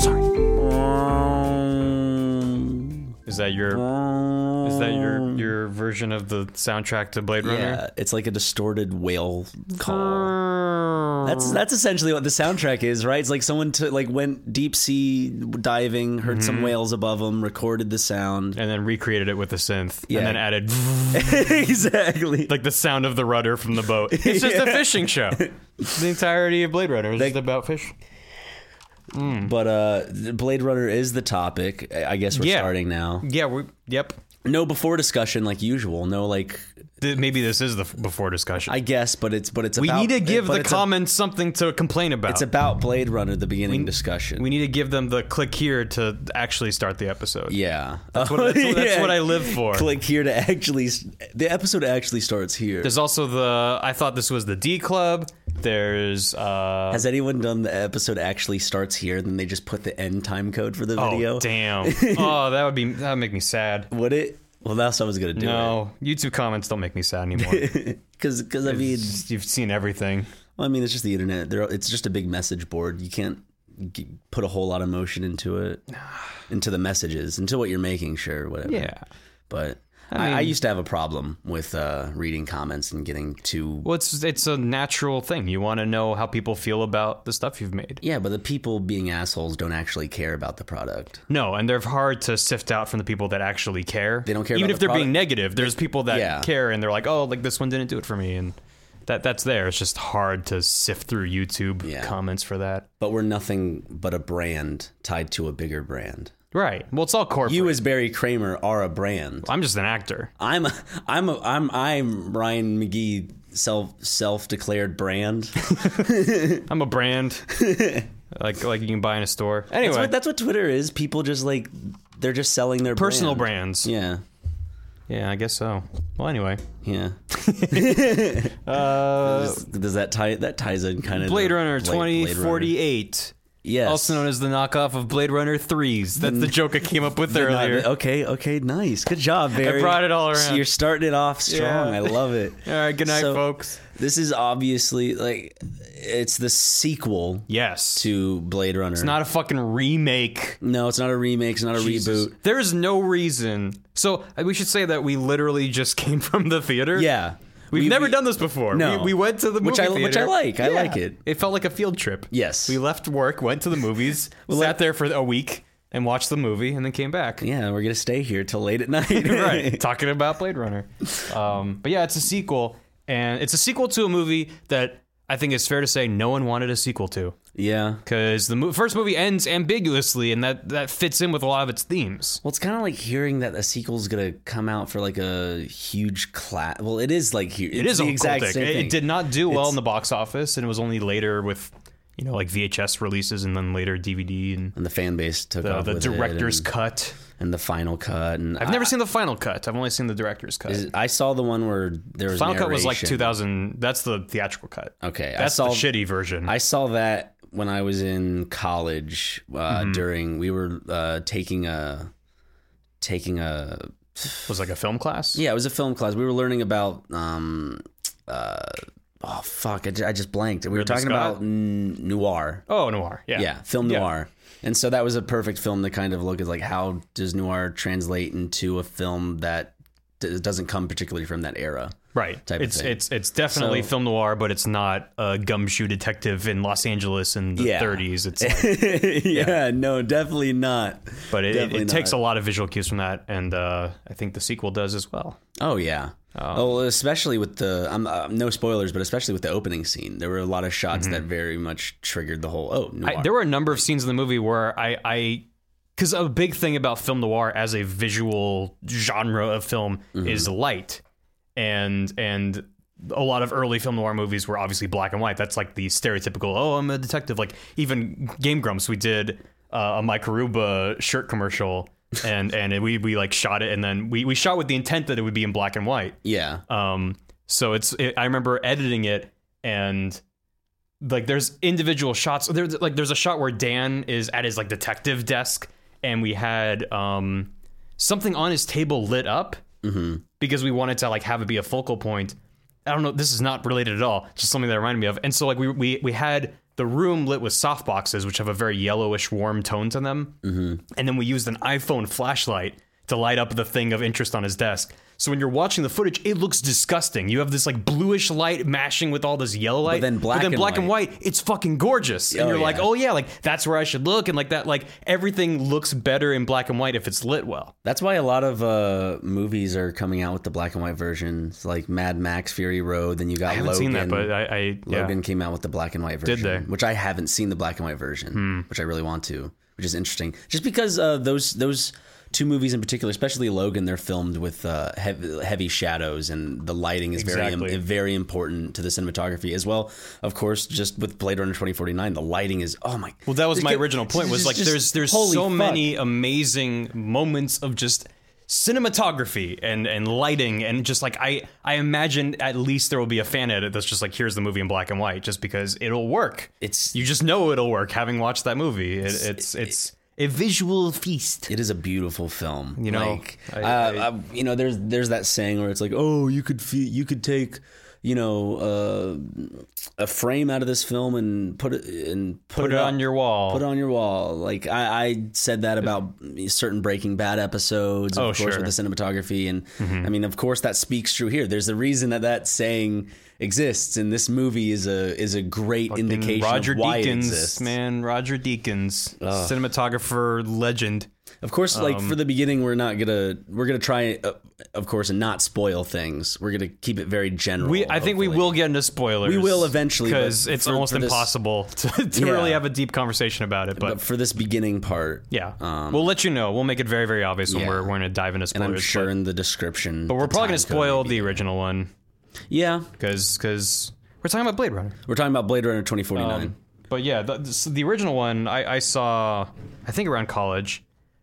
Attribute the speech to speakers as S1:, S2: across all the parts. S1: Mm,
S2: your is that your your version of the soundtrack to Blade Runner?
S1: Yeah, it's like a distorted whale call.
S2: Oh.
S1: That's that's essentially what the soundtrack is, right? It's like someone to like went deep sea diving, heard
S2: Mm-hmm.
S1: some whales above them, recorded the sound.
S2: And then recreated it with a synth,
S1: Yeah.
S2: and then added
S1: exactly.
S2: like the sound of the rudder from the boat. It's just a fishing show. the entirety of Blade Runner is just about fish.
S1: But uh Blade Runner is the topic. I I guess we're
S2: Yeah.
S1: starting now.
S2: Yeah, we yep.
S1: No before discussion like usual. No like
S2: Th- Maybe this is the f- before discussion.
S1: I guess, but it's but it's
S2: we
S1: about
S2: need to give
S1: but
S2: the
S1: it's a-
S2: comments something to complain about.
S1: it's about Blade Runner the beginning discussion.
S2: we need to give them the click here to actually start the episode.
S1: yeah.
S2: That's what, that's what- that's what I live for.
S1: Click here to actually the episode actually starts here.
S2: There's also the I thought this was the D Club. There's uh
S1: Has anyone done the episode actually starts here? and Then they just put the end time code for the video.
S2: oh damn oh that would be that would make me sad.
S1: Would it? Well, that's what I was gonna do.
S2: No, YouTube comments don't make me sad anymore.
S1: because because I mean,
S2: You've seen everything.
S1: well, I mean, it's just the internet. There, it's just a big message board. You can't g- put a whole lot of motion into it, into the messages, into what you're making. Sure, whatever.
S2: Yeah.
S1: But I, I, used to have a problem with uh, reading comments and getting too.
S2: Well, it's it's a natural thing. You want to know how people feel about the stuff you've made.
S1: Yeah, but the people being assholes don't actually care about the product.
S2: No, and they're hard to sift out from the people that actually care. They
S1: don't care
S2: even
S1: about
S2: if
S1: the
S2: they're being negative. There's people that
S1: Yeah.
S2: care, and they're like, "Oh, like this one didn't do it for me," and that that's there. It's just hard to sift through YouTube
S1: Yeah.
S2: comments for that.
S1: But we're nothing but a brand tied to a bigger brand.
S2: Right. Well, it's all corporate.
S1: You, as Barry Kramer, are a brand.
S2: I'm just an actor.
S1: I'm a, I'm a, I'm I'm Ryan McGee self self declared brand.
S2: I'm a brand, like like you can buy in a store.
S1: That's
S2: Anyway,
S1: what that's what Twitter is. People just like they're just selling their
S2: personal
S1: brand.
S2: brands. Yeah.
S1: Yeah,
S2: I guess so. Well, anyway,
S1: yeah. does, does that tie that ties in kind of
S2: Uh, Blade
S1: the
S2: Runner
S1: Blade- Blade Runner.
S2: 2048.
S1: Yes.
S2: Also known as the knockoff of Blade Runner 3s. That's the joke I came up with
S1: No,
S2: earlier.
S1: okay, okay, nice. Good job, Barry.
S2: brought it all around.
S1: So you're starting it off strong.
S2: Yeah.
S1: I love it.
S2: All right, good night,
S1: So,
S2: folks.
S1: This is obviously like it's the sequel
S2: Yes.
S1: to Blade Runner. It's
S2: Not a fucking remake.
S1: No, it's not a remake. It's not a reboot.
S2: There is no reason. So uh, we should say that we literally just came from the theater.
S1: Yeah.
S2: We've
S1: We-
S2: never
S1: we-
S2: done this before.
S1: No.
S2: We, we went to the movie
S1: Which I- which
S2: theater.
S1: I like. I like it.
S2: It felt like a field trip.
S1: Yes.
S2: We left work, went to the movies, sat there for a week, and watched the movie, and then came back.
S1: Yeah, we're gonna stay here till late at night.
S2: right. Talking about Blade Runner. Um, but yeah, it's a sequel, and it's a sequel to a movie that I think it's fair to say no one wanted a sequel to.
S1: yeah.
S2: Because the mo- first movie ends ambiguously, and that, that fits in with a lot of its themes.
S1: Well, it's kind of like hearing that a sequel's gonna come out for like a huge class. Well, it is like hu-
S2: It is
S1: the
S2: a
S1: exact
S2: cultic.
S1: same
S2: It,
S1: thing.
S2: it did not do well in the box office, and it was only later with, you know, like VHS releases and then later DVD and
S1: And the fan base took
S2: uh,
S1: off
S2: the
S1: with it
S2: director's
S1: and,
S2: cut.
S1: and the final cut. And
S2: I've never seen the final cut. I've only seen the director's cut.
S1: I saw the one where there was
S2: final cut was like
S1: narration.
S2: 2000. That's the theatrical cut.
S1: Okay,
S2: That's
S1: I saw
S2: the shitty version.
S1: I saw that when I was in college. Uh,
S2: Mm-hmm.
S1: During we were uh, taking a taking a
S2: was like a film class.
S1: Yeah, it was a film class. We were learning about um uh oh fuck, I, ju- I just blanked. We were talking
S2: Scott?
S1: about n- noir.
S2: Oh, noir. Yeah.
S1: Yeah, film
S2: Yeah.
S1: noir. And so that was a perfect film to kind of look at like how does noir translate into a film that d- doesn't come particularly from that era.
S2: Right.
S1: Type of
S2: it's
S1: thing.
S2: it's it's definitely
S1: So-
S2: film noir, but it's not a gumshoe detective in Los Angeles in the
S1: Yeah.
S2: 30s. It's
S1: yeah, no, definitely not.
S2: but it, it,
S1: Definitely
S2: it takes a
S1: not.
S2: lot of visual cues from that, and uh, I think the sequel does as well.
S1: Oh yeah. Oh, especially with the um, uh, no spoilers, but especially with the opening scene, there were a lot of shots that very much triggered the whole oh noir.
S2: Mm-hmm. I, there were a number of scenes in the movie where I, I, because a big thing about film noir as a visual genre of film is light, and and a lot of early film noir movies were obviously black and white. That's like the stereotypical. Oh, I'm a detective. Like even Game Grumps, we did uh, a Mike Aruba shirt commercial. and and we we like shot it and then we, we shot with the intent that it would be in black and white
S1: yeah.
S2: um, so it's it, I remember editing it and like there's individual shots. There's like there's a shot where Dan is at his like detective desk and we had um something on his table lit up
S1: Mm-hmm.
S2: because we wanted to like have it be a focal point. I don't know. This is not related at all. Just something that reminded me of. And so like we we we had the room lit with soft boxes, which have a very yellowish warm tone to them. Mm-hmm. And then we used an iPhone flashlight to light up the thing of interest on his desk. So when you're watching the footage, it looks disgusting. You have this like bluish light mashing with all this yellow light.
S1: then black and
S2: and white, it's fucking gorgeous. And
S1: Oh,
S2: you're like,
S1: yeah.
S2: oh yeah, like that's where I should look. And like that, like everything looks better in black and white if it's lit well.
S1: That's why a lot of uh, movies are coming out with the black and white versions, like Mad Max Fury Road. Then you got
S2: I haven't
S1: Logan.
S2: seen that, but I, I yeah.
S1: Logan came out with the black and white version,
S2: they? Hmm.
S1: which I haven't seen the black and white version, which I really want to, which is interesting. Just because uh, those those two movies in particular, especially Logan, they're filmed with uh, heavy, heavy shadows, and the lighting is very
S2: Exactly.
S1: im- very important to the cinematography as well. Of course, just with Blade Runner twenty forty nine, the lighting is oh my.
S2: Well, that was my original point. Was like, there's there's
S1: holy
S2: so
S1: fuck.
S2: many amazing moments of just cinematography and and lighting and just like I I imagine at least there will be a fan edit that's just like here's the movie in black and white just because it'll work.
S1: It's-
S2: you just know it'll work having watched that movie. It, it's it's, a visual feast.
S1: It is a beautiful film. You
S2: know,
S1: like,
S2: I-
S1: uh, um, you know, there's there's that saying where it's like, oh, you could fe- you could take, you know, uh, a frame out of this film and put it and put,
S2: Put it
S1: up-
S2: on your wall.
S1: Put it on your wall. Like I, I said that about certain Breaking Bad episodes, of
S2: Oh,
S1: course,
S2: sure. Mm-hmm.
S1: with the cinematography, and I mean, of course, that speaks true here. There's a reason that that saying exists, and this movie is a is a great indication
S2: Mm, Roger
S1: of why it
S2: Deakins,
S1: exists.
S2: man, Roger Deakins, cinematographer legend.
S1: Of course, like
S2: Um,
S1: for the beginning, we're not gonna we're gonna try, uh, of course, and not spoil things. We're gonna keep it very general.
S2: We, I think we
S1: hopefully.
S2: will get into spoilers.
S1: We will eventually, but
S2: because it's
S1: for-
S2: almost
S1: for this-
S2: impossible to, to
S1: Yeah.
S2: really have a deep conversation about it. But,
S1: But for this beginning part,
S2: yeah, we'll let you know. We'll make it very, very obvious when
S1: Yeah.
S2: we're we're gonna dive into spoilers.
S1: I'm sure
S2: but,
S1: in the description.
S2: but we're probably gonna spoil the original one
S1: Yeah,
S2: because we're talking about Blade Runner.
S1: we're talking about Blade Runner 2049.
S2: Um, But yeah, the, the, so the original one I, I saw, I think around college.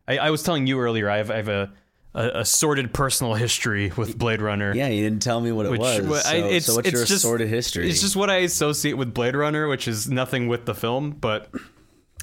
S2: I, I was telling you earlier, I have, I have a, a, a sordid personal history with Blade Runner.
S1: yeah, you didn't tell me what it was.
S2: Which-
S1: so,
S2: I- it's,
S1: so what's
S2: it's
S1: your
S2: just,
S1: assorted history?
S2: It's just what I associate with Blade Runner, which is nothing with the film. But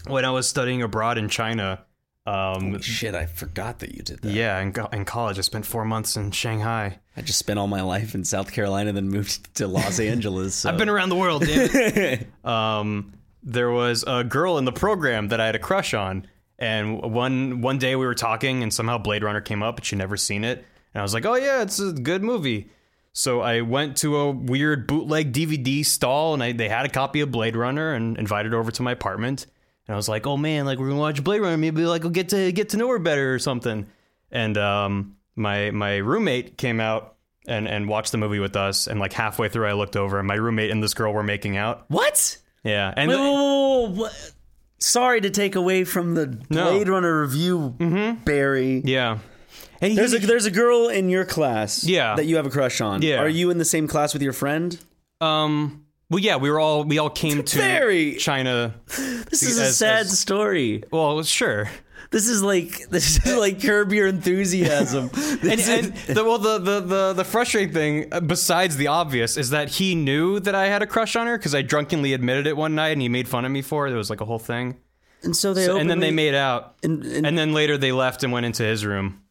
S2: when I was studying abroad in China, um,
S1: shit. I forgot that you did that.
S2: yeah, in, co- in college, I spent four months in Shanghai.
S1: I just spent all my life in South Carolina, then moved to Los Angeles. So.
S2: I've been around the world, damn it. um, there was a girl in the program that I had a crush on, and one one day we were talking, and somehow Blade Runner came up, but she'd never seen it, and I was like, "Oh yeah, it's a good movie." So I went to a weird bootleg DVD stall, and I, they had a copy of Blade Runner, and invited her over to my apartment, and I was like, "Oh man, like we're gonna watch Blade Runner, maybe like we'll get to get to know her better or something." And um, my my roommate came out and and watched the movie with us, and like halfway through, I looked over, and my roommate and this girl were making out.
S1: what?
S2: Yeah, and
S1: Whoa, whoa, whoa, whoa, what? Sorry to take away from the Blade Runner review,
S2: Mm-hmm.
S1: Barry.
S2: yeah, and he,
S1: There's a there's a girl in your class,
S2: Yeah.
S1: that you have a crush on.
S2: Yeah.
S1: are you in the same class with your friend?
S2: um. Well, yeah, we were all we all came to
S1: Very-
S2: China.
S1: This is a
S2: As-
S1: sad
S2: as-
S1: story.
S2: Well, sure.
S1: This is like this is like curb your enthusiasm.
S2: and,
S1: This is-
S2: and the, well, the, the the the frustrating thing, uh, besides the obvious, is that he knew that I had a crush on her because I drunkenly admitted it one night, and he made fun of me for it. It was like a whole thing,
S1: and so they
S2: and then they
S1: openly-
S2: made out,
S1: and, and-
S2: and then later they left and went into his room.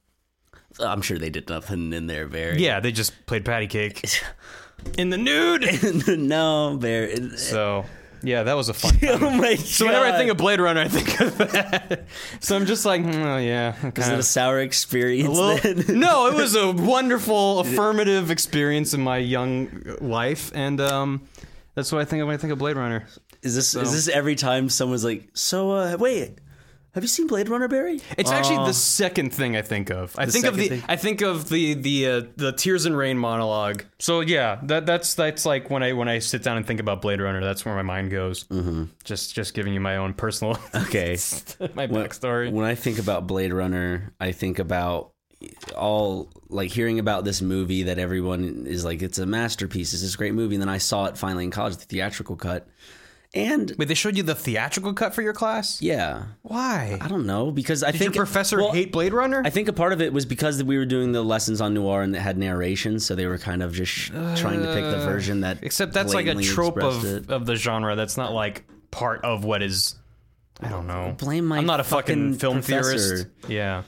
S1: I'm sure they did nothing in there, Barry.
S2: Yeah, they just played patty cake in the nude.
S1: no, Barry.
S2: so yeah, that was a fun.
S1: oh my god.
S2: So whenever I think of Blade Runner, I think of that. So I'm just like, hmm, oh yeah,
S1: is
S2: kind
S1: it a
S2: of.
S1: sour experience? then?
S2: no, it was a wonderful affirmative experience in my young life, and um, that's what I think of when I think of Blade Runner.
S1: Is this is this every time someone's like, so uh, wait, have you seen Blade Runner, Barry?
S2: It's actually the second thing I think of. I think of Oh. the
S1: second thing?
S2: I think of the the uh, the Tears and Rain monologue. So yeah, that that's that's like when I when I sit down and think about Blade Runner, that's where my mind goes. Mm-hmm. Just just giving you my own personal
S1: Okay.
S2: my backstory.
S1: When I think about Blade Runner, I think about all like hearing about this movie that everyone is like, it's a masterpiece, it's this great movie. And then I saw it finally in college, the theatrical cut. And
S2: Wait, they showed you the theatrical cut for your class?
S1: yeah,
S2: Why?
S1: I don't know because I
S2: Did your
S1: think
S2: professor
S1: well,
S2: hate Blade Runner?
S1: I think a part of it was because we were doing the lessons on noir and it had narration, so they were kind of just sh- trying to pick the version that.
S2: Uh, Except that's like a
S1: blatantly
S2: trope of,
S1: expressed it.
S2: of the genre that's not like part of what is. I don't know.
S1: Blame my
S2: I'm not a fucking,
S1: fucking
S2: film
S1: professor.
S2: theorist. Yeah,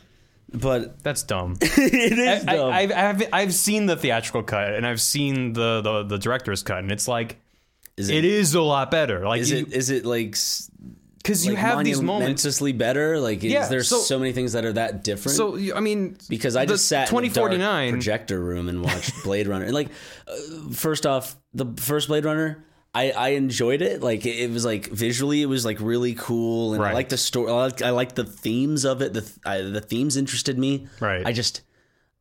S1: But
S2: that's dumb.
S1: it
S2: I,
S1: is dumb.
S2: I, I've, I've I've seen the theatrical cut and I've seen the the, the director's cut and it's like
S1: is
S2: it is a lot better. Like
S1: Is
S2: you-
S1: it is it like s-
S2: because you
S1: like,
S2: have these moments.
S1: monumentously better. Like, is
S2: Yeah,
S1: there
S2: so-
S1: so many things that are that different?
S2: So you- I mean,
S1: because I
S2: the
S1: just sat in a dark
S2: 2049
S1: projector room and watched Blade Runner. And like, uh, first off, the first Blade Runner, I, I enjoyed it. Like, it, it was like visually, it was like really cool, and I
S2: Right.
S1: liked the story. I liked, I liked the themes of it. The th- I, the themes interested me.
S2: Right.
S1: I just.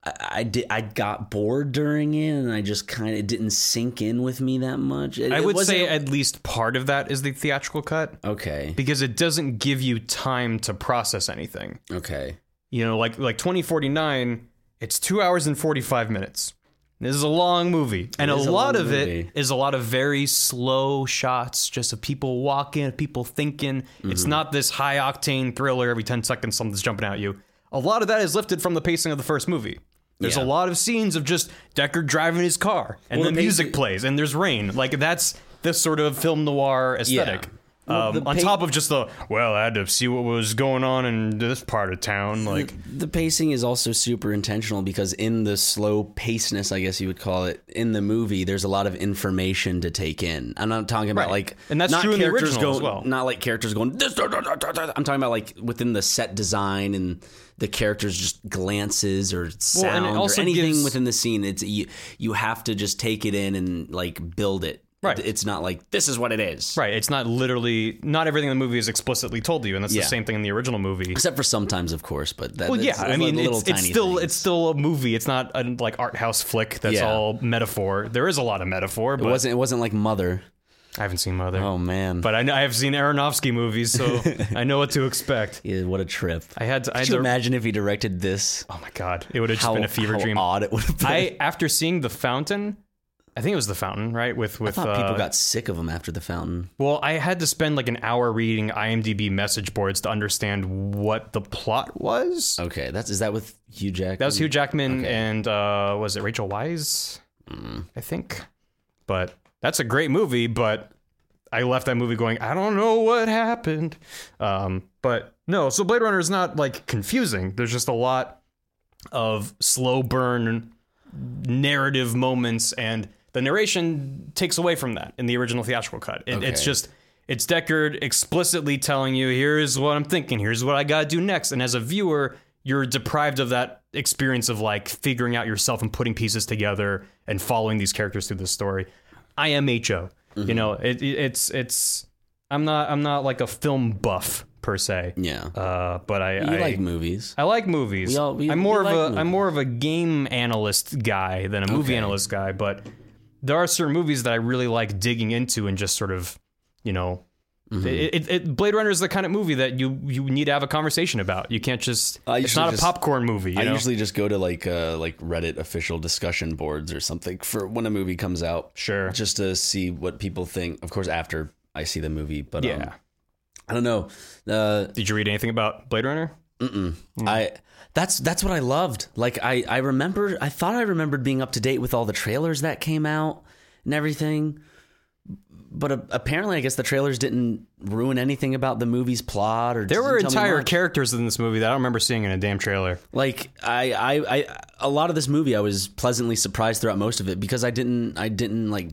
S1: I, I did. I got bored during it, and I just kind of didn't sink in with me that much. It-
S2: I
S1: it
S2: would
S1: wasn't-
S2: say at least part of that is the theatrical cut
S1: okay,
S2: because it doesn't give you time to process anything.
S1: okay,
S2: You know, like like 2049, it's two hours and 45 minutes. This is a long movie, and a
S1: is a
S2: lot
S1: long
S2: of
S1: movie.
S2: it is a lot of very slow shots, just of people walking, people thinking.
S1: Mm-hmm.
S2: It's not this high octane thriller. Every 10 seconds, something's jumping at you. A lot of that is lifted from the pacing of the first movie. There's
S1: Yeah.
S2: a lot of scenes of just Decker driving his car, and
S1: Well,
S2: then
S1: the pace-
S2: music plays, and there's rain. Like that's this sort of film noir aesthetic. Um, on
S1: pa-
S2: top of just the well, I had to see what was going on in this part of town. Like
S1: the pacing is also super intentional because in the slow paceness, I guess you would call it, in the movie, there's a lot of information to take in. I'm not talking about
S2: Right.
S1: like
S2: And that's
S1: not
S2: true in the
S1: characters
S2: original as
S1: going-
S2: well.
S1: Not like characters going. This, da, da, da, da, da." I'm talking about like within the set design and the characters just glances or
S2: and
S1: sound
S2: it
S1: or
S2: also
S1: anything
S2: gives-
S1: within the scene. It's you, you have to just take it in and like build it.
S2: Right.
S1: It's not like this is what it is.
S2: Right. It's not literally not everything in the movie is explicitly told to you, and that's
S1: Yeah.
S2: the same thing in the original movie.
S1: Except for sometimes, of course, but that,
S2: Well, yeah.
S1: that's-
S2: I
S1: that's
S2: mean,
S1: little
S2: it's, it's
S1: tiny
S2: still
S1: things.
S2: it's still a movie. It's not a like art house flick that's
S1: Yeah.
S2: all metaphor. There is a lot of metaphor, but
S1: it wasn't it wasn't like Mother.
S2: I haven't seen Mother.
S1: Oh man.
S2: But I know I have seen Aronofsky movies, so I know what to expect.
S1: Yeah, what a trip.
S2: I had to. I had
S1: Could you
S2: to
S1: imagine if he directed this?
S2: oh my god! It would have just
S1: How,
S2: been a fever
S1: how
S2: dream.
S1: odd it would have been.
S2: I after seeing The Fountain, I think it was The Fountain, right? With with
S1: thought
S2: uh,
S1: people got sick of him after the fountain.
S2: Well, I had to spend like an hour reading IMDb message boards to understand what the plot was.
S1: Okay, that's is that with Hugh Jackman?
S2: That was Hugh Jackman and uh, was it Rachel Wise? I think. But that's a great movie. But I left that movie going, I don't know what happened. Um, but no, so Blade Runner is not like confusing. There's just a lot of slow burn narrative moments, and the narration takes away from that in the original theatrical cut. It, It's
S1: Okay.
S2: just. It's Deckard explicitly telling you, here's what I'm thinking, here's what I gotta do next. And as a viewer, you're deprived of that experience of like figuring out yourself and putting pieces together and following these characters through the story. I am HO. You know, it, it- it's it's I'm not I'm not like a film buff per se.
S1: Yeah,
S2: Uh, but I I
S1: you like movies.
S2: I like movies.
S1: We all- we-
S2: I'm more
S1: we
S2: of
S1: like
S2: a am more of a game analyst guy than a movie
S1: Okay.
S2: analyst guy, but there are certain movies that I really like digging into and just sort of, you know,
S1: Mm-hmm.
S2: it, it, it, Blade Runner is the kind of movie that you you need to have a conversation about. You can't just
S1: I
S2: it's
S1: usually
S2: not
S1: just-
S2: a popcorn movie. You
S1: I
S2: know?
S1: usually just go to like uh, like Reddit official discussion boards or something for when a movie comes out,
S2: sure.
S1: just to see what people think. Of course, after I see the movie, but um,
S2: yeah.
S1: I don't know. Uh,
S2: Did you read anything about Blade Runner? Hmm.
S1: I that's that's what I loved. Like I I remember I thought I remembered being up to date with all the trailers that came out and everything. But a, apparently, I guess the trailers didn't ruin anything about the movie's plot or
S2: There were
S1: didn't tell me
S2: entire
S1: much.
S2: characters in this movie that I don't remember seeing in a damn trailer.
S1: like I, I I a lot of this movie I was pleasantly surprised throughout most of it because I didn't I didn't like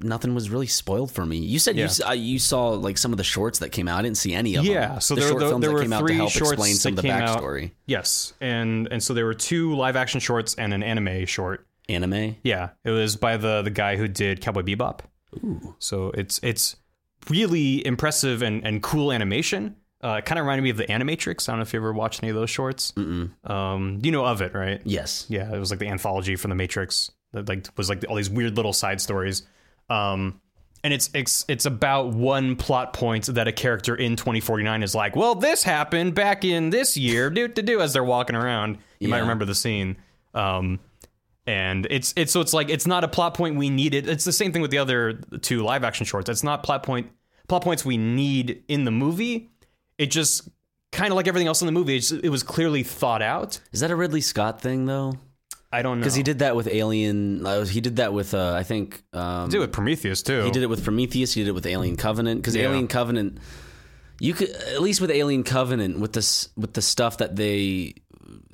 S1: nothing was really spoiled for me. You said you
S2: Yeah.
S1: s- uh, you saw like some of the shorts that came out. I didn't see any of them.
S2: Yeah, so
S1: the
S2: there-
S1: short
S2: there-
S1: films
S2: there
S1: that
S2: were
S1: came out to
S2: three
S1: help
S2: shorts
S1: explain some
S2: that
S1: of the
S2: came out.
S1: backstory.
S2: Yes, and and so there were two live action shorts and an anime short.
S1: Anime.
S2: Yeah, it was by the the guy who did Cowboy Bebop. So it's it's really impressive and and cool animation. Uh, it kind of reminded me of the Animatrix. I don't know if you ever watched any of those shorts. Um, you know of it, right?
S1: Yes.
S2: Yeah, it was like the anthology from the Matrix that like was like all these weird little side stories. Um and it's it's it's about one plot point that a character in 2049 is like, "Well, this happened back in this year." Do to do as they're walking around. You might
S1: Yeah.
S2: remember the scene. Um and it's it's so it's like it's not a plot point we needed. It's the same thing with the other two live action shorts. It's not plot point plot points we need in the movie. It just kind of like everything else in the movie, it's, it was clearly thought out.
S1: Is that a Ridley Scott thing though?
S2: I don't know.
S1: Because he did that with Alien. uh, he did that with uh, I think um,
S2: did with Prometheus too.
S1: he did it with Prometheus. He did it with Alien Covenant. Because Alien Covenant, you could at least with Alien Covenant with this with the stuff that they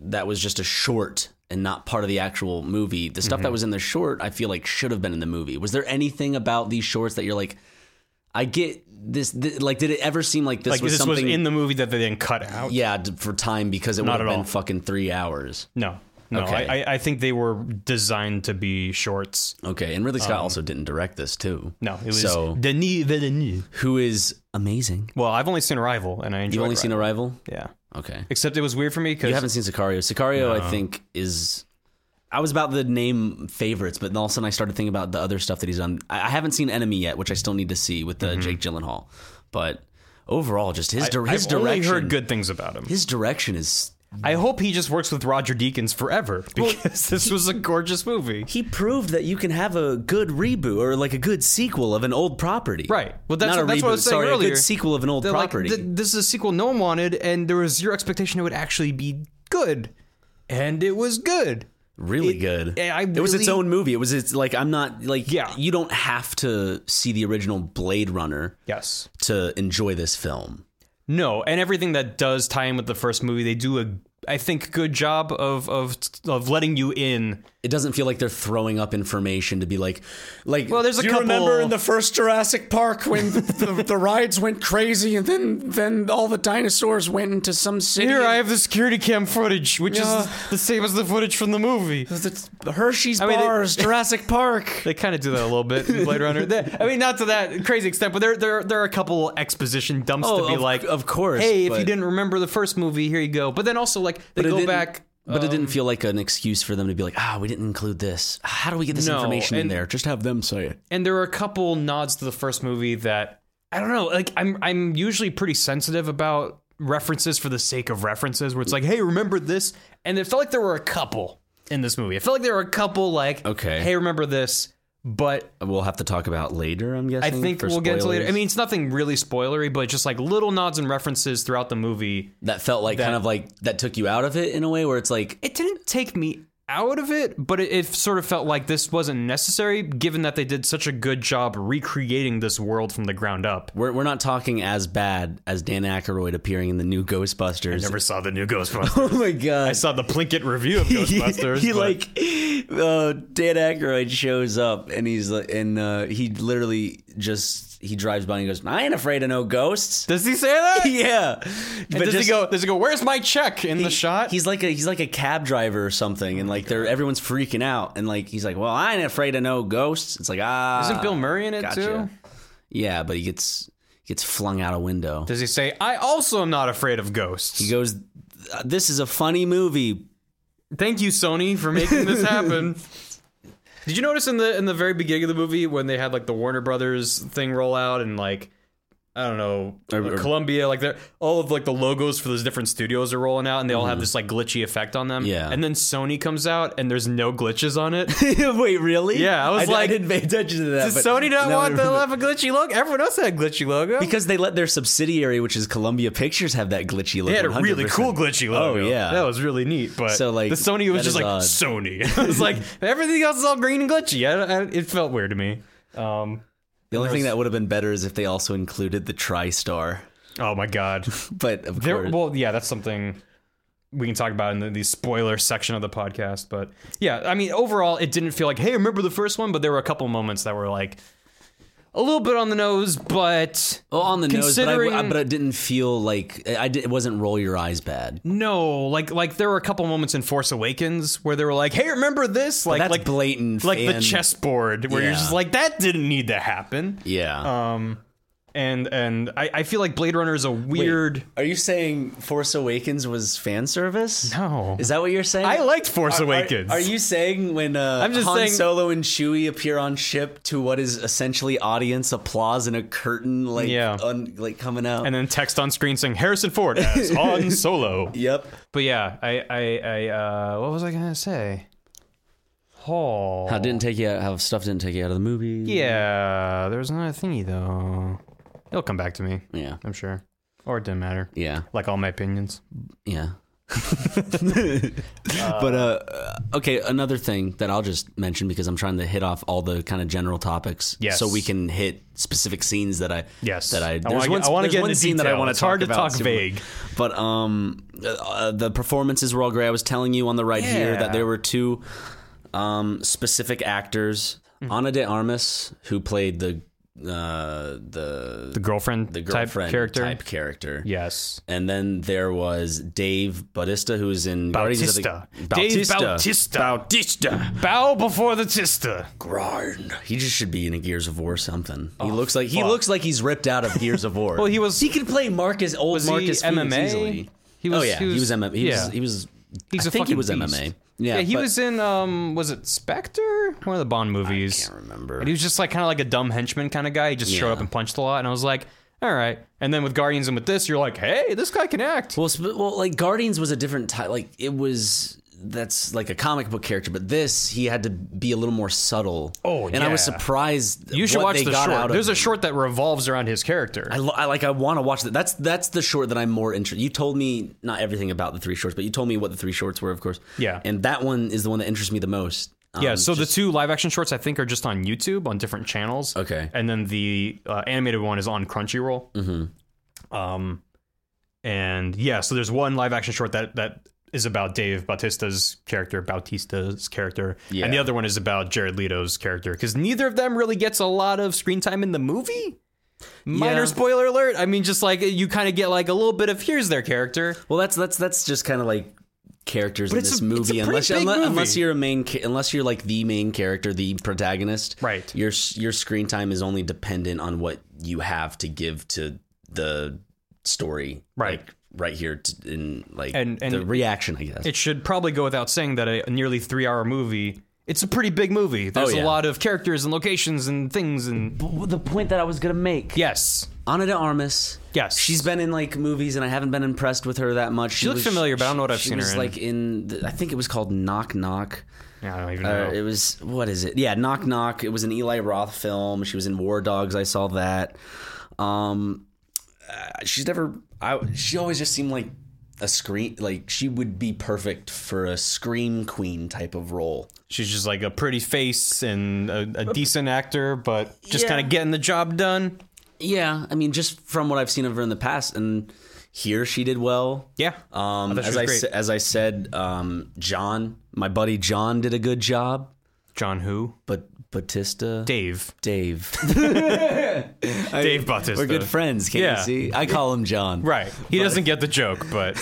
S1: that was just a short and not part of the actual movie.
S2: Mm-hmm.
S1: The stuff that was in the short, I feel like should have been in the movie. Was there anything about these shorts that you're like? I get this. Th- like, did it ever seem like this
S2: Like
S1: was
S2: this was
S1: something?
S2: in the movie that they then cut out.
S1: yeah, d- for time because it would
S2: Not
S1: have
S2: at
S1: been
S2: all.
S1: fucking three hours.
S2: No, no.
S1: Okay.
S2: I, I, I think they were designed to be shorts.
S1: Okay, and Ridley Scott also didn't direct this too.
S2: Um, No, it was
S1: So-
S2: Denis Villeneuve.
S1: Who is amazing?
S2: Well, I've only seen Arrival, and I enjoyed.
S1: You've only seen
S2: Arrival.
S1: Arrival.
S2: yeah.
S1: Okay,
S2: Except it was weird for me because
S1: you haven't seen Sicario. Sicario, I think, is. I was about the name favorites, but then all of a sudden I started thinking about the other stuff that he's done. I I haven't seen Enemy yet, which I still need to see with the Jake Gyllenhaal. But overall, just his dir- his
S2: Mm-hmm. I've only
S1: direction.
S2: heard good things about him.
S1: His direction is
S2: I hope he just works with Roger Deakins forever because this was a gorgeous movie.
S1: he proved that you can have a good reboot or like a good sequel of an old property.
S2: Right. Well, that's what-
S1: Not a
S2: that's
S1: reboot,
S2: what I was saying
S1: sorry, a
S2: earlier.
S1: good sequel of an old
S2: They're like,
S1: property.
S2: "Th- this is a sequel no one wanted, and there was zero expectation it would actually be good, and it was good.
S1: really good.
S2: I
S1: it was its
S2: really-
S1: own movie. It was its like I'm not like
S2: Yeah.
S1: You don't have to see the original Blade Runner
S2: Yes.
S1: to enjoy this film.
S2: No, and everything that does tie in with the first movie, they do a, I think, good job of of of letting you in.
S1: It doesn't feel like they're throwing up information to be like, like.
S2: Well, there's a
S1: do you
S2: couple-
S1: remember in the first Jurassic Park when the, the, the rides went crazy and then then all the dinosaurs went into some city?
S2: Here,
S1: and
S2: I have the security cam footage, which
S1: Yeah.
S2: is the same as the footage from the movie.
S1: the Hershey's
S2: mean, they-
S1: bars, Jurassic Park.
S2: They kind of do that a little bit in Blade Runner. They- I mean, not to that crazy extent, but there there there are a couple exposition dumps
S1: Oh,
S2: to be
S1: of-
S2: like,
S1: of course,
S2: Hey, if
S1: but-
S2: you didn't remember the first movie, here you go. But then also like they
S1: it
S2: go
S1: didn't-
S2: back.
S1: But it
S2: Um,
S1: didn't feel like an excuse for them to be like, ah, we didn't include this. How do we get this
S2: No,
S1: information in
S2: and-
S1: there? Just have them say it.
S2: and there are a couple nods to the first movie that I don't know. Like I'm I'm usually pretty sensitive about references for the sake of references, where it's like, hey, remember this? And it felt like there were a couple in this movie. It felt like there were a couple like,
S1: Okay.
S2: hey, remember this? But
S1: We'll have to talk about later, I'm
S2: I
S1: guessing.
S2: think
S1: for
S2: we'll get to later. I
S1: spoilers.
S2: mean, it's nothing really spoilery, but just like little nods and references throughout the movie.
S1: that felt like kind of like that took you out of it in a way where it's like,
S2: It didn't take me out of it, but it, it sort of felt like this wasn't necessary, given that they did such a good job recreating this world from the ground up.
S1: we're, we're not talking as bad as Dan Aykroyd appearing in the new Ghostbusters.
S2: Never saw the new Ghostbusters.
S1: oh my God.
S2: I saw the Plinkett review of Ghostbusters.
S1: he
S2: but-
S1: like uh, Dan Aykroyd shows up and he's like, and uh, he literally just he drives by and he goes, I ain't afraid of no ghosts.
S2: does he say that?
S1: yeah, but
S2: does he
S1: just-
S2: go? Does he go? Where's my check in the shot? Oh
S1: He's like a he's like a cab driver or something, and like they're everyone's freaking out, and like he's like, well, I ain't afraid of no ghosts. It's like ah,
S2: Isn't Bill Murray in it
S1: gotcha.
S2: too?
S1: Yeah, but he gets gets flung out a window.
S2: Does he say, "I also am not afraid of ghosts"?
S1: He goes, this is a funny movie.
S2: Thank you, Sony, for making this happen. Did you notice in the in the very beginning of the movie when they had like the Warner Brothers thing roll out and like I don't know
S1: Or- or-
S2: Columbia like they're all of like the logos for those different studios are rolling out and they all have this like glitchy effect on them.
S1: Mm-hmm. Yeah.
S2: and then Sony comes out and there's no glitches on it.
S1: Wait, really?
S2: Yeah, I was
S1: d-
S2: like,
S1: didn't pay attention to that.
S2: Does
S1: but
S2: Sony not
S1: now I
S2: want to
S1: remember.
S2: have a glitchy logo? Everyone else had a glitchy logo.
S1: because they let their subsidiary, which is Columbia Pictures, have that glitchy look.
S2: they had a really cool glitchy logo.
S1: Oh, yeah.
S2: that was really neat. But
S1: So, like,
S2: the Sony
S1: that
S2: was just
S1: is
S2: like
S1: odd.
S2: Sony. it was like everything else is all green and glitchy. I, I, it felt weird to me. Um,
S1: The only thing that would have been better is if they also included the TriStar.
S2: oh my god.
S1: But of
S2: There,
S1: course,
S2: well, yeah, that's something we can talk about in the, the spoiler section of the podcast. But yeah, I mean, overall, it didn't feel like, hey, remember the first one? But there were a couple moments that were like a little bit on the nose, but
S1: well, Oh, on the nose, but, I,
S2: considering-
S1: but it didn't feel like I did, it wasn't roll your eyes bad.
S2: No, like like there were a couple moments in Force Awakens where they were like, "Hey, remember this?" Like
S1: That's
S2: like
S1: blatant,
S2: like the
S1: fan-
S2: chessboard where you're
S1: Yeah.
S2: just like, "That didn't need to happen."
S1: Yeah.
S2: Um, and and I, I feel like Blade Runner is a weird.
S1: Are you saying Force Awakens was fan service?
S2: No.
S1: Is that what you're saying?
S2: I liked Force Awakens.
S1: Oh. Are, are you saying when uh,
S2: I'm just
S1: Han
S2: saying-
S1: Solo and Chewie appear on ship to what is essentially audience applause and a curtain like
S2: Yeah.
S1: un, like coming out?
S2: And then text on screen saying Harrison Ford as Han Solo.
S1: yep.
S2: But yeah, I I, I uh, what was I gonna say? Oh,
S1: How didn't take you out? How stuff didn't take you out of the movie?
S2: yeah. There was another thingy though. It'll come back to me.
S1: Yeah.
S2: I'm sure. Or it didn't matter.
S1: Yeah.
S2: Like all my opinions.
S1: Yeah. but uh okay, another thing that I'll just mention because I'm trying to hit off all the kind of general topics
S2: Yes.
S1: so we can hit specific scenes that I
S2: Yes.
S1: that I
S2: I
S1: there's
S2: wanna get-
S1: one,
S2: I wanna
S1: there's
S2: get
S1: one
S2: into
S1: scene that I
S2: detail.
S1: want
S2: It's hard to
S1: about
S2: talk
S1: super-
S2: vague.
S1: But um uh, uh, the performances were all great. I was telling you on the right here that
S2: Yeah.
S1: there were two
S2: Mm-hmm.
S1: um specific actors, Ana de Armas who played the uh, the
S2: the girlfriend,
S1: the girlfriend
S2: type character.
S1: type character.
S2: Yes,
S1: And then there was Dave Bautista, who's in Guardians of
S2: Bautista.
S1: the
S2: Dave
S1: Bautista.
S2: Bautista.
S1: Bautista.
S2: bow before the sister.
S1: Grind. He just should be in a Gears of War something. he looks like he looks like he's ripped out of Gears of War.
S2: Oh, Well, he was-
S1: He could play Marcus old
S2: Was he
S1: Marcus Phoenix
S2: MMA?
S1: easily.
S2: He was-
S1: oh yeah,
S2: he
S1: he
S2: was-
S1: was, MMA. He
S2: yeah.
S1: was. He was.
S2: He's
S1: I
S2: a
S1: think he
S2: fucking
S1: was
S2: beast.
S1: MMA. Yeah,
S2: he
S1: but-
S2: was in um, was it Spectre? One of the Bond movies.
S1: can't remember.
S2: And he was just like kind of like a dumb henchman kind of guy. He just showed
S1: Yeah.
S2: up and punched a lot, and I was like, all right. And then with Guardians and with this, you're like, hey, this guy can act.
S1: Well, sp- well, like Guardians was a different type. Like it was that's like a comic book character, but this he had to be a little more subtle.
S2: Oh,
S1: and I was
S2: yeah.
S1: surprised.
S2: you should
S1: what
S2: watch
S1: they
S2: the
S1: got Out
S2: short.
S1: of
S2: There's a
S1: him.
S2: short that revolves around his character.
S1: I, lo- I like. I want to watch that. That's that's the short that I'm more interested. You told me not everything about the three shorts, but you told me what the three shorts were, of course.
S2: Yeah.
S1: and that one is the one that interests me the most. Um,
S2: yeah, so the two live action shorts I think are just on YouTube on different channels.
S1: Okay.
S2: and then the uh, animated one is on Crunchyroll. Mm-hmm. Um, and yeah, so there's one live action short that that is about Dave Bautista's character, Bautista's character,
S1: Yeah.
S2: and the other one is about Jared Leto's character because neither of them really gets a lot of screen time in the movie. Minor
S1: Yeah.
S2: spoiler alert. I mean, just like you kind of get like a little bit of here's their character.
S1: Well, that's that's that's just kind of like characters in
S2: it's
S1: this
S2: a- it's a
S1: movie.
S2: pretty
S1: unless
S2: big
S1: unless,
S2: movie.
S1: unless you're a main, ca- unless you're like the main character, the protagonist,
S2: Right.
S1: Your s- your screen time is only dependent on what you have to give to the story,
S2: Right.
S1: Like, right here t in like
S2: And- and-
S1: the reaction, I guess.
S2: It should probably go without saying that a nearly three hour movie. It's a pretty big movie. There's
S1: Oh, yeah.
S2: a lot of characters and locations and things and
S1: the point that I was gonna make.
S2: yes,
S1: Ana de Armas.
S2: Yes.
S1: she's been in like movies, and I haven't been impressed with her that much. She,
S2: looked familiar, but I don't know what I've
S1: she
S2: seen her
S1: was
S2: in.
S1: like in, the, I think it was called Knock Knock.
S2: yeah, I don't even know.
S1: Uh, it was what is it? Yeah, Knock Knock. It was an Eli Roth film. She was in War Dogs. I saw that. Um, uh, she's never. I. She always just seemed like a screen. Like she would be perfect for a scream queen type of role.
S2: She's just like a pretty face and a, a decent actor, but just
S1: Yeah.
S2: kind of getting the job done.
S1: Yeah, I mean, just from what I've seen of her in the past, and here she did well.
S2: Yeah.
S1: Um,
S2: thought she
S1: as
S2: was
S1: I
S2: great.
S1: sa- as I said, um, John, my buddy John, did a good job.
S2: John who?
S1: But Batista,
S2: Dave.
S1: Dave,
S2: Dave Bautista.
S1: we're good friends. Can't
S2: Yeah.
S1: you see? I call him John.
S2: Right. He doesn't get the joke, but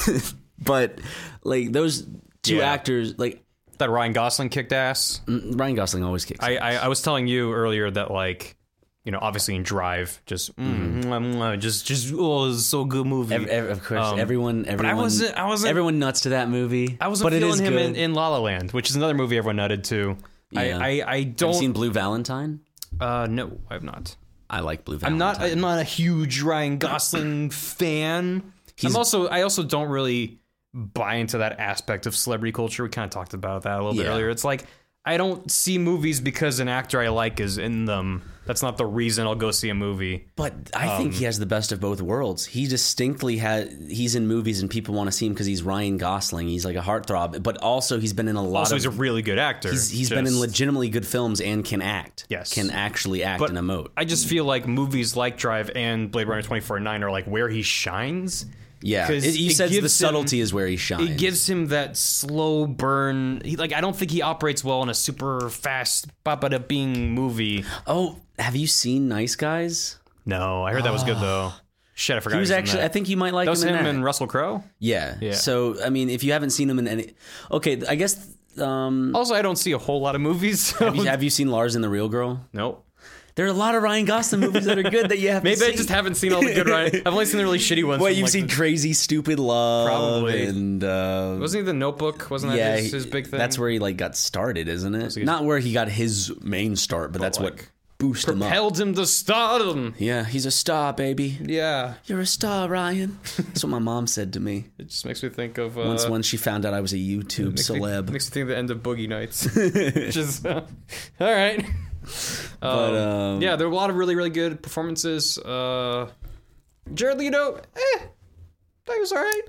S1: But like those two
S2: Yeah.
S1: actors, like mm,
S2: that Ryan Gosling kicked ass.
S1: Ryan Gosling always kicks.
S2: I, I, I was telling you earlier that like, you know, obviously in Drive, just
S1: Mm-hmm.
S2: mm, mm, mm, just just oh, it's so good movie.
S1: Ev- ev- of course, everyone, everyone,
S2: wasn't- um, I wasn't-
S1: everyone nuts to that movie.
S2: I wasn't
S1: but it
S2: feeling
S1: is
S2: him
S1: good.
S2: in, in La La Land, which is another movie everyone nutted to.
S1: Yeah.
S2: I, I, I don't.
S1: Have you seen Blue Valentine?
S2: uh, no, I've not.
S1: I like Blue Valentine.
S2: I'm not I'm not a huge Ryan Gosling fan. I'm also I also don't really buy into that aspect of celebrity culture. We kind of talked about that a little bit
S1: Yeah.
S2: earlier. It's like I don't see movies because an actor I like is in them. That's not the reason I'll go see a movie.
S1: But I think
S2: Um,
S1: he has the best of both worlds. He distinctly has he's in movies and people want to see him because he's Ryan Gosling. He's like a heartthrob, but also he's been in a lot
S2: Also,
S1: of
S2: he's a really good actor.
S1: he's, he's been in
S2: Just-
S1: legitimately good films and can act.
S2: Yes.
S1: can actually act
S2: But
S1: and emote.
S2: I just feel like movies like Drive and Blade Runner 2049 are like where he shines.
S1: Yeah,
S2: 'Cause
S1: it, he
S2: it
S1: says
S2: gives
S1: the
S2: him-
S1: subtlety is where he shines.
S2: It gives him that slow burn. He, like I don't think he operates well in a super fast bada bing movie.
S1: oh, have you seen Nice Guys?
S2: No, I heard that was good though. Shit, I forgot.
S1: He was actually. I think you might like
S2: that was
S1: him. in
S2: him
S1: that.
S2: and Russell Crowe.
S1: yeah.
S2: Yeah.
S1: So I mean, if you haven't seen him in any, okay, I guess. Um,
S2: Also, I don't see a whole lot of movies. So.
S1: have you seen Lars and the Real Girl?
S2: nope.
S1: There are a lot of Ryan Gosling movies that are good that you haven't.
S2: Maybe
S1: seen.
S2: I just haven't seen all the good. Ryan. I've only seen the really shitty ones.
S1: Well,
S2: from,
S1: you've
S2: like,
S1: seen
S2: the-
S1: Crazy Stupid Love,
S2: Probably.
S1: and uh,
S2: wasn't he the Notebook? Wasn't
S1: yeah,
S2: that his, his big thing?
S1: That's where he like got started, isn't it? Not where he got his main start, but, that's what
S2: like,
S1: boosted him up.
S2: held him to stardom.
S1: Yeah, he's a star, baby.
S2: Yeah,
S1: You're a star, Ryan. that's what my mom said to me
S2: it just makes me think of uh,
S1: once. once she found out I was a YouTube
S2: makes me-
S1: celeb,
S2: Makes me think of the end of Boogie Nights. Which is uh, all right.
S1: but um,
S2: Yeah, there were a lot of really, really good performances. Uh, Jared Leto, eh, that was all right.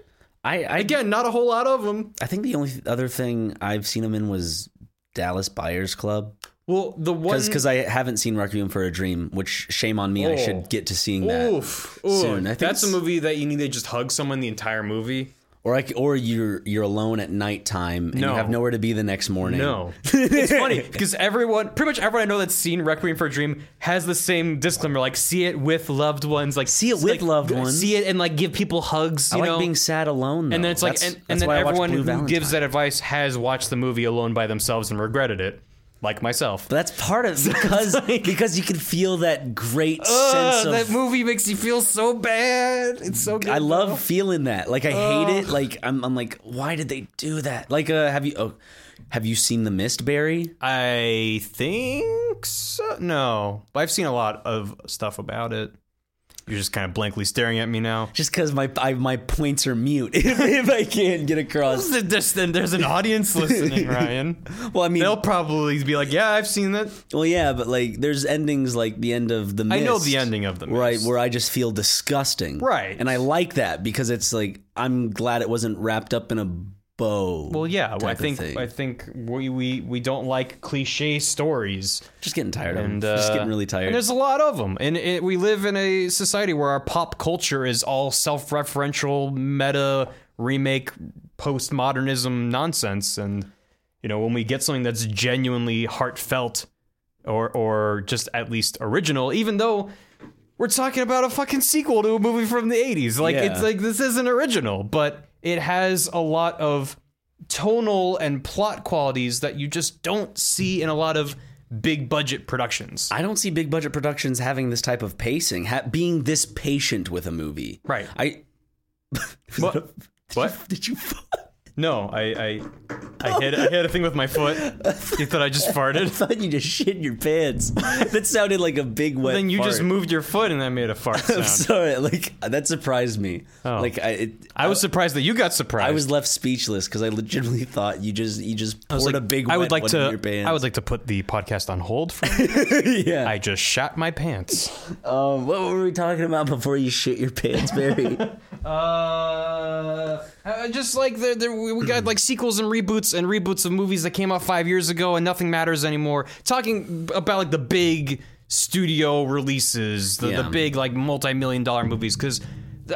S1: I, I
S2: Again, not a whole lot of them.
S1: I think the only other thing I've seen him in was Dallas Buyers Club
S2: Well, the one
S1: because I haven't seen Requiem for a Dream, which shame on me. I
S2: Oh.
S1: should get to seeing that.
S2: Oof.
S1: soon. I
S2: Oof.
S1: think
S2: That's a
S1: it's-
S2: movie that you need to just hug someone the entire movie.
S1: Or I c or you're you're alone at nighttime and
S2: No.
S1: you have nowhere to be the next morning.
S2: No, it's funny because everyone, pretty much everyone I know that's seen *Requiem for a Dream* has the same disclaimer, like see it with loved ones, like
S1: See it
S2: like,
S1: with loved
S2: g-
S1: ones.
S2: see it and like give people hugs, you
S1: I like
S2: know.
S1: being sad alone. Though.
S2: and then it's like,
S1: That's-
S2: and,
S1: that's
S2: and then
S1: why I watch
S2: everyone
S1: Blue
S2: who gives
S1: Valentine.
S2: that advice has watched the movie alone by themselves and regretted it, like myself.
S1: But that's part of because because you can feel that great sense of
S2: movie makes you feel so bad. It's so good.
S1: I love feeling that. Like I hate it. Like I'm I'm like why did they do that? Like uh have you oh, have you seen The Mist Barry?
S2: I think so. No, But I've seen a lot of stuff about it. You're just kind of blankly staring at me now.
S1: Just cuz my I, my points are mute if, if I can't get across.
S2: There's, then there's an audience listening, Ryan.
S1: Well, I mean,
S2: They'll probably be like, "Yeah, I've seen that."
S1: well, yeah, but like, there's endings like the end of the. Mist,
S2: I know the ending of the Mist.
S1: right? Where I just feel disgusting,
S2: Right.
S1: And I like that because it's like I'm glad it wasn't wrapped up in a bow.
S2: Well, yeah,
S1: type
S2: I
S1: of
S2: think
S1: thing.
S2: I think we, we we don't like cliche stories,
S1: just getting tired of
S2: and
S1: them. just
S2: uh,
S1: getting really
S2: And
S1: tired.
S2: there's a lot of them, and it, we live in a society where our pop culture is all self-referential, meta remake, postmodernism nonsense, and you know when we get something that's genuinely heartfelt, or or just at least original, even though. We're talking about a fucking sequel to a movie from the 80s. Like,
S1: Yeah.
S2: it's like this isn't original, but it has a lot of tonal and plot qualities that you just don't see in a lot of big budget productions.
S1: I don't see big budget productions having this type of pacing, ha- being this patient with a movie.
S2: Right.
S1: I
S2: What? What?
S1: did you?
S2: No, I I, I hit I hit a thing with my foot. You thought I just farted.
S1: I thought you just shit your pants. that sounded like a big wet.
S2: Then you just
S1: fart.
S2: moved your foot and I made a fart
S1: I'm
S2: sound.
S1: sorry. Like that surprised me.
S2: Oh.
S1: Like I, it,
S2: I was surprised that you got surprised.
S1: I was left speechless because I legitimately thought you just you just poured
S2: was like,
S1: a big.
S2: I would
S1: wet
S2: like
S1: one
S2: to
S1: in your pants.
S2: I would like to put the podcast on hold for
S1: yeah.
S2: I just shot my pants.
S1: um, what were we talking about before you shit your pants, Barry?
S2: Uh, uh, just like there, there, we we got like sequels and reboots and reboots of movies that came out five years ago and nothing matters anymore. Talking about like the big studio releases, the, the
S1: Yeah.
S2: big like multi-million dollar movies, because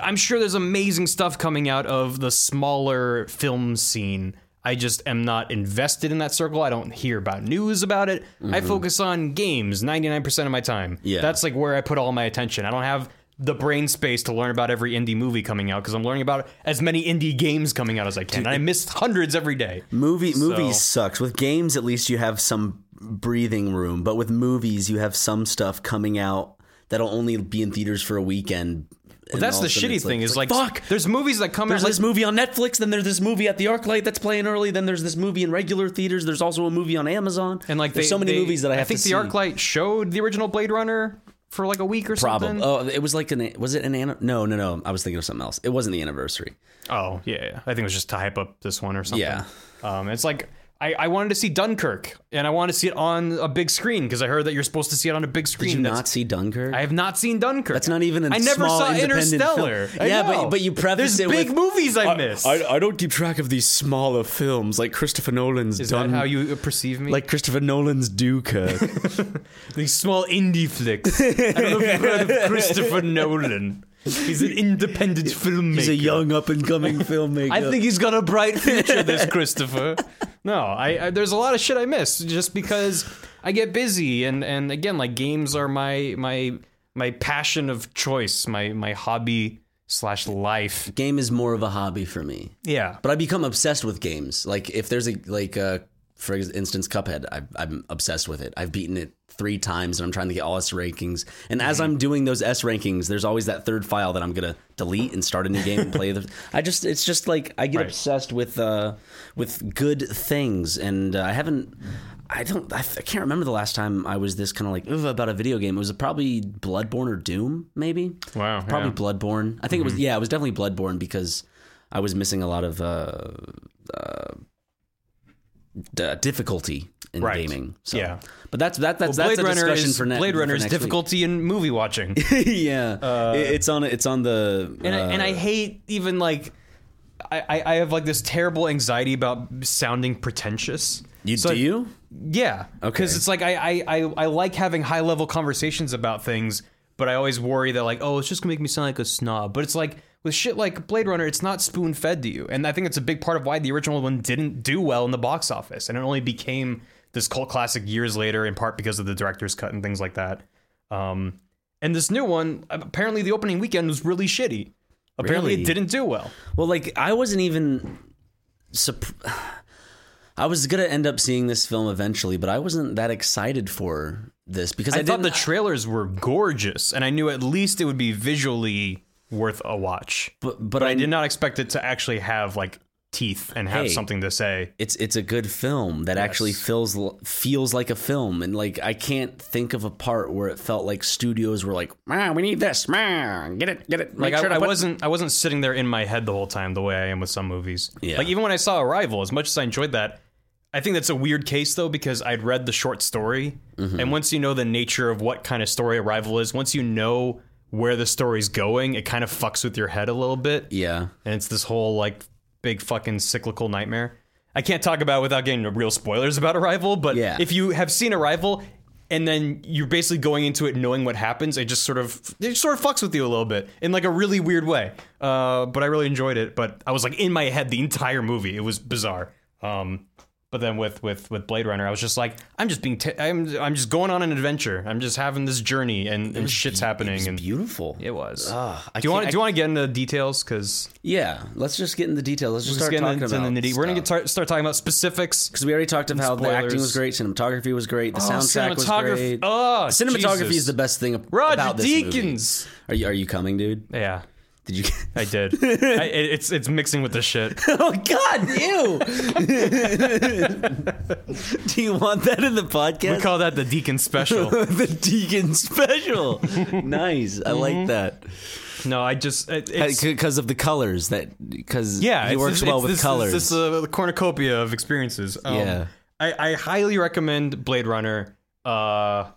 S2: I'm sure there's amazing stuff coming out of the smaller film scene. I just am not invested in that circle. I don't hear about news about it. I focus on games 99% of my time.
S1: Mm-hmm. Yeah.
S2: That's like where I put all my attention. I don't have the brain space to learn about every indie movie coming out because I'm learning about as many indie games coming out as I can. And I miss hundreds every day.
S1: Movie movies sucks. With games, at least you have some breathing room, but with movies, you have some stuff coming out that'll only be in theaters for a weekend. and
S2: That's
S1: all
S2: the
S1: of a sudden
S2: shitty
S1: it's
S2: thing
S1: it's
S2: is like,
S1: fuck.
S2: there's movies that come out
S1: There's
S2: like
S1: this movie on Netflix, then there's this movie at the ArcLight that's playing early, then there's this movie in regular theaters. There's also a movie on Amazon,
S2: and like
S1: there's
S2: they-
S1: so many
S2: they-
S1: movies that I have
S2: think
S1: to
S2: the
S1: see.
S2: ArcLight showed the original Blade Runner for like a week or
S1: problem.
S2: something.
S1: Oh, it was like an was it an anni- no no no? I was thinking of something else. It wasn't the anniversary.
S2: Oh yeah, yeah. I think it was just to hype up this one or something.
S1: Yeah.
S2: Um, it's like I, I wanted to see Dunkirk and I wanted to see it on a big screen because I heard that you're supposed to see it on a big screen.
S1: Did you
S2: That's-
S1: not see Dunkirk?
S2: I have not seen Dunkirk.
S1: That's not even. An
S2: I never
S1: small
S2: saw
S1: independent
S2: Interstellar.
S1: Film.
S2: I
S1: Yeah,
S2: know.
S1: but but you preface
S2: There's
S1: it
S2: big
S1: with
S2: movies I miss.
S1: I don't keep track of these smaller films like Christopher Nolan's
S2: Is that how you uh, perceive me?
S1: Christopher Nolan's Duca.
S2: these small indie flicks. I don't know if you've heard of Christopher Nolan. He's an independent filmmaker.
S1: He's a young up and coming filmmaker.
S2: I think he's got a bright future, this Christopher. No, I, I there's a lot of shit I miss just because I get busy and and again like games are my my my passion of choice, my my hobby slash life.
S1: game is more of a hobby for me,
S2: Yeah,
S1: but I become obsessed with games. Like if there's a like uh, for instance Cuphead, I, I'm obsessed with it. I've beaten it three times, and I'm trying to get all S rankings. And
S2: Mm-hmm.
S1: as I'm doing those S rankings, there's always that third file that I'm gonna delete and start a new game and play. The, I just it's just like I get
S2: Right.
S1: obsessed with uh, with good things, and uh, I haven't. I don't. I, f- I can't remember the last time I was this kind of like "Ugh," about a video game. It was probably Bloodborne or Doom, maybe.
S2: Wow, Mm-hmm.
S1: Probably Bloodborne. I think it was. Yeah, it was definitely Bloodborne because I was missing a lot of uh, uh, d- difficulty in
S2: Right.
S1: gaming. So.
S2: Yeah.
S1: but that's that, that's
S2: Blade
S1: that's a
S2: Runner
S1: discussion
S2: is
S1: for ne-
S2: Blade
S1: for
S2: Runner's
S1: next week.
S2: difficulty in movie watching.
S1: yeah,
S2: Uh,
S1: It- it's on it's on the
S2: and,
S1: uh,
S2: I, and I hate even like I, I- I have like this terrible anxiety about sounding pretentious.
S1: you
S2: So I-
S1: do you.
S2: yeah. Because it's like I, I, I, I like having high level conversations about things, but I always worry that like, oh, it's just gonna make me sound like a snob. But it's like With shit like Blade Runner, it's not spoon fed to you, and I think it's a big part of why the original one didn't do well in the box office, and it only became this cult classic years later, in part because of the director's cut and things like that. Um, and this new one, apparently, the opening weekend was really shitty. Apparently,
S1: Really?
S2: it didn't do well.
S1: Well, like I wasn't even. Sup- I was gonna end up seeing this film eventually, but I wasn't that excited for this because I,
S2: I, thought
S1: didn't.
S2: the trailers were gorgeous, and I knew at least it would be visually worth a watch.
S1: but, but
S2: But
S1: I
S2: I did not expect it to actually have like teeth and have
S1: Hey.
S2: something to say.
S1: It's it's a good film that actually feels l- feels like a film, and like I can't think of a part where it felt like studios were like, "Man, we need this, man, get it, get it."
S2: Like
S1: Make sure
S2: I,
S1: to
S2: I
S1: put-"
S2: wasn't, I wasn't sitting there in my head the whole time the way I am with some movies.
S1: Yeah.
S2: Like even when I saw Arrival, as much as I enjoyed that, I think that's a weird case though because I'd read the short story, and once you know the nature of what kind of story Arrival is, once you know where the story's going, it kind of fucks with your head a little bit.
S1: Yeah,
S2: and it's this whole like big fucking cyclical nightmare. I can't talk about it without getting into real spoilers about Arrival, but
S1: Yeah.
S2: if you have seen Arrival and then you're basically going into it knowing what happens, it just sort of it sort of fucks with you a little bit in like a really weird way. Uh, but I really enjoyed it. But I was like in my head the entire movie. It was bizarre. Um, but then with with with Blade Runner, I was just like, I'm just being, t- I'm I'm just going on an adventure. I'm just having this journey, and, and shit's happening,
S1: it's
S2: and
S1: beautiful.
S2: it was.
S1: Ah, I
S2: do you want
S1: can't-
S2: do you want to get into details? Because
S1: yeah, let's just get in the details. Let's just
S2: Let's
S1: start
S2: get
S1: talking
S2: into the
S1: about
S2: nitty. We're gonna
S1: stuff.
S2: get tar- start talking about specifics.
S1: because we already talked about how the acting
S2: Spoilers. Oh,
S1: was great, cinematography was great, the soundtrack was
S2: cinematograph-
S1: great.
S2: Oh,
S1: cinematography
S2: Jesus.
S1: is the best thing ab-
S2: Roger
S1: about this
S2: Deakins.
S1: movie. Are you are you coming, dude?
S2: Yeah,
S1: Did you?
S2: I did. I, it- it's it's mixing with the shit.
S1: oh God, you! Do you want that in the
S2: We
S1: podcast?
S2: call that the Deacon special.
S1: the Deacon special. nice, I like that
S2: No, I just it, Mm-hmm. it's,
S1: because of the colors that because
S2: yeah,
S1: he
S2: it's-
S1: works
S2: it's-
S1: well
S2: it's-
S1: with
S2: this,
S1: colors.
S2: This is a cornucopia of experiences. Um,
S1: Yeah.
S2: I, I highly recommend Blade Runner. Uh,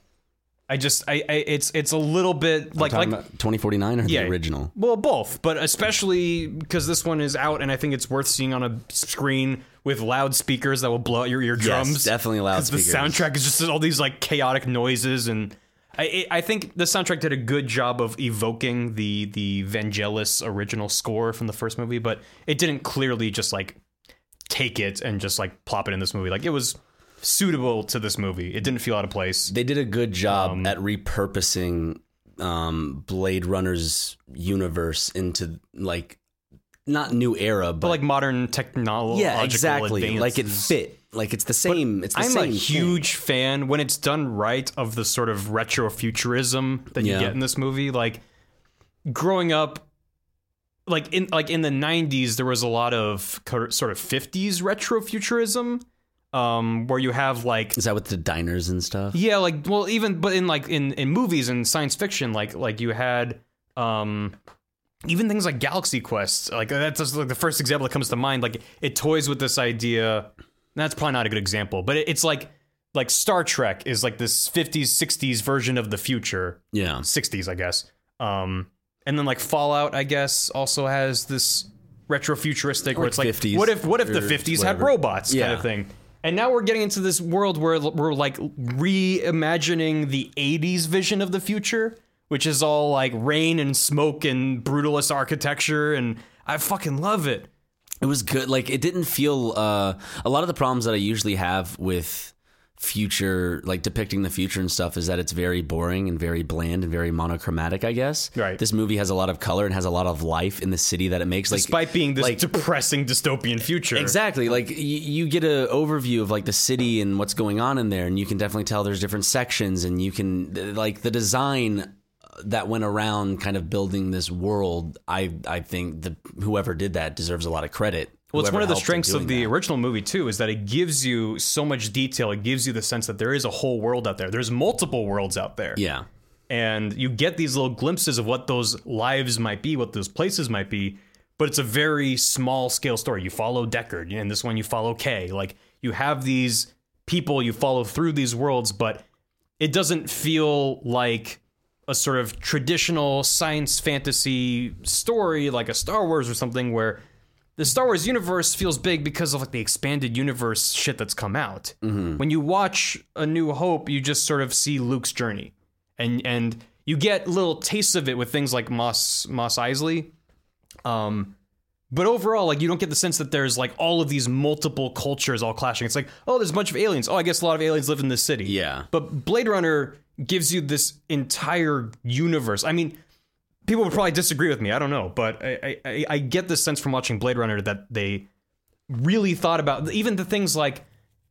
S2: I just I, I it's it's a little bit like like
S1: twenty forty nine or
S2: Yeah.
S1: the original.
S2: Well, both, but especially because this one is out, and I think it's worth seeing on a screen with loudspeakers that will blow out your eardrums.
S1: definitely
S2: 'Cause
S1: loudspeakers.
S2: The soundtrack is just all these like chaotic noises, and I it, I think the soundtrack did a good job of evoking the the Vangelis original score from the first movie, but it didn't clearly just like take it and just like plop it in this movie. Like it was suitable to this movie. It didn't feel out of place.
S1: They did a good job
S2: Um,
S1: at repurposing um, Blade Runner's universe into like not new era, but,
S2: But like modern technological
S1: yeah, exactly. Like it
S2: advances.
S1: fit. Like it's the same. it's the
S2: I'm
S1: same.
S2: a huge fan when it's done right of the sort of retrofuturism that
S1: Yeah.
S2: you get in this movie. Like growing up, like in like in the '90s, there was a lot of co- sort of '50s retrofuturism, um, where you have like
S1: Is that with the diners and stuff?
S2: yeah, like well, even but in like in in movies and science fiction, like like you had um even things like Galaxy Quest, like that's just like the first example that comes to mind. Like it toys with this idea. That's probably not a good example, but it, it's like like Star Trek is like this 50s 60s version of the future,
S1: Yeah.
S2: 60s I guess. Um and then like Fallout I guess also has this retrofuturistic where it's like
S1: 50s
S2: what if what if the
S1: or
S2: 50s had
S1: whatever.
S2: robots kind
S1: Yeah.
S2: of thing. And now we're getting into this world where l- we're like reimagining the 80s vision of the future, which is all like rain and smoke and brutalist architecture and I fucking love it.
S1: It was good. Like it didn't feel uh, a lot of the problems that I usually have with future like depicting the future and stuff is that it's very boring and very bland and very monochromatic i guess
S2: Right.
S1: this movie has a lot of color and has a lot of life in the city that it makes like
S2: Despite being this
S1: like-
S2: depressing dystopian future.
S1: Exactly. Like you, you get an overview of like the city and what's going on in there, and you can definitely tell there's different sections, and you can th- like the design uh, that went around kind of building this world. I I think the whoever did that deserves a lot of credit.
S2: Well, it's
S1: whoever
S2: one of the
S1: helped in
S2: strengths of
S1: doing
S2: the
S1: that.
S2: original movie too, is that it gives you so much detail. It gives you the sense that there is a whole world out there. There's multiple worlds out there.
S1: yeah.
S2: and you get these little glimpses of what those lives might be, what those places might be. But it's a very small scale story. You follow Deckard, and this one you follow Kay. Like you have these people you follow through these worlds, but it doesn't feel like a sort of traditional science fantasy story like a Star Wars or something where the Star Wars universe feels big because of like the expanded universe shit that's come out. When you watch A New Hope, you just sort of see Luke's journey, and and you get little tastes of it with things like Moss Moss Isley, Um, but overall, like you don't get the sense that there's like all of these multiple cultures all clashing. It's like, oh, there's a bunch of aliens. Oh, I guess a lot of aliens live in this city.
S1: Yeah.
S2: But Blade Runner gives you this entire universe. I mean, people would probably disagree with me. I don't know, but I I- I, I get this sense from watching Blade Runner that they really thought about even the things like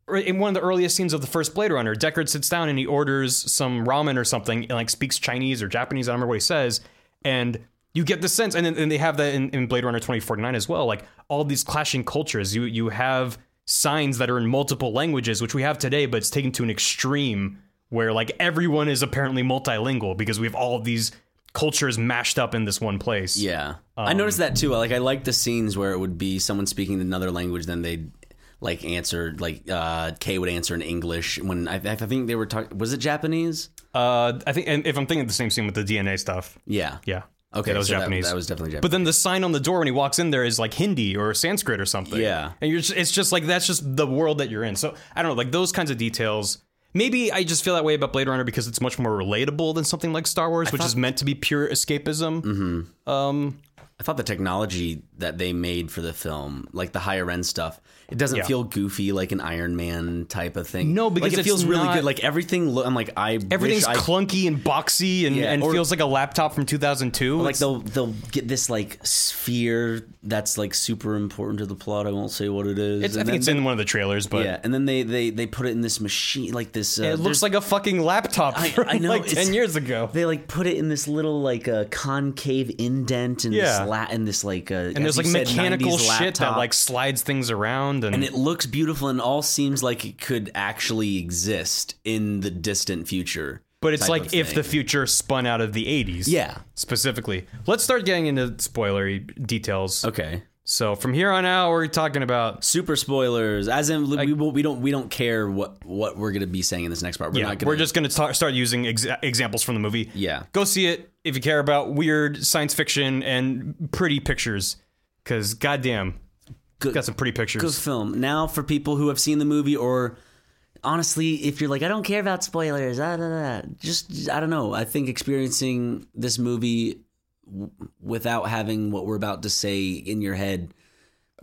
S2: er, in one of the earliest scenes of the first Blade Runner, Deckard sits down and he orders some ramen or something and like speaks Chinese or Japanese. I don't remember what he says. And you get the sense, and then and they have that in, in Blade Runner 2049 as well. Like all these clashing cultures, you you have signs that are in multiple languages, which we have today, but it's taken to an extreme where like everyone is apparently multilingual because we have all of these cultures mashed up in this one place.
S1: Yeah,
S2: Um,
S1: I noticed that too. Like, I like the scenes where it would be someone speaking another language, then they would like answer like uh Kay would answer in English. When I, I think they were talking, was it Japanese?
S2: Uh, I think, and if I'm thinking of the same scene with the DNA stuff,
S1: Yeah.
S2: yeah.
S1: Okay,
S2: Yeah, that was
S1: so
S2: Japanese.
S1: That, was definitely Japanese.
S2: But then the sign on the door when he walks in there is like Hindi or Sanskrit or something.
S1: Yeah.
S2: and you're just, it's just like that's just the world that you're in. So I don't know, like those kinds of details. Maybe I just feel that way about Blade Runner because it's much more relatable than something like Star Wars, which is meant to be pure escapism.
S1: Mm-hmm. I thought the technology that they made for the film, like the higher end stuff, it doesn't
S2: Yeah.
S1: feel goofy like an Iron Man type of thing.
S2: No, because
S1: like, it
S2: it's
S1: feels really
S2: not-
S1: good. Like everything, lo- I'm like I
S2: Everything's
S1: wish I
S2: clunky and boxy and,
S1: Yeah,
S2: and
S1: or-
S2: feels like a laptop from 2002.
S1: like they'll they'll get this like sphere that's like super important to the plot. I won't say what it is.
S2: it's, I think
S1: and then-
S2: it's in one of the trailers, but
S1: yeah, and then they they they put it in this machine like this. Uh,
S2: it looks like a fucking laptop
S1: I-
S2: from
S1: I know,
S2: like
S1: it's-
S2: 10 years ago.
S1: they like put it in this little like uh, concave indent and
S2: Yeah.
S1: this lat and this like uh,
S2: And there's like mechanical shit that like slides things around and,
S1: and it looks beautiful and all seems like it could actually exist in the distant future.
S2: But it's
S1: type
S2: like
S1: of
S2: if the
S1: thing.
S2: future spun out of the 80s.
S1: Yeah.
S2: Specifically. Let's start getting into spoilery details.
S1: okay
S2: So from here on out, we're talking about.
S1: super spoilers as in we, won't- we don't we don't care what what we're gonna be saying in this next part. We're
S2: Yeah,
S1: not gonna
S2: we're just going to start using exa- examples from the movie.
S1: Yeah.
S2: Go see it if you care about weird science fiction and pretty pictures. Because, goddamn,
S1: Good-
S2: got some pretty
S1: good
S2: pictures.
S1: film. Now for people who have seen the movie or honestly, if you're like, I don't care about spoilers, ah, da, da, da," just I don't know. I think experiencing this movie w- without having what we're about to say in your head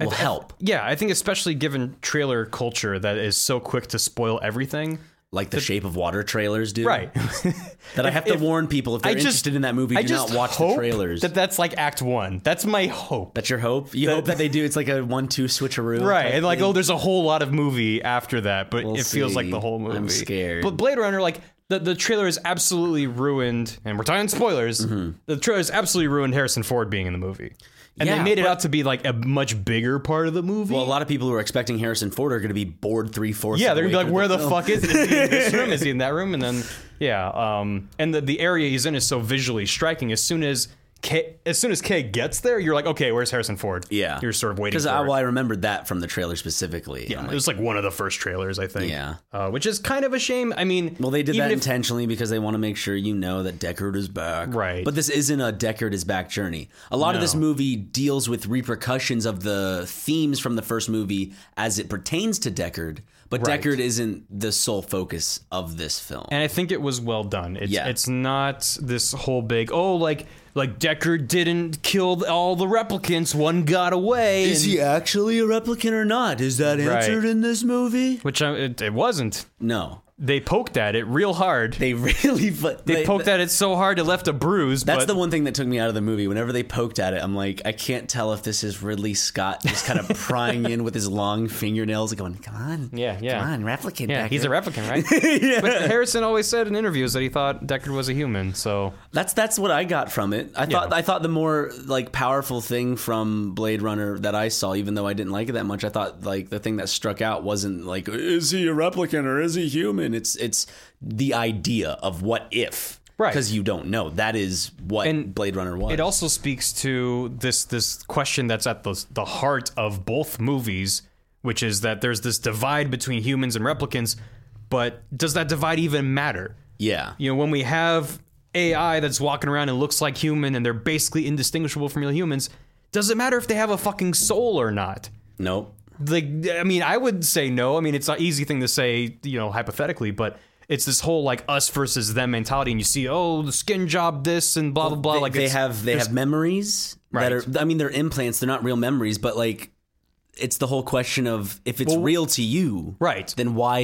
S1: will help.
S2: Yeah, I think especially given trailer culture that is so quick to spoil everything.
S1: Like the Shape of Water trailers do.
S2: Right.
S1: That I have to
S2: if-
S1: warn people if they're
S2: I just-
S1: interested in that movie,
S2: I
S1: do
S2: just
S1: not watch
S2: hope
S1: the trailers.
S2: That that's like Act One. That's my hope.
S1: That's your hope. You hope that they do. It's like a one-two switcheroo,
S2: right
S1: type
S2: and like
S1: thing.
S2: oh there's a whole lot of movie after that but it feels like
S1: see.
S2: the whole movie
S1: I'm scared.
S2: but blade runner like the, the trailer is absolutely ruined and we're talking spoilers
S1: Mm-hmm.
S2: the trailer is absolutely ruined harrison ford being in the movie and they
S1: Yeah,
S2: made it out to be like a much bigger part of the movie
S1: Well, a lot of people who are expecting Harrison Ford are going to be bored three fourths.
S2: yeah
S1: of
S2: they're
S1: the
S2: gonna be
S1: way
S2: like where
S1: through
S2: the
S1: film.
S2: fuck is he? is he in this room is he in that room and then yeah um and the, the area he's in is so visually striking as soon as K, as soon as K gets there, you're like, okay, where's Harrison Ford?
S1: Yeah,
S2: you're sort of waiting.
S1: Because
S2: for
S1: I,
S2: it.
S1: well, I remembered that from the trailer specifically. Yeah,
S2: it was like one of the first trailers, I think.
S1: Yeah.
S2: Uh, which is kind of a shame. I mean,
S1: well, they did
S2: even
S1: that
S2: if-
S1: intentionally because they want to make sure you know that Deckard is back.
S2: Right.
S1: But this isn't a Deckard is back journey. A lot of this
S2: No.
S1: movie deals with repercussions of the themes from the first movie as it pertains to Deckard, but
S2: Right.
S1: Deckard isn't the sole focus of this film.
S2: and I think it was well done. It's,
S1: Yeah.
S2: it's not this whole big oh like like Deckard didn't kill all the replicants. One got away. and-
S1: actually a replicant or not? Is that
S2: answered
S1: in this movie?
S2: Which I, it, it wasn't.
S1: No.
S2: They poked at it real hard. They,
S1: They really fu- they,
S2: poked at it so hard it left a bruise.
S1: That's
S2: but
S1: the one thing that took me out of the movie. Whenever they poked at it, I'm like, I can't tell if this is Ridley Scott just kind of prying in with his long fingernails and going, "Come on,
S2: Yeah, yeah.
S1: come on, replicant."
S2: yeah,
S1: back
S2: he's a
S1: here."
S2: replicant, right? But Harrison always said in interviews that he thought Deckard was a human. So
S1: That's that's what I got from it. I thought I thought the more like powerful thing from Blade Runner that I saw, even though I didn't like it that much, I thought like the thing that struck out wasn't like, is he a replicant or is he human? It's it's the idea of what if,
S2: Right.
S1: Because you don't know. That is what Blade Runner was.
S2: It also speaks to this this question that's at the the heart of both movies, which is that there's this divide between humans and replicants, but does that divide even matter?
S1: yeah,
S2: You know, when we have AI that's walking around and looks like human and they're basically indistinguishable from real humans, does it matter if they have a fucking soul or not?
S1: nope.
S2: like i mean i would say no i mean it's an easy thing to say you know hypothetically but it's this whole like us versus them mentality and you see oh the skin job this and blah blah blah
S1: They-
S2: like
S1: they
S2: it's-
S1: have they
S2: there's-
S1: have memories.
S2: Right.
S1: that are. I mean, they're implants. They're not real memories, but like, it's the whole question of if it's real to you,
S2: Right.
S1: Then why?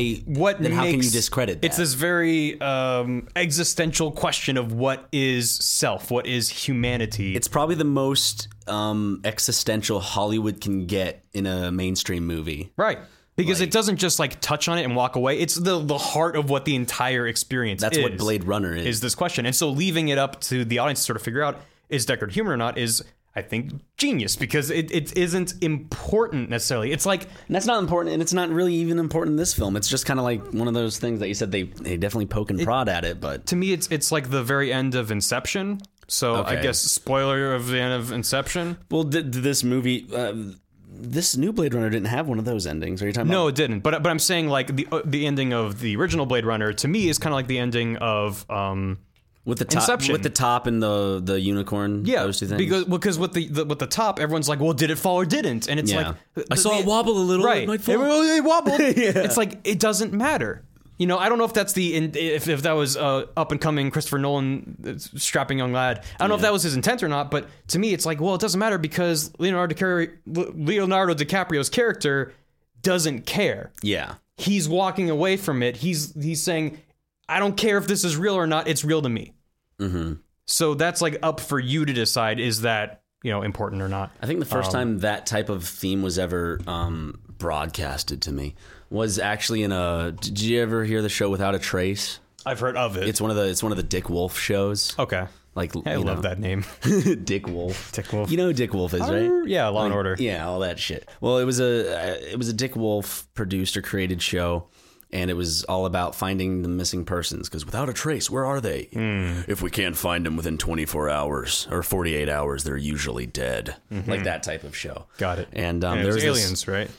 S2: what
S1: Then how can
S2: makes-
S1: you discredit that?
S2: It's this very um, existential question of what is self, what is humanity.
S1: It's probably the most um, existential Hollywood can get in a mainstream movie.
S2: right. Because it doesn't just like touch on it and walk away. It's the the heart of what the entire experience
S1: That's
S2: is.
S1: what Blade Runner is.
S2: is this question. And so leaving it up to the audience to sort of figure out is Deckard human or not is I think genius because it, it isn't important necessarily. It's like
S1: and that's not important, and it's not really even important in this film. It's just kind of like one of those things that you said they, they definitely poke and prod at it, but
S2: to me it's it's like the very end of Inception. So I
S1: Okay.
S2: guess spoiler of the end of Inception.
S1: well, did, did this movie, um, this new Blade Runner didn't have one of those endings. Are you talking
S2: No, it didn't. But but I'm saying like the uh, the ending of the original Blade Runner to me is kind of like the ending of um
S1: with the top,
S2: Inception.
S1: with the top and the the unicorn? those two things.
S2: because because with the, the with the top everyone's like well did it fall or didn't and it's
S1: yeah,
S2: like th-
S1: I saw
S2: the-
S1: it wobble a little.
S2: right
S1: It might fall.
S2: Everyone- they wobbled. it's like it doesn't matter you know i don't know if that's the in- if, if that was uh, up and coming christopher nolan uh, strapping young lad i don't know if that was his intent or not but to me it's like well it doesn't matter because leonardo DiCaprio, leonardo dicaprio's character doesn't care
S1: yeah,
S2: he's walking away from it he's he's saying i don't care if this is real or not it's real to me
S1: Mm-hmm.
S2: so that's like up for you to decide is that you know important or not
S1: I think the
S2: Um,
S1: first time that type of theme was ever um, broadcasted to me was actually in a. Did you ever hear the show Without a Trace?
S2: i've heard of it
S1: It's one of the it's one of the Dick Wolf shows.
S2: okay
S1: Like
S2: Oh, i love that name
S1: that Dick Wolf.
S2: Dick Wolf. Uh,
S1: You know who Dick Wolf is right.
S2: yeah law and order
S1: Yeah, all that shit. Well, it was a uh, it was a Dick Wolf produced or created show, and it was all about finding the missing persons because without a trace, where are they?
S2: Hmm.
S1: If we can't find them within 24 hours or 48 hours, they're usually dead. Like that type of show.
S2: Mm-hmm. Got it.
S1: And um,
S2: And it
S1: there
S2: was
S1: was this-
S2: aliens, right?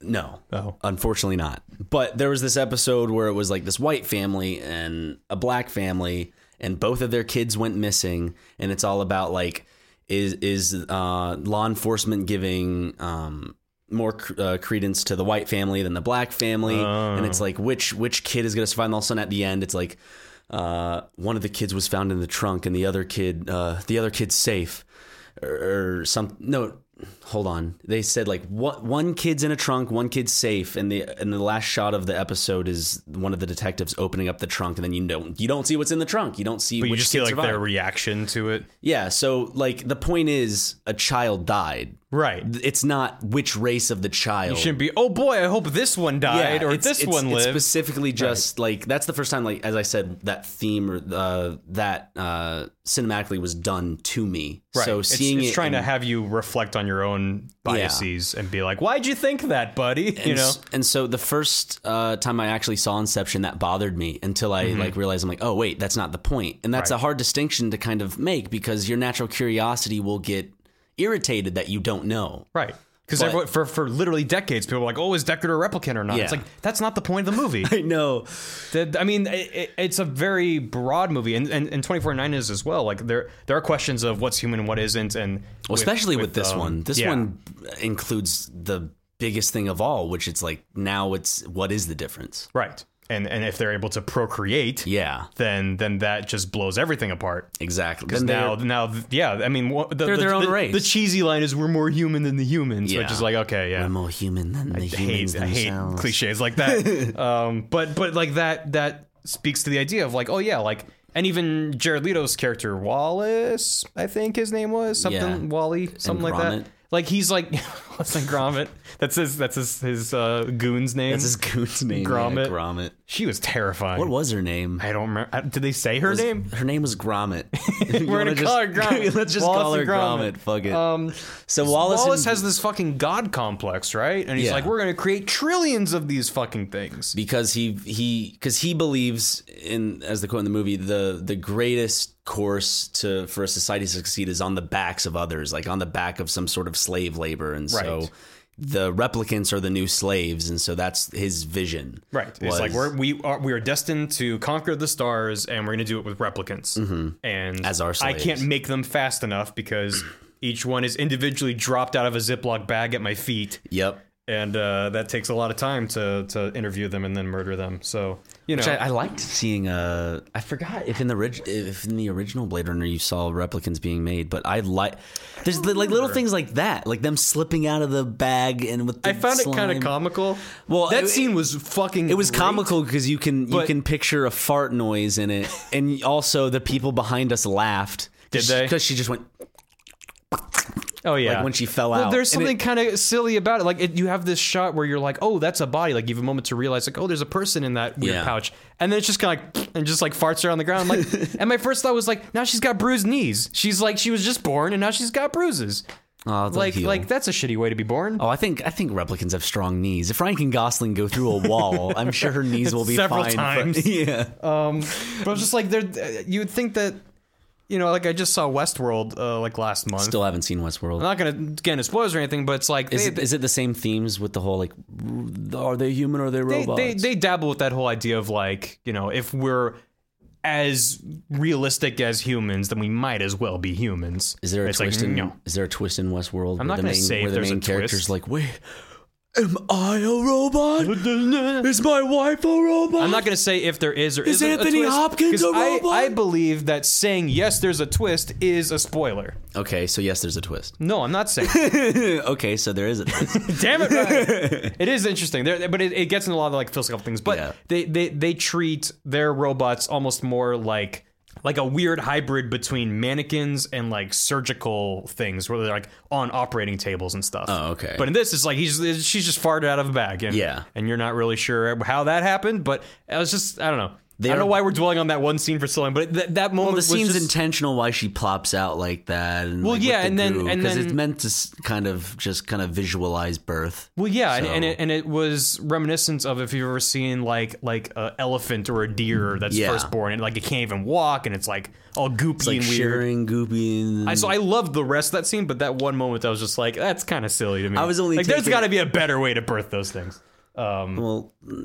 S1: no.
S2: Oh.
S1: Unfortunately not. But there was this episode where it was like this white family and a black family and both of their kids went missing and it's all about like is is uh, law enforcement giving um more cr- uh, credence to the white family than the black family and it's like which which kid is going to survive and all of a sudden at the end it's like uh, one of the kids was found in the trunk and the other kid uh, the other kid's safe or, or some no hold on they said like what one kid's in a trunk one kid's safe and the and the last shot of the episode is one of the detectives opening up the trunk and then you don't you don't see what's in the trunk you don't see
S2: But you
S1: which
S2: just see
S1: kid
S2: like
S1: survived.
S2: their reaction to it,
S1: yeah so like the point is a child died
S2: right?
S1: it's not which race of the child
S2: Shouldn't be. Oh boy, I hope this one died or
S1: it's-
S2: this
S1: it's-
S2: one
S1: it's
S2: lived.
S1: specifically just like that's the first time like as i said that theme or uh, that uh, cinematically was done to me
S2: right.
S1: so
S2: It's-
S1: seeing
S2: it's,
S1: it
S2: trying
S1: in-
S2: to have you reflect on your own biases and be like, "Why'd you think that, buddy?" you
S1: and
S2: know.
S1: s- and so the first uh, time I actually saw Inception, that bothered me until I
S2: Mm-hmm.
S1: like realized I'm like, oh wait, that's not the point, and that's a hard distinction to kind of make because your natural curiosity will get irritated that you don't know.
S2: Right. Because
S1: But-
S2: for for literally decades, people were like, "Oh, is Deckard a replicant or not?" It's
S1: Yeah.
S2: like that's not the point of the movie.
S1: I know.
S2: The- I mean, it, it- it's a very broad movie, and and, and twenty four nine is as well. Like there there are questions of what's human, and what isn't, and
S1: Well, especially with, this
S2: um,
S1: one. This
S2: yeah.
S1: one includes the biggest thing of all, which it's like now it's what is the difference?
S2: right. And and if they're able to procreate,
S1: Yeah,
S2: then then that just blows everything apart.
S1: exactly. Then
S2: Now
S1: they're-
S2: now th- yeah, I mean wha- the,
S1: They're
S2: the-
S1: their own
S2: the-
S1: race.
S2: The cheesy line is we're more human than the humans,
S1: Yeah.
S2: which is like okay, yeah.
S1: I'm more human than the
S2: I hate
S1: humans
S2: I hate
S1: themselves.
S2: cliches like that. um, but but like that that speaks to the idea of like oh yeah like and even Jared Leto's character Wallace I think his name was something
S1: Yeah.
S2: Wally something like
S1: Gromit.
S2: that. Like he's like what's that Gromit? That's his that's his his uh, goon's name.
S1: That's his goon's name. yeah,
S2: Gromit.
S1: Gromit.
S2: she was terrifying.
S1: What was her name?
S2: I don't remember. I- Did they say her name?
S1: Her name was Gromit.
S2: We're gonna call her Gromit.
S1: Let's just
S2: Wallace
S1: call her
S2: and Gromit.
S1: Gromit. Fuck it.
S2: Um,
S1: so Wallace,
S2: Wallace
S1: and-
S2: has this fucking god complex, right? And he's
S1: Yeah.
S2: like, we're going to create trillions of these fucking things.
S1: because he he because he believes in as the quote in the movie the the greatest course to for a society to succeed is on the backs of others, like on the back of some sort of slave labor, and so
S2: Right.
S1: the replicants are the new slaves, and so that's his vision.
S2: Right. It's
S1: was-
S2: like we're, we are we are destined to conquer the stars, and we're going to do it with replicants. And
S1: Mm-hmm. As our
S2: I
S1: slaves.
S2: can't make them fast enough because each one is individually dropped out of a Ziploc bag at my feet,
S1: yep.
S2: and uh, that takes a lot of time to to interview them and then murder them. So you know,
S1: Which I, I liked seeing. Uh, I forgot if in the orig- if in the original Blade Runner you saw replicants being made, but I like there's li- like little things like that, like them slipping out of the bag and with. The
S2: I found it kind
S1: slime.
S2: of comical.
S1: Well,
S2: that
S1: it-
S2: scene was fucking.
S1: It was
S2: great.
S1: comical because you can you
S2: But-
S1: can picture a fart noise in it, and also the people behind us laughed.
S2: Did they?
S1: Because she just went
S2: Oh yeah,
S1: like when she fell
S2: Well,
S1: out.
S2: there's
S1: And it-
S2: something kind of silly about it. Like it, you have this shot where you're like, "Oh, that's a body." Like you have a moment to realize, like, "Oh, there's a person in that weird
S1: Yeah.
S2: pouch," and then it's just kind of like, and just like farts her on the ground. Like, and my first thought was like, "Now she's got bruised knees. She's like, she was just born, and now she's got bruises.
S1: Aw, "Oh, they'll
S2: Like,
S1: heal.
S2: like that's a shitty way to be born."
S1: Oh, I think I think replicants have strong knees. If Ryan Gosling go through a wall, I'm sure her knees will be
S2: Several
S1: fine. for-
S2: times.
S1: yeah.
S2: Um, But I was just like, there, you would think that, you know, like I just saw Westworld uh, like last month.
S1: Still haven't seen Westworld.
S2: I'm not gonna get into spoilers or anything, but it's like
S1: Is
S2: they,
S1: it, is it the same themes with the whole like, r- are they human or are they
S2: they,
S1: robots?
S2: they they dabble with that whole idea of like you know if we're as realistic as humans then we might as well be humans
S1: is there a
S2: it's
S1: twist
S2: like
S1: in
S2: no
S1: Is there a twist in Westworld?
S2: I'm not
S1: where the
S2: gonna
S1: main,
S2: say
S1: where
S2: if
S1: the
S2: there's
S1: main
S2: a
S1: character's
S2: twist.
S1: like, wait, am I a robot?
S2: i'm
S1: Is my wife a robot?
S2: not going to say if there is or
S1: Is
S2: isn't
S1: Anthony
S2: a twist, 'cause
S1: Hopkins a
S2: I-
S1: robot?
S2: I believe that saying yes there's a twist is a spoiler
S1: Okay, so yes, there's a twist.
S2: no i'm not saying
S1: okay, so there is a twist.
S2: Damn it, Ryan. it is interesting. There, but it, it gets into a lot of like philosophical things. But
S1: Yeah.
S2: they, they they treat their robots almost more like like a weird hybrid between mannequins and like surgical things, where they're like on operating tables and stuff.
S1: Oh, okay.
S2: But in this, it's like he's she's just farted out of a bag, and
S1: Yeah.
S2: and you're not really sure how that happened. But I was just I don't know. I
S1: are-
S2: don't know why we're dwelling on that one scene for so long, but th- that moment
S1: Well, the
S2: was
S1: scene's
S2: just,
S1: intentional why she plops out like that. And, well,
S2: yeah, and then- and
S1: because it's
S2: then-
S1: meant to s- kind of just kind of visualize birth.
S2: Well, yeah, and,
S1: So-
S2: and it and it was reminiscent of if you've ever seen like like a elephant or a deer that's
S1: Yeah.
S2: firstborn and like it can't even walk and it's like all goopy
S1: Like
S2: and weird.
S1: shivering, goopy, and
S2: I, so I loved the rest of that scene, but that one moment I was just like, that's kind of silly to me. I
S1: was only
S2: like, there's
S1: taking-
S2: got to be a better way to birth those things.
S1: well, mm,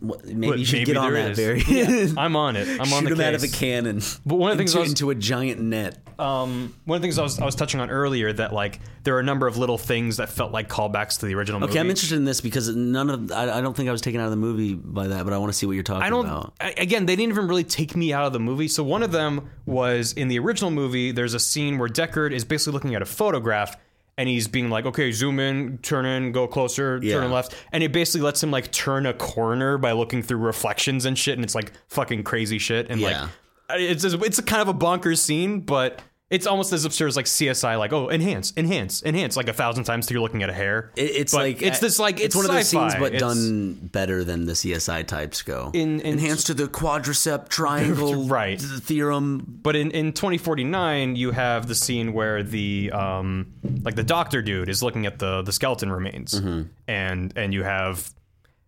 S1: what- maybe
S2: But
S1: you should
S2: maybe
S1: get on
S2: there
S1: that,
S2: is.
S1: Barry.
S2: I'm on it. I'm on
S1: Shoot
S2: the
S1: him
S2: case.
S1: out of a cannon.
S2: But one of the things I was-
S1: into, into a giant net.
S2: um, one of the things I was I was touching on earlier that like there are a number of little things that felt like callbacks to the original
S1: Okay, I'm
S2: movie.
S1: interested in this because none of I, I don't think I was taken out of the movie by that, but I want to see what you're talking
S2: I don't.
S1: about.
S2: I, again, they didn't even really take me out of the movie. So one of them was in the original movie. There's a scene where Deckard is basically looking at a photograph, and he's being like, "Okay, zoom in, turn in, go closer, turn
S1: Yeah.
S2: in left," and it basically lets him like turn a corner by looking through reflections and shit, and it's like fucking crazy shit. And
S1: Yeah.
S2: like, I- it's just, it's a kind of a bonkers scene, but. It's almost as absurd as like CSI, like oh, enhance, enhance, enhance, like a thousand times through looking at a hair.
S1: It, it's
S2: But
S1: like uh,
S2: it's this like it's,
S1: one of those
S2: sci-fi.
S1: scenes, but
S2: It's-
S1: done better than the CSI types go.
S2: In- in-
S1: Enhanced to the quadricep triangle
S2: Right.
S1: th- theorem.
S2: But in, in 2049, you have the scene where the um, like the doctor dude is looking at the the skeleton remains,
S1: Mm-hmm.
S2: and and you have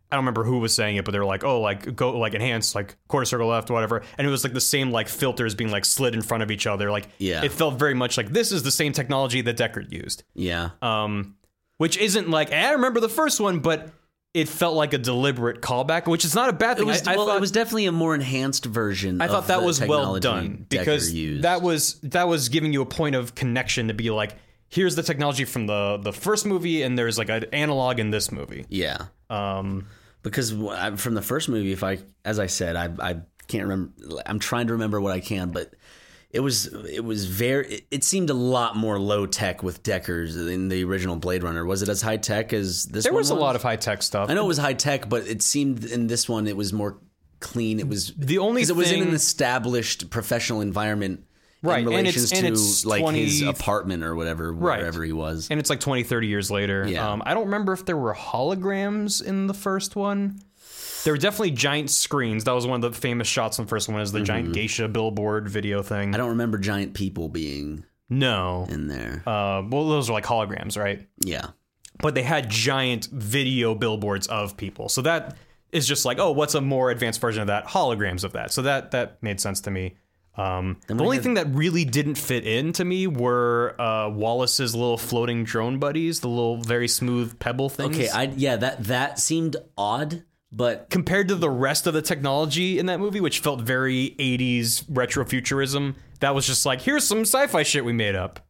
S2: I don't remember who was saying it, but they were like, oh, like go like enhance like quarter circle left, whatever, and it was like the same like filters being like slid in front of each other, like
S1: Yeah.
S2: it felt very much like this is the same technology that Deckard used,
S1: Yeah,
S2: um, which isn't like eh, I remember the first one, but it felt like a deliberate callback, which is not a bad
S1: it
S2: thing.
S1: was
S2: I, I
S1: well,
S2: thought-
S1: it was definitely a more enhanced version.
S2: I thought that was well done because
S1: used.
S2: that was that was giving you a point of connection to be like, here's the technology from the the first movie, and there's like an analog in this movie.
S1: yeah.
S2: Um,
S1: because w- I- from the first movie if i as i said i i can't remember i'm trying to remember what i can but it was it was very it, it seemed a lot more low tech with deckers in the original blade runner was it as high tech as this
S2: there
S1: one
S2: was a lot of high tech stuff.
S1: i know it was high tech but it seemed in this one it was more clean it was
S2: The only
S1: 'cause it was in
S2: thing-
S1: an established professional environment
S2: Right,
S1: in
S2: and it's-
S1: relations
S2: and it's
S1: to like his
S2: 20
S1: apartment or whatever
S2: Right.
S1: wherever he was
S2: and it's like 20, 30 years later.
S1: Yeah.
S2: Um, I don't remember if there were holograms in the first one. There were definitely giant screens. That was one of the famous shots in the first one is the giant geisha billboard video thing.
S1: Mm-hmm. i don't remember giant people being
S2: no.
S1: in there
S2: Uh, well, those are like holograms, right?
S1: yeah
S2: but they had giant video billboards of people. So that is just like, oh, what's a more advanced version of that? Holograms of that. So that that made sense to me. Um, the only thing that really didn't fit in to me were uh, Wallace's little floating drone buddies, the little very smooth pebble things.
S1: Okay, I yeah, that that seemed odd, but
S2: Compared to the rest of the technology in that movie, which felt very 80s retrofuturism, that was just like, here's some sci fi shit we made up.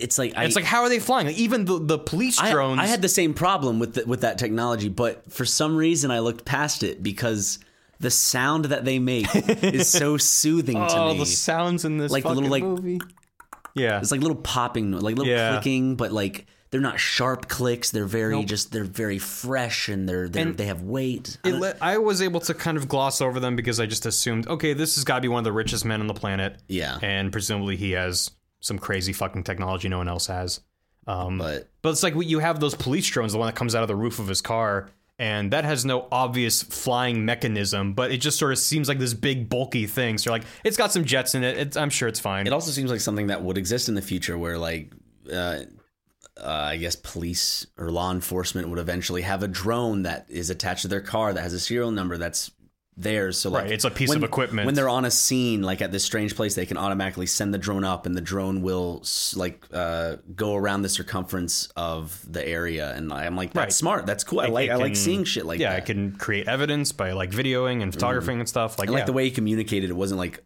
S1: it's like I,
S2: It's like how are they flying? Like, even the, the police
S1: I-
S2: drones.
S1: I, had the same problem with the, with that technology, but for some reason I looked past it because the sound that they make is so soothing to
S2: oh
S1: me.
S2: the sounds in this
S1: Like the little,
S2: fucking
S1: like-
S2: movie. Yeah,
S1: it's like little popping, no- like little
S2: Yeah.
S1: clicking, but like they're not sharp clicks. They're very just they're very fresh and they're, they're they have weight. I
S2: It
S1: don't-
S2: let- I was able to kind of gloss over them because I just assumed, okay, this has got to be one of the richest men on the planet.
S1: Yeah.
S2: And presumably he has some crazy fucking technology no one else has. Um, but,
S1: but
S2: it's like you have those police drones, the one that comes out of the roof of his car, and that has no obvious flying mechanism, but it just sort of seems like this big bulky thing. So you're like, it's got some jets in it. It's, I'm sure it's fine.
S1: it also seems like something that would exist in the future, where like. Uh, uh, I guess police or law enforcement would eventually have a drone that is attached to their car that has a serial number that's theirs. So like,
S2: Right, it's a piece of equipment.
S1: When they're on a scene, like at this strange place, they can automatically send the drone up, and the drone will s- like uh, go around the circumference of the area. And I'm like, that's
S2: Right.
S1: smart. That's cool. I like.
S2: it
S1: I like
S2: can-
S1: seeing shit like
S2: yeah,
S1: that.
S2: it can create evidence by like videoing and photographing and stuff. Like,
S1: And, like
S2: yeah.
S1: the way he communicated, it wasn't like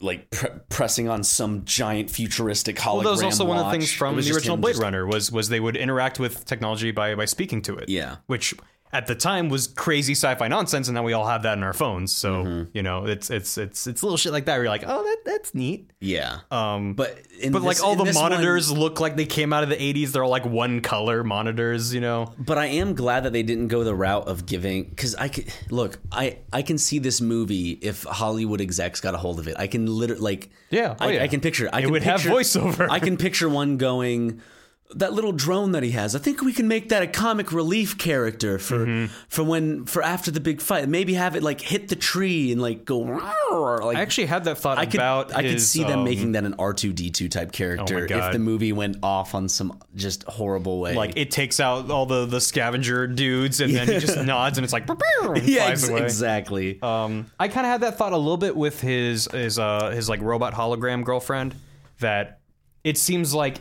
S1: like pre- pressing on some giant futuristic hologram.
S2: Well, that was also one of the things
S1: watch.
S2: from
S1: It was
S2: the
S1: just
S2: original
S1: him
S2: Blade
S1: just-
S2: Runner was was they would interact with technology by by speaking to it.
S1: Yeah.
S2: which at the time was crazy sci-fi nonsense, and now we all have that in our phones. So
S1: Mm-hmm.
S2: you know, it's it's it's it's little shit like that. Where you're like, oh, that that's neat.
S1: Yeah,
S2: Um,
S1: but in
S2: but
S1: this-
S2: like all
S1: in
S2: the
S1: this one-
S2: monitors look like they came out of the 80s. They're all like one color monitors. You know,
S1: But I am glad that they didn't go the route of giving because I could look. I I can see this movie if Hollywood execs got a hold of it. I can literally like
S2: Yeah, oh
S1: I,
S2: yeah.
S1: I can picture. I
S2: It
S1: can
S2: would have
S1: picture-
S2: voiceover.
S1: I can picture one going. That little drone that he has, I think we can make that a comic relief character for
S2: Mm-hmm.
S1: for when for after the big fight. Maybe have it like hit the tree and like go. "Rawr," Like
S2: I actually had that thought
S1: I could
S2: about.
S1: I could
S2: his,
S1: see
S2: um,
S1: them
S2: Oh
S1: making that an R two D two type character if
S2: God.
S1: the movie went off on some just horrible way.
S2: Like it takes out all the the scavenger dudes, and then he just nods, and it's like, and
S1: yeah,
S2: flies
S1: ex-
S2: away.
S1: exactly.
S2: Um, I kind of had that thought a little bit with his his uh, his like robot hologram girlfriend. That it seems like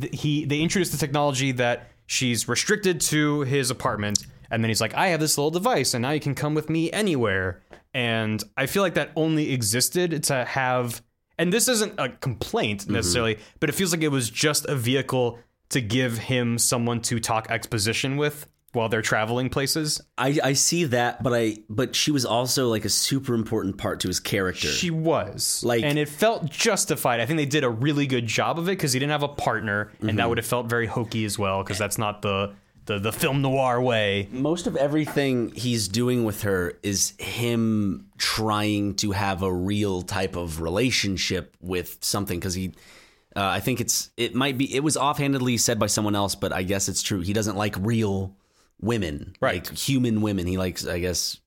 S2: th- he they introduced the technology that she's restricted to his apartment, and then he's like, "I have this little device, and now you can come with me anywhere." And I feel like that only existed to have. And this isn't a complaint necessarily, but it feels like it was just a vehicle to give him someone to talk exposition with while they're traveling places.
S1: I, I see that, but I but she was also like a super important part to his character.
S2: She was
S1: Like-
S2: and it felt justified. I think they did a really good job of it because he didn't have a partner, and
S1: Mm-hmm.
S2: that would have felt very hokey as well because that's not the, the the film noir way.
S1: Most of everything he's doing with her is him trying to have a real type of relationship with something because he. Uh, I think it's it might be it was offhandedly said by someone else, but I guess it's true. He doesn't like real women,
S2: Right.
S1: Like human women. He likes, I guess,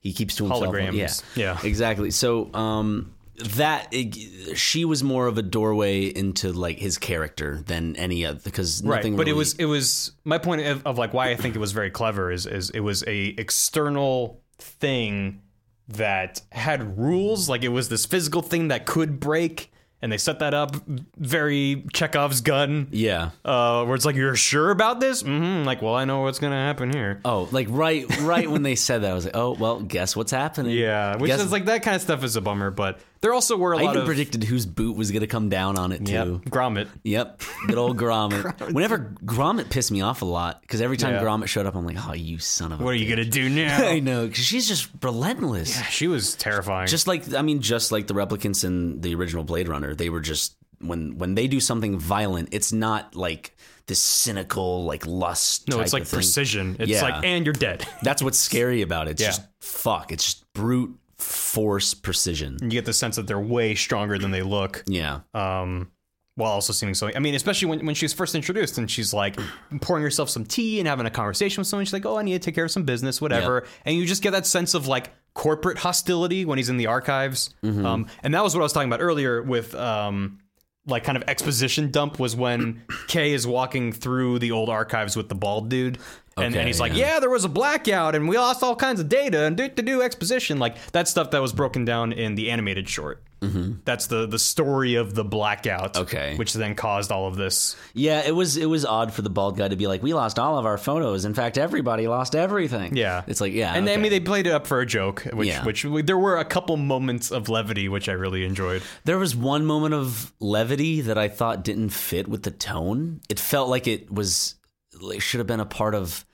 S1: he keeps to himself.
S2: Holograms.
S1: Yeah,
S2: Yeah.
S1: exactly. So um, that it, she was more of a doorway into like his character than any other because
S2: Right,
S1: nothing.
S2: but it
S1: really-
S2: was it was my point of, of like why I think it was very clever is is it was a external thing that had rules like it was this physical thing that could break. And they set that up very Chekhov's gun,
S1: yeah.
S2: uh, where it's like, "You're sure about this?" hmm Like, well, I know what's gonna happen here.
S1: Oh, like right, right when they said that, I was like, oh well, guess what's happening?
S2: Yeah, which
S1: Guess-
S2: is like that kind of stuff is a bummer, but there also were a
S1: I
S2: lot
S1: even
S2: of
S1: predicted whose boot was gonna come down on it
S2: Yep,
S1: too.
S2: Gromit.
S1: Yep, good old Gromit. Whenever Gromit pissed me off a lot because every time
S2: Yeah.
S1: Gromit showed up, I'm like, oh, you son of a.
S2: What are you gonna do
S1: I
S2: now?
S1: know because she's just relentless.
S2: she was terrifying.
S1: Just like I mean, just like the replicants in the original Blade Runner, they were just when when they do something violent, it's not like this cynical like lust.
S2: no,
S1: type
S2: it's like
S1: of thing.
S2: precision. It's
S1: Yeah.
S2: like, and you're dead.
S1: That's what's scary about it. It's
S2: Yeah.
S1: just fuck. It's just brute force precision.
S2: you get the sense that they're way stronger than they look.
S1: Yeah.
S2: Um, while also seeming so, I mean, especially when, when she was first introduced and she's like pouring herself some tea and having a conversation with someone. She's like, "Oh, I need to take care of some business, whatever." And you just get that sense of like corporate hostility when he's in the archives.
S1: Mm-hmm.
S2: Um, and that was what I was talking about earlier with um, like kind of exposition dump was when Kay is walking through the old archives with the bald dude. And,
S1: Okay,
S2: and he's like,
S1: yeah.
S2: yeah, there was a blackout and we lost all kinds of data and do to do exposition. Like that stuff that was broken down in the animated short. That's the the story of the blackout.
S1: Okay.
S2: which then caused all of this.
S1: Yeah, it was it was odd for the bald guy to be like, "We lost all of our photos. In fact, everybody lost everything."
S2: Yeah,
S1: it's like yeah,
S2: and
S1: okay.
S2: I mean they played it up for a joke, which
S1: Yeah.
S2: which there were a couple moments of levity which I really enjoyed.
S1: There was one moment of levity that I thought didn't fit with the tone. It felt like it was it should have been a part of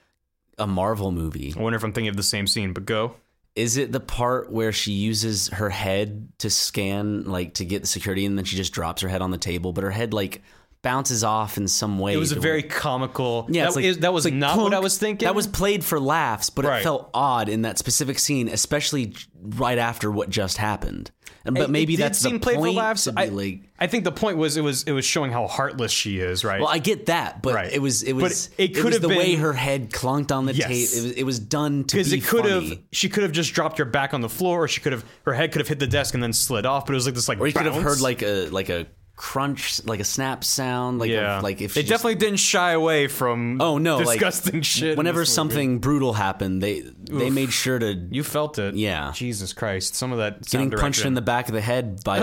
S1: a Marvel movie.
S2: I wonder if I'm thinking of the same scene, but go.
S1: Is it the part where she uses her head to scan like to get the security and then she just drops her head on the table, but her head like bounces off in some way?
S2: It was a very comical.
S1: Yeah,
S2: that,
S1: it's like-
S2: is- that was
S1: it's like
S2: not what
S1: clunk.
S2: I was thinking.
S1: That was played for laughs, but
S2: Right.
S1: it felt odd in that specific scene, especially j- right after what just happened. And
S2: It-
S1: but
S2: it
S1: maybe
S2: did
S1: that's the
S2: seem
S1: point
S2: played for laughs.
S1: to be
S2: I-
S1: like.
S2: I think the point was it was it was showing how heartless she is, right?
S1: Well, I get that, but
S2: Right.
S1: it was it was
S2: But it could
S1: was
S2: have
S1: the way
S2: been-
S1: her head clunked on the
S2: Yes.
S1: tape. It was, it was done to
S2: because
S1: be
S2: it could
S1: funny.
S2: have she could have just dropped her back on the floor, or she could have her head could have hit the desk and then slid off. But it was like this like
S1: or you could have heard
S2: bounce.
S1: like a like a crunch, like a snap sound, like
S2: yeah,
S1: a, like if
S2: they
S1: she just-
S2: definitely didn't shy away from
S1: oh no like,
S2: disgusting shit. in
S1: Whenever
S2: this movie.
S1: something brutal happened, they they made sure to.
S2: you felt it,
S1: Yeah.
S2: Jesus Christ, some of that sound
S1: Getting punched
S2: direction.
S1: in the back of the head by a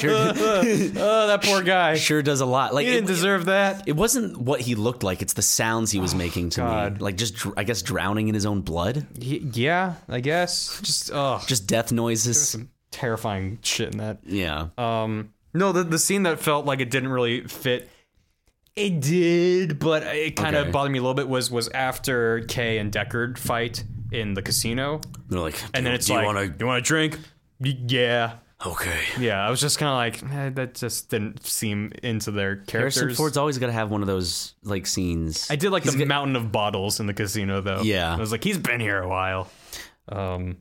S1: sure,
S2: oh that poor guy,
S1: sure does a lot. Like
S2: he
S1: it,
S2: didn't deserve Oh, that.
S1: it wasn't what he looked like; it's the sounds he was making to me. Like just, dr- I guess, drowning in his own blood,
S2: Y- yeah, I guess just oh, just
S1: just death noises.
S2: some terrifying shit in that.
S1: Yeah,
S2: Um, no, the the scene that felt like it didn't really fit. It did, but it kind
S1: Okay.
S2: of bothered me a little bit. Was was after Kay and Deckard fight in the casino,
S1: they're like,
S2: and then it's
S1: do
S2: like,
S1: you want
S2: you want to drink? Y- Yeah,
S1: to? Okay,
S2: yeah. I was just kind of like, eh, that just didn't seem into their characters.
S1: Harrison Ford's always got to have one of those like scenes.
S2: I did like the mountain of bottles in the casino, though.
S1: Yeah.
S2: I was like, he's been here a while. Um,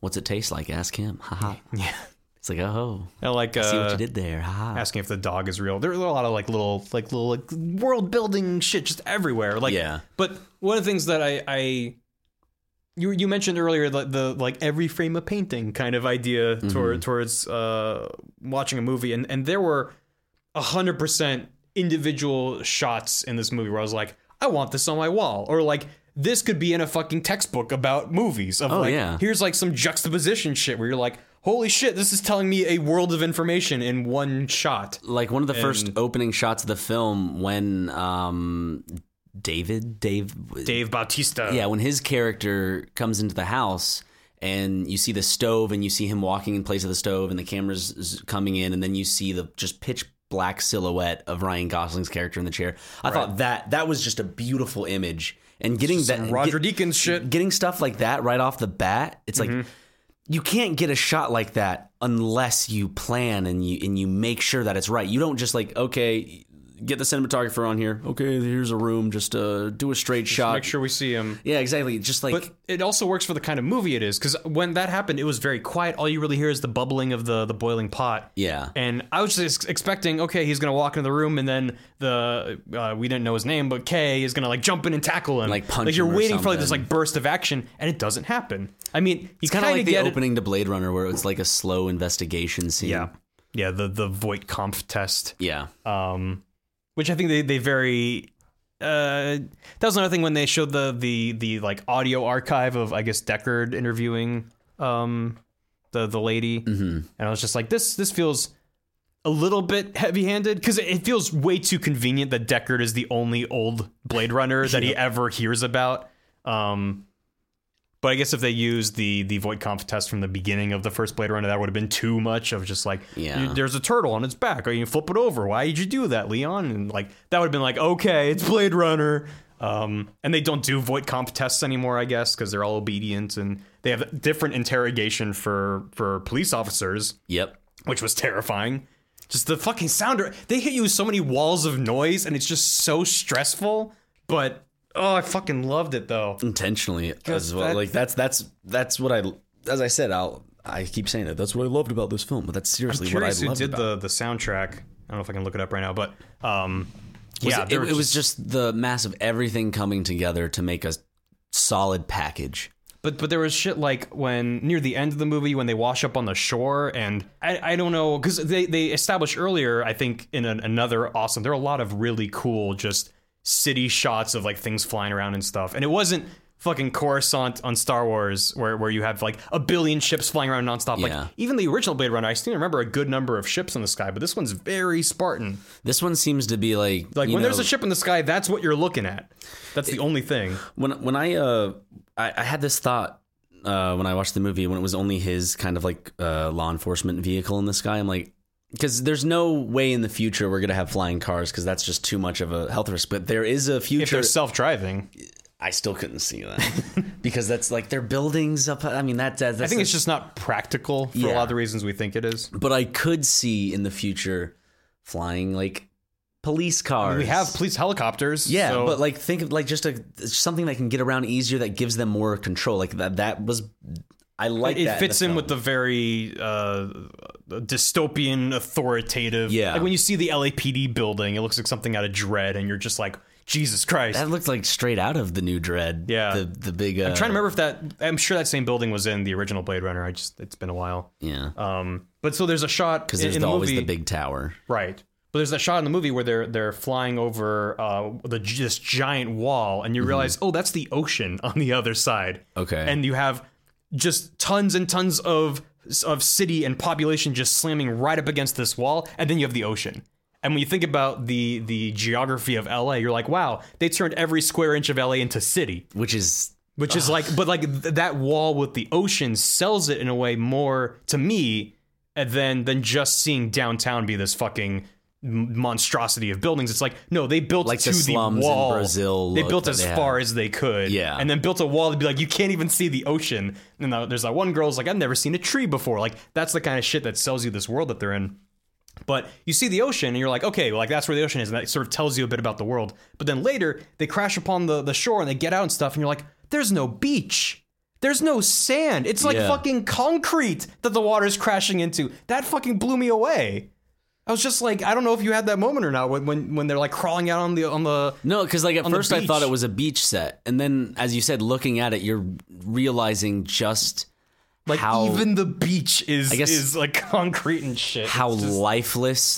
S1: What's it taste like? Ask him. Haha.
S2: yeah,
S1: It's like, oh,
S2: I like uh,
S1: see what you did there. Haha.
S2: asking if the dog is real. There were a lot of like little like little like world building shit just everywhere. Like
S1: Yeah.
S2: But one of the things that I I you you mentioned earlier the, the like every frame a painting kind of idea
S1: Mm-hmm.
S2: toward towards uh watching a movie and and there were a hundred percent individual shots in this movie where I was like I want this on my wall or like. This could be in a fucking textbook about movies. Of like,
S1: Oh, yeah.
S2: here's like some juxtaposition shit where you're like, holy shit, this is telling me a world of information in one shot.
S1: Like one of the first opening shots of the film when um David Dave
S2: Dave Bautista.
S1: yeah when his character comes into the house and you see the stove and you see him walking in place of the stove and the cameras z- coming in and then you see the just pitch black silhouette of Ryan Gosling's character in the chair. I thought that that was just a beautiful image and getting that
S2: Roger
S1: get-
S2: Deakins shit. Mm-hmm.
S1: getting stuff like that right off the bat, it's like you can't get a shot like that unless you plan and you and you make sure that it's right. You don't just like okay, get the cinematographer on here. Okay, here's a room. Just uh, do a straight shot.
S2: Make sure we see him.
S1: Yeah, exactly. Just like
S2: But it also works for the kind of movie it is, because when that happened, it was very quiet. All you really hear is the bubbling of the the boiling pot.
S1: yeah,
S2: And I was just expecting, okay, he's gonna walk into the room, and then the uh, we didn't know his name, but Kay is gonna like jump in and tackle him,
S1: Like, punch
S2: Like you're
S1: him or
S2: waiting for like this
S1: something.
S2: like burst of action, and it doesn't happen. I mean, you
S1: it's kind of like the
S2: get it-
S1: opening to Blade Runner where it's like a slow investigation scene.
S2: Yeah, yeah, the the Voight Kampf test.
S1: yeah.
S2: um, which I think they they very. Uh, that was another thing when they showed the the the like audio archive of I guess Deckard interviewing um the the lady, mm-hmm. and I was just like this this feels a little bit heavy handed because it, it feels way too convenient that Deckard is the only old Blade Runner that he ever hears about. Um, but I guess if they used the the Voight Kampf test from the beginning of the first Blade Runner, that would have been too much of just like,
S1: Yeah.
S2: you- there's a turtle on its back. Or you flip it over. Why did you do that, Leon? And like that would have been like, okay, it's Blade Runner. Um, and they don't do Voight Kampf tests anymore, I guess, because they're all obedient and they have different interrogation for for police officers
S1: Yep.
S2: which was terrifying. Just the fucking sounder. They hit you with so many walls of noise, and it's just so stressful. But oh, I fucking loved it though.
S1: intentionally as well.
S2: that-
S1: like that's that's that's what I as I said I'll I keep saying that that's what I loved about this film, but that's seriously what I
S2: Curious who
S1: loved
S2: did
S1: about.
S2: the the soundtrack. I don't know if I can look it up right now, but um,
S1: it.
S2: yeah,
S1: it,
S2: there
S1: it was just the mass of everything coming together to make a solid package.
S2: But but there was shit like when near the end of the movie when they wash up on the shore and I, I don't know because they they established earlier I think in an, another awesome there are a lot of really cool just city shots of like things flying around and stuff and it wasn't fucking Coruscant on Star Wars, where where you have like a billion ships flying around nonstop.
S1: Yeah.
S2: Like even the original Blade Runner, I still remember a good number of ships in the sky, but this one's very Spartan.
S1: This one seems to be like
S2: Like
S1: you
S2: when there's
S1: know-
S2: a ship in the sky, that's what you're looking at. That's the only thing.
S1: when when I uh I, I had this thought uh when I watched the movie when it was only his kind of like uh law enforcement vehicle in the sky. I'm like because there's no way in the future we're gonna have flying cars because that's just too much of a health risk. But there is a
S2: If they're
S1: future.
S2: self driving,
S1: I still couldn't see that because that's like their buildings up. I mean that, that that's
S2: I think it's just not practical for a
S1: Yeah.
S2: lot of the reasons we think it is.
S1: But I could see in the future flying like police cars.
S2: We have police helicopters.
S1: Yeah,
S2: so-
S1: but like think of like just a something that can get around easier that gives them more control. Like that that was I like
S2: it
S1: that
S2: fits in
S1: the
S2: with the very uh, dystopian, authoritative.
S1: Yeah.
S2: like when you see the LAPD building, it looks like something out of Dread, and you're just like, Jesus Christ!
S1: That looked like straight out of the new Dread.
S2: Yeah.
S1: the the big. Uh,
S2: I'm trying to remember if that. I'm sure that same building was in the original Blade Runner. I just it's been a while.
S1: Yeah,
S2: Um, but so there's a shot
S1: because
S2: in,
S1: there's
S2: in
S1: the-
S2: the
S1: always
S2: movie,
S1: the big tower.
S2: right? But there's that shot in the movie where they're they're flying over uh, the this giant wall, and you realize, oh, that's the ocean on the other side.
S1: Okay.
S2: and you have just tons and tons of of city and population just slamming right up against this wall, and then you have the ocean. And when you think about the the geography of LA, you're like, wow, they turned every square inch of LA into city,
S1: Which is
S2: which is like, but like th- that wall with the ocean sells it in a way more to me eh, than than just seeing downtown be this fucking m- monstrosity of buildings. It's like, no, they built
S1: Like the
S2: to
S1: slums in
S2: wall.
S1: Brazil
S2: they
S1: look
S2: built
S1: that
S2: as
S1: they had.
S2: far far as they could.
S1: Yeah.
S2: And then built a wall to be like, you can't even see the ocean. And now there's that one girl's like, I've never seen a tree before. Like, that's the kind of shit that sells you this world that they're in. But you see the ocean and you're like, okay, well, like that's where the ocean is. And that sort of tells you a bit about the world. But then later, they crash upon the, the shore and they get out and stuff. And you're like, there's no beach. There's no sand. It's like
S1: Yeah.
S2: fucking concrete that the water's crashing into. That fucking blew me away. I was just like, I don't know if you had that moment or not when, when, when they're like crawling out on the on the
S1: no, because like at
S2: the
S1: first I thought
S2: beach.
S1: it was a beach set, and then as you said, looking at it, you're realizing just
S2: Like
S1: how
S2: even the beach is
S1: guess-
S2: is like concrete and shit.
S1: how
S2: It's just-
S1: lifeless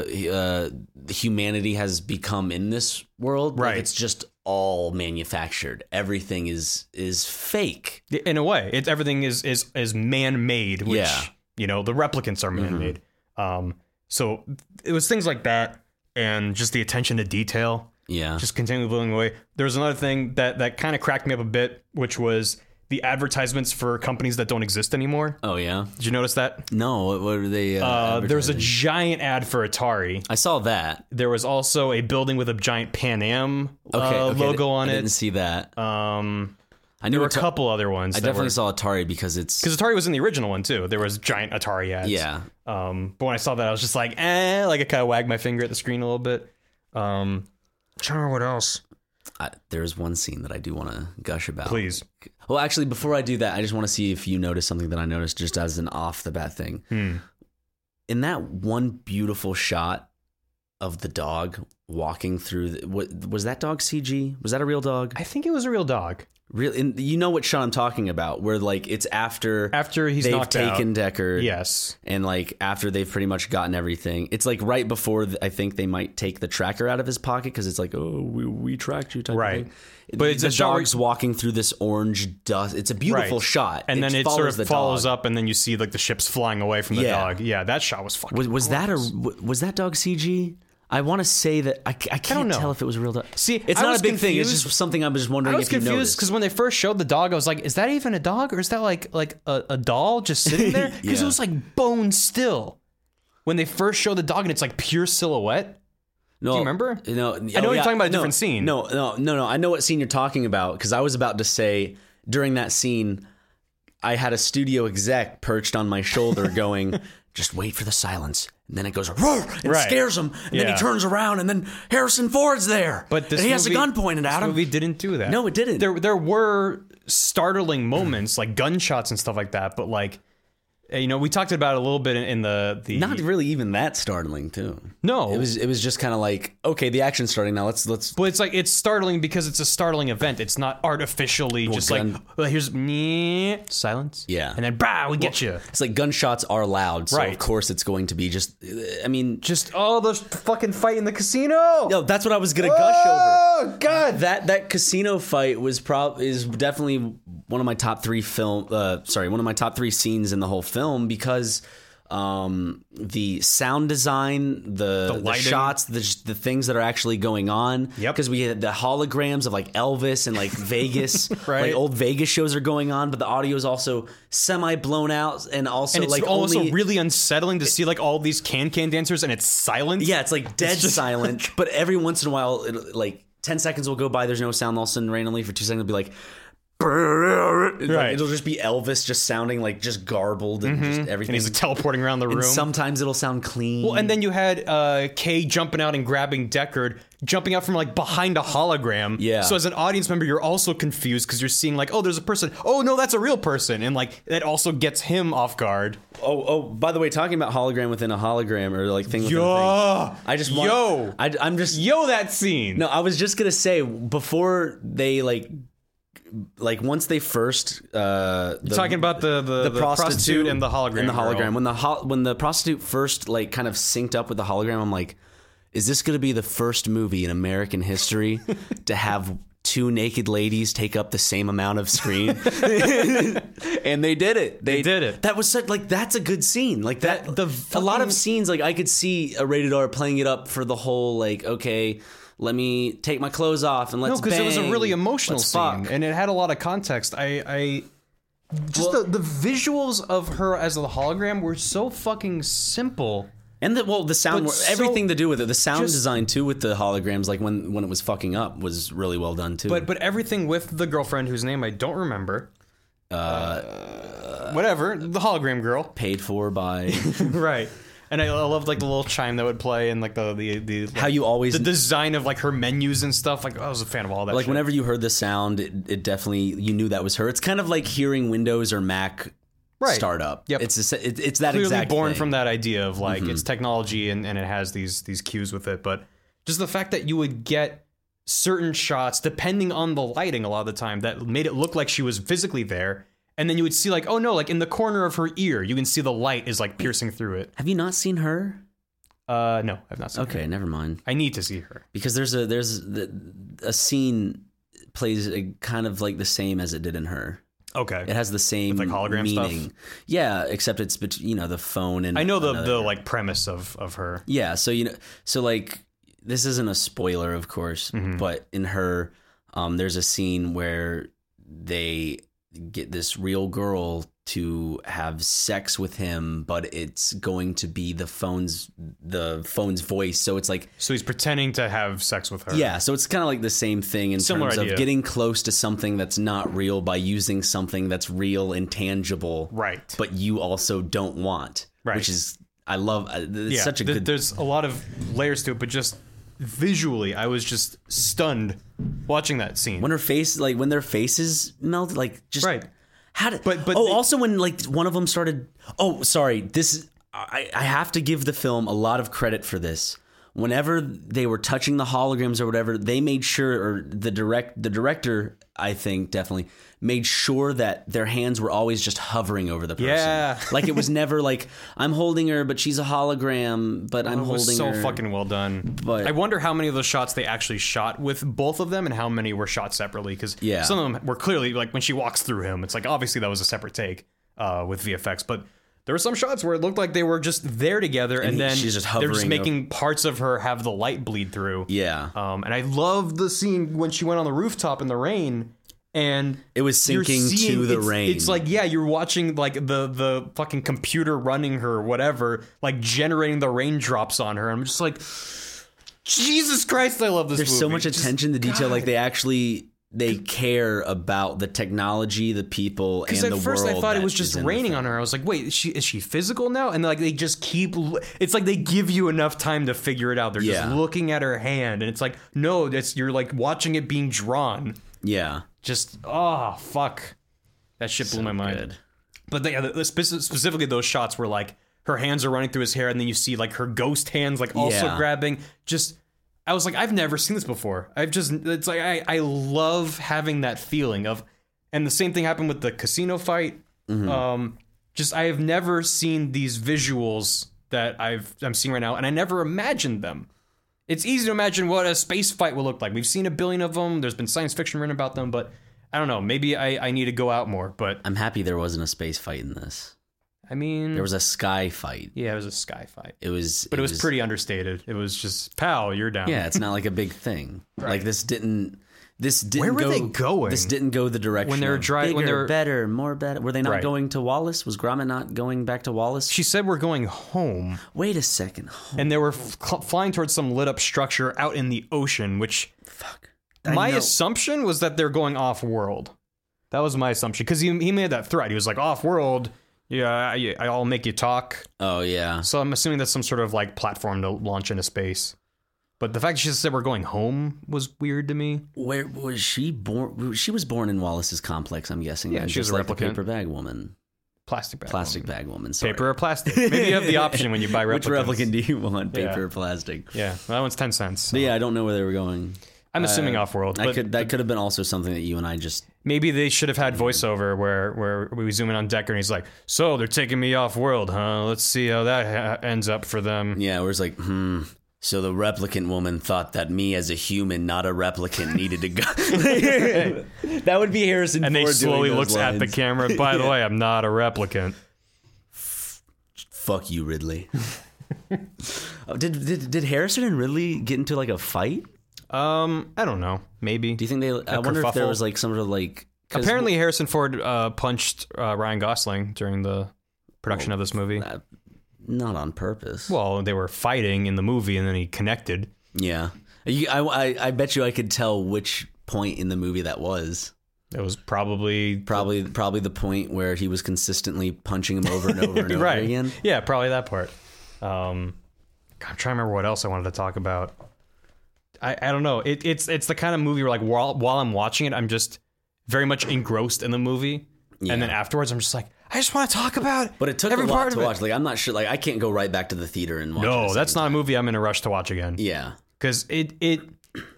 S1: the uh, humanity has become in this world. Like,
S2: Right.
S1: it's just all manufactured. Everything is is fake.
S2: in a way, it's everything is is is man made, which
S1: Yeah. Mm-hmm.
S2: you know the replicants are man made. Um, so it was things like that, and just the attention to detail.
S1: Yeah.
S2: just continually blowing away. There was another thing that that kind of cracked me up a bit, which was the advertisements for companies that don't exist anymore.
S1: oh yeah.
S2: Did you notice that?
S1: No. What, what are they? Uh,
S2: Uh, there was a
S1: advertising?
S2: giant ad for Atari.
S1: I saw that.
S2: There was also a building with a giant Pan Am uh,
S1: Okay, okay,
S2: logo on
S1: I
S2: it.
S1: Didn't see that.
S2: Um,
S1: I knew
S2: there were a
S1: Ata-
S2: couple other ones.
S1: I definitely saw Atari because it's
S2: because Atari was in the original one too. There was giant Atari ads.
S1: yeah.
S2: Um, but when I saw that, I was just like, eh, like I kind of wagged my finger at the screen a little bit. Um, trying to remember what else?
S1: I, there is one scene that I do want to gush about.
S2: Please.
S1: Well, actually, before I do that, I just want to see if you notice something that I noticed just as an off the bat thing.
S2: Hmm.
S1: In that one beautiful shot of the dog walking through, the, what, was that dog CG? Was that a real dog?
S2: I think it was a real dog.
S1: Real? And you know what shot I'm talking about? Where like it's after
S2: After he's
S1: they've
S2: knocked
S1: taken
S2: out.
S1: Decker,
S2: Yes.
S1: and like after they've pretty much gotten everything it's like right before th- i think they might take the tracker out of his pocket because it's like oh we, we tracked you type of
S2: Right.
S1: thing.
S2: But it's
S1: the
S2: a shot where-
S1: dog's walking through this orange dust it's a beautiful
S2: Right.
S1: shot
S2: And then it
S1: follows
S2: sort of
S1: the
S2: follows
S1: dog.
S2: up, and then you see like the ships flying away from the
S1: Yeah.
S2: dog. Yeah, that shot was fucking.
S1: was, was that a w- was that dog cg i want to say that i, c- I can't
S2: know.
S1: tell if it was real dog
S2: See,
S1: it's
S2: I
S1: not
S2: was
S1: a big thing it's
S2: confused.
S1: just something i'm just wondering
S2: I was
S1: if you
S2: confused
S1: noticed
S2: because when they first showed the dog, I was like, "Is that even a dog, or is that like like a, a doll just sitting there?" Because
S1: Yeah.
S2: it was like bone still when they first show the dog, and it's like pure silhouette.
S1: No,
S2: you remember?
S1: No, I know
S2: you're talking about a different scene.
S1: No, no, no, no. I know what scene you're talking about because I was about to say during that scene, I had a studio exec perched on my shoulder, going, "Just wait for the silence." And then it goes roar and
S2: Right.
S1: scares him, and then
S2: Yeah.
S1: he turns around, and then Harrison Ford's there,
S2: But this
S1: and he has a
S2: movie-
S1: gun pointed
S2: this
S1: at him.
S2: Movie didn't do that.
S1: No, it didn't.
S2: There there were startling moments like gunshots and stuff like that, but like you know, we talked about it a little bit in, in the the
S1: Not really even that startling, too.
S2: no,
S1: It was it was just kind of like okay, the action's starting now. Let's let's
S2: but it's like it's startling because it's a startling event. It's not artificially just
S1: gun-
S2: like well, here's me silence,
S1: Yeah.
S2: and then bah, we get you.
S1: It's like gunshots are loud, so
S2: Right.
S1: of course it's going to be just. I mean,
S2: Just oh, the fucking fight in the casino.
S1: no, that's what I was gonna gush over.
S2: Oh God,
S1: That that casino fight was prob is definitely one of my top three film. Uh, sorry, one of my top three scenes in the whole film because um the sound design the, the,
S2: lighting.
S1: shots the, the things that are actually going on
S2: Yep.
S1: because we had the holograms of like elvis and like vegas
S2: Right.
S1: like old vegas shows are going on but the audio is also semi blown out and also
S2: and it's
S1: like
S2: almost
S1: only,
S2: really unsettling to see like all these can can dancers and it's silence.
S1: Yeah, it's like dead
S2: just-
S1: silent. but every once in a while, it, like ten seconds will go by. There's no sound. All of a sudden, randomly for two seconds, it'll be like. Right.
S2: Right. Mm-hmm.
S1: it'll just be Elvis just sounding like just garbled and just
S2: and
S1: everything.
S2: he's like, teleporting around the room.
S1: Sometimes it'll sound clean.
S2: Well, and then you had uh, Kay jumping out and grabbing Deckard, jumping out from like behind a hologram.
S1: Yeah.
S2: So as an audience member, you're also confused because you're seeing like, oh, there's a person. Oh no, that's a real person, and like that also gets him off guard.
S1: oh, oh, by the way, talking about hologram within a hologram or like thing within a thing.
S2: Yo,
S1: I just want,
S2: Yo.
S1: I, I'm just
S2: yo, that scene.
S1: No, I was just gonna say before they like, like once they first uh, the,
S2: talking about the- the- the prostitute and the hologram
S1: and the hologram
S2: girl.
S1: when the ho- when the prostitute first like kind of synced up with the hologram. I'm like, is this gonna be the first movie in American history to have? Two naked ladies take up the same amount of screen, and they did it. They,
S2: did it.
S1: That was such like that's a good scene. Like that,
S2: That- the
S1: a lot
S2: fucking-
S1: of scenes like I could see a rated R playing it up for the whole like okay, let me take my clothes off and let's
S2: No, because it was a
S1: bang.
S2: really emotional
S1: Let's
S2: scene,
S1: fuck.
S2: and it had a lot of context. I, I just the, the visuals of her as the hologram were so fucking simple.
S1: And the, well, the sound,
S2: But so-
S1: everything to do with it, the sound
S2: just-
S1: design too with the holograms, like when when it was fucking up, was really well done too.
S2: But but everything with the girlfriend whose name I don't remember. Uh, whatever the hologram girl,
S1: paid for by
S2: right? And I, I loved like the little chime that would play and like the the the like,
S1: how you always
S2: the design of like her menus and stuff. Like I was a fan of all that.
S1: like
S2: shit.
S1: whenever you heard the sound, it, it definitely you knew that was her. It's kind of like hearing Windows or Mac
S2: Right.
S1: start up.
S2: Yep.
S1: It's a, it, it's that
S2: clearly
S1: exact
S2: born
S1: thing. Mm-hmm.
S2: from that idea of like it's technology and, and it has these these cues with it but just the fact that you would get certain shots depending on the lighting a lot of the time that made it look like she was physically there and then you would see like oh no like in the corner of her ear you can see the light is like piercing through it
S1: Have you not seen her?
S2: uh no i've not seen her.
S1: Okay, never mind.
S2: i need to see her
S1: because there's a there's the, a scene plays a, kind of like the same as it did in her.
S2: okay
S1: It has the same
S2: like, hologram stuff?
S1: meaning. Yeah, except it's bet- you know the phone and
S2: i know the
S1: another-
S2: the like premise of of her
S1: yeah. So you know so like this isn't a spoiler, of course,
S2: Mm-hmm.
S1: but in her, um, there's a scene where they get this real girl to have sex with him, but it's going to be the phone's the phone's voice. So it's like
S2: so he's pretending to have sex with her
S1: yeah, so it's kind of like the same thing in
S2: Similar
S1: terms
S2: idea.
S1: of getting close to something that's not real by using something that's real and tangible,
S2: right
S1: but you also don't want,
S2: Right.
S1: which is I love. uh, It's
S2: yeah,
S1: such a
S2: th-
S1: good.
S2: There's a lot of layers to it, but just visually, I was just stunned watching that scene.
S1: when her face, like when their faces melted, like just
S2: Right.
S1: How did?
S2: But- but
S1: oh,
S2: the-
S1: also when like one of them started. Oh, sorry. This is- I I have to give the film a lot of credit for this. Whenever they were touching the holograms or whatever, they made sure, or the direct the director, I think definitely made sure that their hands were always just hovering over the person.
S2: Yeah.
S1: like it was never like I'm holding her, but she's a hologram, but I'm
S2: Oh, it was
S1: holding
S2: so
S1: her.
S2: fucking well done.
S1: But-
S2: I wonder how many of those shots they actually shot with both of them, and how many were shot separately. Because
S1: Yeah.
S2: some of them were clearly like when she walks through him, it's like obviously that was a separate take uh, with VFX, but. There were some shots where it looked like they were just there together, and,
S1: he-
S2: then
S1: she's just
S2: they're just
S1: hovering
S2: making parts of her have the light bleed through.
S1: yeah,
S2: Um, and I love the scene when she went on the rooftop in the rain, and
S1: it was
S2: you're
S1: sinking
S2: seeing-
S1: to the
S2: it's,
S1: rain.
S2: It's like yeah, you're watching like the the fucking computer running her, or whatever, like generating the raindrops on her. I'm just like, Jesus Christ, I love this.
S1: There's so much attention to detail. Like they actually they care about the technology, the people, and
S2: Because
S1: the
S2: at first
S1: world.
S2: I thought it
S1: that
S2: was
S1: is
S2: just
S1: in the
S2: raining
S1: film.
S2: on her. I was like, wait, is she is she physical now? And like they just keep. l- It's like they give you enough time to figure it out. They're
S1: Yeah.
S2: just looking at her hand, and it's like no, that's you're like watching it being drawn.
S1: Yeah,
S2: Just oh fuck, ah, that shit blew my mind.
S1: good.
S2: But they, the- the spec- specifically those shots where like her hands are running through his hair, and then you see like her ghost hands like also
S1: Yeah.
S2: grabbing. Just I was like, I've never seen this before. I've just it's like I I love having that feeling of, and the same thing happened with the casino fight. Um, just I have never seen these visuals that I've I'm seeing right now, and I never imagined them. It's easy to imagine what a space fight will look like. We've seen a billion of them. There's been science fiction written about them, but I don't know. Maybe I, I need to go out more. But
S1: I'm happy there wasn't a space fight in this.
S2: I mean,
S1: There was a sky fight.
S2: yeah, it was a sky fight,
S1: It was,
S2: but it was pretty understated. It was just pow, you're down.
S1: Yeah, it's not like a big thing. Like this didn't. This didn't.
S2: Were
S1: go,
S2: they going?
S1: This didn't go the direction
S2: When they were
S1: of
S2: dri- when
S1: Bigger,
S2: they were-
S1: better, more better. Were they not
S2: Right.
S1: going to Wallace? Was Gromit not going back to Wallace?
S2: She said we're going home,
S1: Wait a second.
S2: and they were f- cl- flying towards some lit up structure out in the ocean. Which
S1: Fuck.
S2: my
S1: know.
S2: assumption was that they're going off world. That was my assumption because he he made that threat. He was like off world. Yeah, I, I'll make you talk.
S1: Oh yeah.
S2: So I'm assuming that's some sort of like platform to launch into space. But the fact that she said we're going home was weird to me.
S1: Where was she born? She was born in Wallace's complex. I'm guessing.
S2: Yeah,
S1: and
S2: she was
S1: just
S2: a
S1: like the
S2: replicant.
S1: paper bag woman,
S2: Plastic bag.
S1: plastic bag woman. Sorry.
S2: Paper or plastic? Maybe you have the option when you buy replicants.
S1: Which replicant do you want?
S2: Yeah.
S1: Paper or plastic?
S2: Yeah, well, that one's ten cents. so.
S1: But yeah, I don't know where they were going.
S2: I'm assuming off-world,
S1: uh, I
S2: but
S1: could that could have been also something that you and I just
S2: maybe they should have had voiceover where where we zoom in on Decker and he's like, "So they're taking me off-world, huh? Let's see how that ha- ends up for them."
S1: Yeah, where it's like, hmm. So the replicant woman thought that me as a human, not a replicant, needed to go. that would be Harrison.
S2: And they
S1: Ford doing
S2: slowly
S1: those
S2: looks at the
S1: lines.
S2: camera. By the way, I'm not a replicant.
S1: Fuck you, Ridley. oh, did, did did Harrison and Ridley get into like a fight?
S2: Um, I don't know. Maybe.
S1: Do you think they? I wonder if there
S2: uh, kerfuffle?
S1: was like some sort of like. 'cause
S2: Apparently, Harrison Ford uh, punched uh, Ryan Gosling during the production of this movie.
S1: not on purpose.
S2: Well, they were fighting in the movie, and then he connected.
S1: yeah, you, I, I I bet you I could tell which point in the movie that was.
S2: It was probably
S1: Probably probably the point where he was consistently punching him over and over and over
S2: right.
S1: again.
S2: Yeah, probably that part. Um, God, I'm trying to remember what else I wanted to talk about. I, I don't know. It, it's it's the kind of movie where like while while I'm watching it, I'm just very much engrossed in the movie, and then afterwards, I'm just like, I just want to talk about.
S1: But it took
S2: every
S1: a lot
S2: part
S1: to
S2: of it.
S1: watch. Like I'm not sure. Like I can't go right back to the theater and watch. it
S2: No,
S1: a
S2: that's
S1: second
S2: not a movie I'm in a rush to watch again.
S1: time. Yeah,
S2: because it it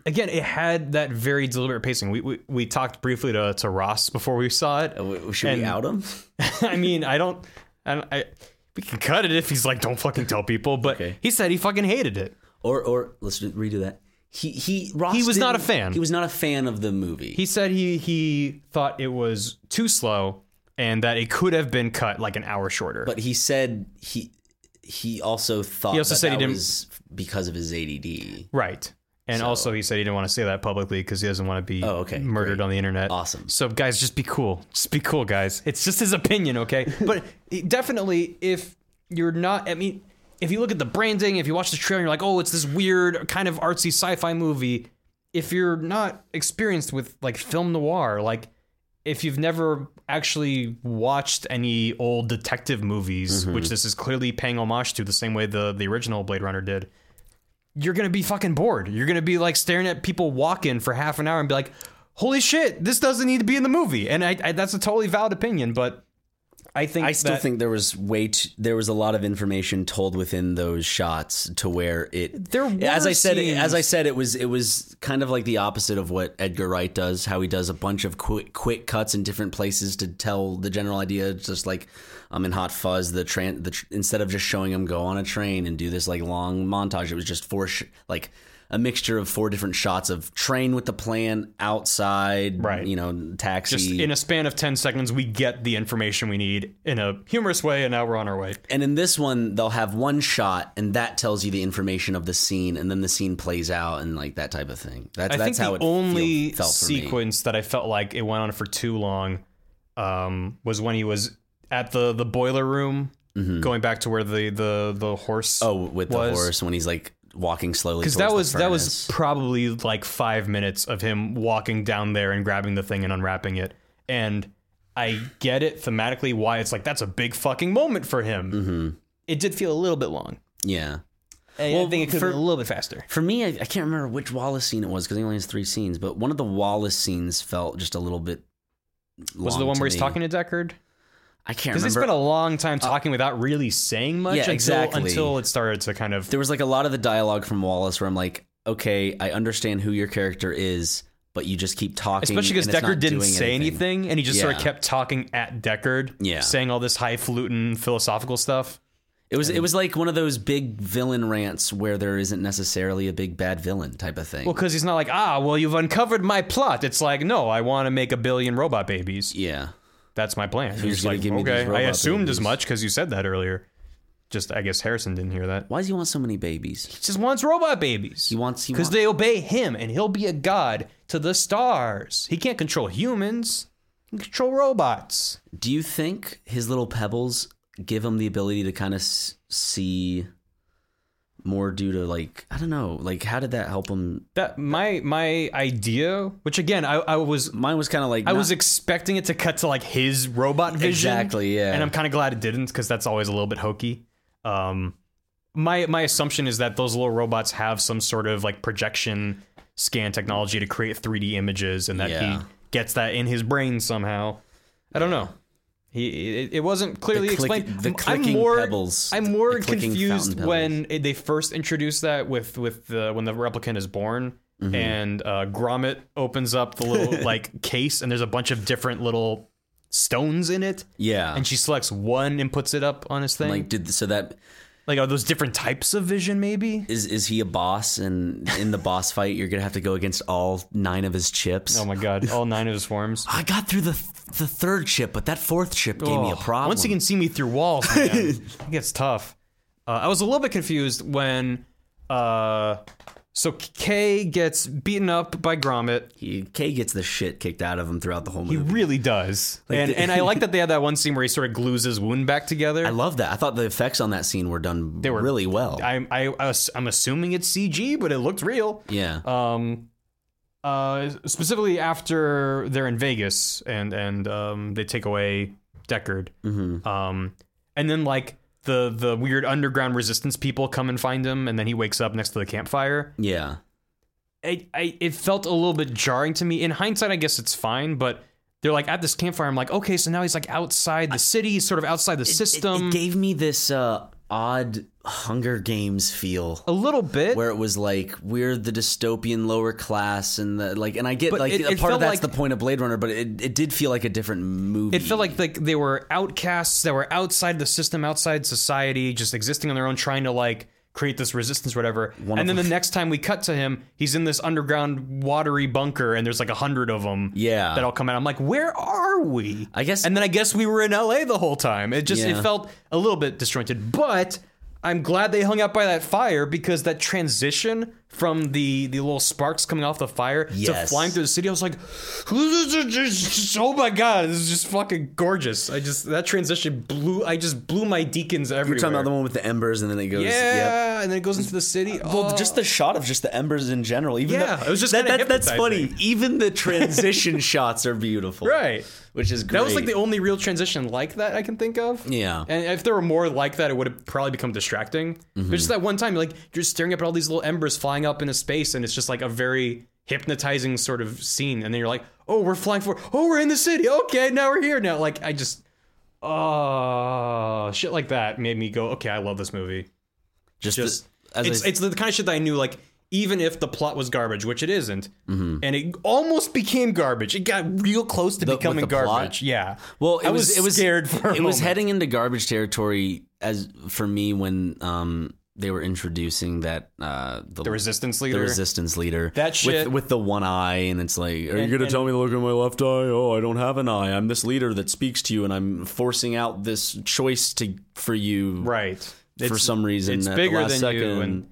S2: again it had that very deliberate pacing. We we, we talked briefly to, to Ross before we saw it.
S1: Uh, W- should
S2: And-
S1: we out him?
S2: I mean, I don't, I don't, I we can cut it if he's like, don't fucking tell people. But
S1: Okay.
S2: he said he fucking hated it.
S1: Or or let's do- redo that. He he. Ross
S2: He was not a
S1: didn't-
S2: fan.
S1: He was not a fan of the movie.
S2: He said he he thought it was too slow and that it could have been cut like an hour shorter.
S1: but he said he he also thought
S2: also
S1: that
S2: said he
S1: that
S2: didn't-
S1: was because of his ADD.
S2: right. And also, he said he didn't want to say that publicly because he doesn't want to be
S1: Oh, okay,
S2: murdered on the internet.
S1: Awesome.
S2: So, guys, just be cool. Just be cool, guys. It's just his opinion, okay? but it- definitely, if you're not, I mean, if you look at the branding, if you watch the trailer, you're like, oh, it's this weird kind of artsy sci-fi movie. If you're not experienced with like film noir, like if you've never actually watched any old detective movies,
S1: Mm-hmm.
S2: which this is clearly paying homage to, the same way the the original Blade Runner did you're gonna be fucking bored. You're gonna be like staring at people walking for half an hour and be like, "Holy shit, this doesn't need to be in the movie." And I, I that's a totally valid opinion, but I think
S1: I still
S2: that-
S1: think there was way t- there was a lot of information told within those shots to where it
S2: There were
S1: as I said
S2: scenes-
S1: as I said it was it was kind of like the opposite of what Edgar Wright does how he does a bunch of quick quick cuts in different places to tell the general idea It's just like um in Hot Fuzz the train the tr- instead of just showing him go on a train and do this like long montage it was just four sh- like a mixture of four different shots of train with the plan outside
S2: Right.
S1: you know taxi
S2: just in a span of ten seconds, we get the information we need in a humorous way, and now we're on our way.
S1: And in this one, they'll have one shot, and that tells you the information of the scene, and then the scene plays out, and like that type of thing. That's
S2: I think
S1: that's how
S2: the
S1: it
S2: only
S1: feel- felt for me.
S2: sequence that I felt like it went on for too long um, was when he was at the the boiler room, going back to where the the the horse.
S1: Mm-hmm. Oh, with the
S2: was-
S1: horse when he's like walking slowly.
S2: Because
S1: Because
S2: that was that was probably like five minutes of him walking down there and grabbing the thing and unwrapping it. And I get it thematically why it's like that's a big fucking moment for him.
S1: Mm.
S2: It did feel a little bit long.
S1: Mm-hmm. yeah.
S2: I think it could have been a little bit faster.
S1: For me, I, I can't remember which Wallace scene it was because he only has three scenes, but one of the Wallace scenes felt just a little bit.
S2: Was it the one where he's talking to Deckard?
S1: I can't
S2: Because
S1: remember.
S2: they spent a long time talking without really saying much
S1: Yeah,
S2: until,
S1: exactly.
S2: until it started to kind of.
S1: there was like a lot of the dialogue from Wallace where I'm like, okay, I understand who your character is, but you just keep talking.
S2: Especially because
S1: and it's
S2: Deckard
S1: not
S2: didn't
S1: doing
S2: say anything. and he just sort
S1: Yeah.
S2: of kept talking at Deckard,
S1: Yeah.
S2: saying all this highfalutin philosophical stuff.
S1: It was it was like one of those big villain rants where there isn't necessarily a big bad villain type of thing.
S2: Well, because he's not like, ah, well, you've uncovered my plot. It's like, no, I want to make a billion robot babies.
S1: yeah.
S2: That's my plan.
S1: Who's
S2: He's
S1: gonna
S2: like,
S1: give me these
S2: okay, I
S1: robot
S2: assumed as
S1: babies?"
S2: much because you said that earlier. Just, I guess Harrison didn't hear that.
S1: Why does he want so many babies?
S2: He just wants robot babies.
S1: He wants he
S2: because
S1: wants,
S2: they obey him, and he'll be a god to the stars. He can't control humans. He can control robots.
S1: Do you think his little pebbles give him the ability to kind of s- see more due to like I don't know, like how did that help him?
S2: That my my idea, which again, I, I was
S1: Mine was kind of like
S2: I was expecting it to cut to like his robot vision.
S1: Exactly, yeah.
S2: And I'm kind of glad it didn't because that's always a little bit hokey. Um, my my assumption is that those little robots have some sort of like projection scan technology to create 3D images, and that
S1: Yeah.
S2: he gets that in his brain somehow. I don't know. He it, it wasn't clearly
S1: click-
S2: explained.
S1: the
S2: I'm-
S1: clicking
S2: I'm more,
S1: pebbles.
S2: I'm more
S1: The clicking
S2: confused
S1: fountain
S2: when it- they first introduced that with with the when the replicant is born
S1: Mm-hmm.
S2: and uh, Gromit opens up the little like case and there's a bunch of different little stones in it
S1: yeah.
S2: and she selects one and puts it up on his thing.
S1: like
S2: Like,
S1: did so that
S2: are those different types of vision? Maybe.
S1: is is he a boss and in the boss fight you're gonna have to go against all nine of his chips
S2: Oh my god! All nine of his forms.
S1: i got through the the third chip but that fourth chip gave me a
S2: Oh,
S1: problem
S2: Once he can see me through walls, man, it gets tough. Uh, I was a little bit confused when, uh, so Kay gets beaten up by Gromit.
S1: he, Kay gets the shit kicked out of him throughout the whole
S2: He
S1: movie
S2: really does, and
S1: the-
S2: and I like that they had that one scene where he sort of glues his wound back together.
S1: i love that i thought the effects on that scene were done
S2: were-
S1: really well
S2: I'm I, I was- I'm assuming it's CG, but it looked real.
S1: yeah
S2: Um, uh, specifically after they're in Vegas and and um, they take away Deckard.
S1: Mm-hmm.
S2: Um, and then like the the weird underground resistance people come and find him, and then he wakes up next to the campfire.
S1: yeah
S2: I, I it felt a little bit jarring to me. In hindsight, I guess it's fine, but. They're like at this campfire. I'm like, okay, so now he's like outside the city, he's sort of outside the system.
S1: it, it gave me this uh odd hunger games feel
S2: a little bit.
S1: where it was like we're the dystopian lower class and the like and i get
S2: But
S1: like
S2: it-
S1: a
S2: it
S1: part
S2: felt
S1: of that's
S2: like-
S1: the point of blade runner but it, it did feel like a different movie
S2: It felt like like they were outcasts that were outside the system, outside society, just existing on their own, trying to like create this resistance, whatever. and then the next time we cut to him, he's in this underground watery bunker, and there's like a hundred of them.
S1: Yeah.
S2: that all come out. I'm like, where are we?
S1: I guess-
S2: And then I guess we were in L.A. the whole time. It just
S1: Yeah.
S2: it felt a little bit disjointed, but. I'm glad they hung out by that fire because that transition from the the little sparks coming off the fire to
S1: Yes.
S2: flying through the city, I was like, "Oh my god, this is just fucking gorgeous!" I just that transition blew. I just blew my deacons everywhere.
S1: You're talking about the one with the embers, and then it goes. yep.
S2: yeah, and then it goes into the city.
S1: Well,
S2: Oh.
S1: just the shot of just the embers in general. Even
S2: Yeah,
S1: though-
S2: it was just
S1: that,
S2: kinda
S1: that- that's funny.
S2: hypnotizing.
S1: Even the transition shots are beautiful,
S2: Oh, Right.
S1: Which is great.
S2: that was like the only real transition like that I can think of.
S1: Yeah.
S2: and if there were more like that, it would have probably become distracting. But just that one time, like you're staring up at all these little embers flying up into space, and it's just like a very hypnotizing sort of scene. And then you're like, "Oh, we're flying for. Oh, we're in the city. Okay, now we're here. Now, like I just." Oh, shit like that made me go, okay, I love this movie.
S1: just,
S2: Just
S1: the, as
S2: it's
S1: I-
S2: it's the kind of shit that I knew like even if the plot was garbage, which it isn't, and it almost became garbage. It got real close to
S1: with
S2: becoming
S1: Mm-hmm. the plot?
S2: garbage. Yeah.
S1: well, it
S2: I
S1: was,
S2: was
S1: it was
S2: scared for a
S1: it was
S2: moment.
S1: heading into garbage territory as for me when um they were introducing that uh
S2: the resistance leader.
S1: the resistance leader.
S2: That shit-
S1: with, with the one eye, and it's like, are you
S2: And-
S1: gonna
S2: and-
S1: tell me to look at my left eye? Oh, I don't have an eye. I'm this leader that speaks to you, and I'm forcing out this choice to for you
S2: right.
S1: for some reason.
S2: it's
S1: at
S2: bigger
S1: the last
S2: than
S1: second,
S2: you and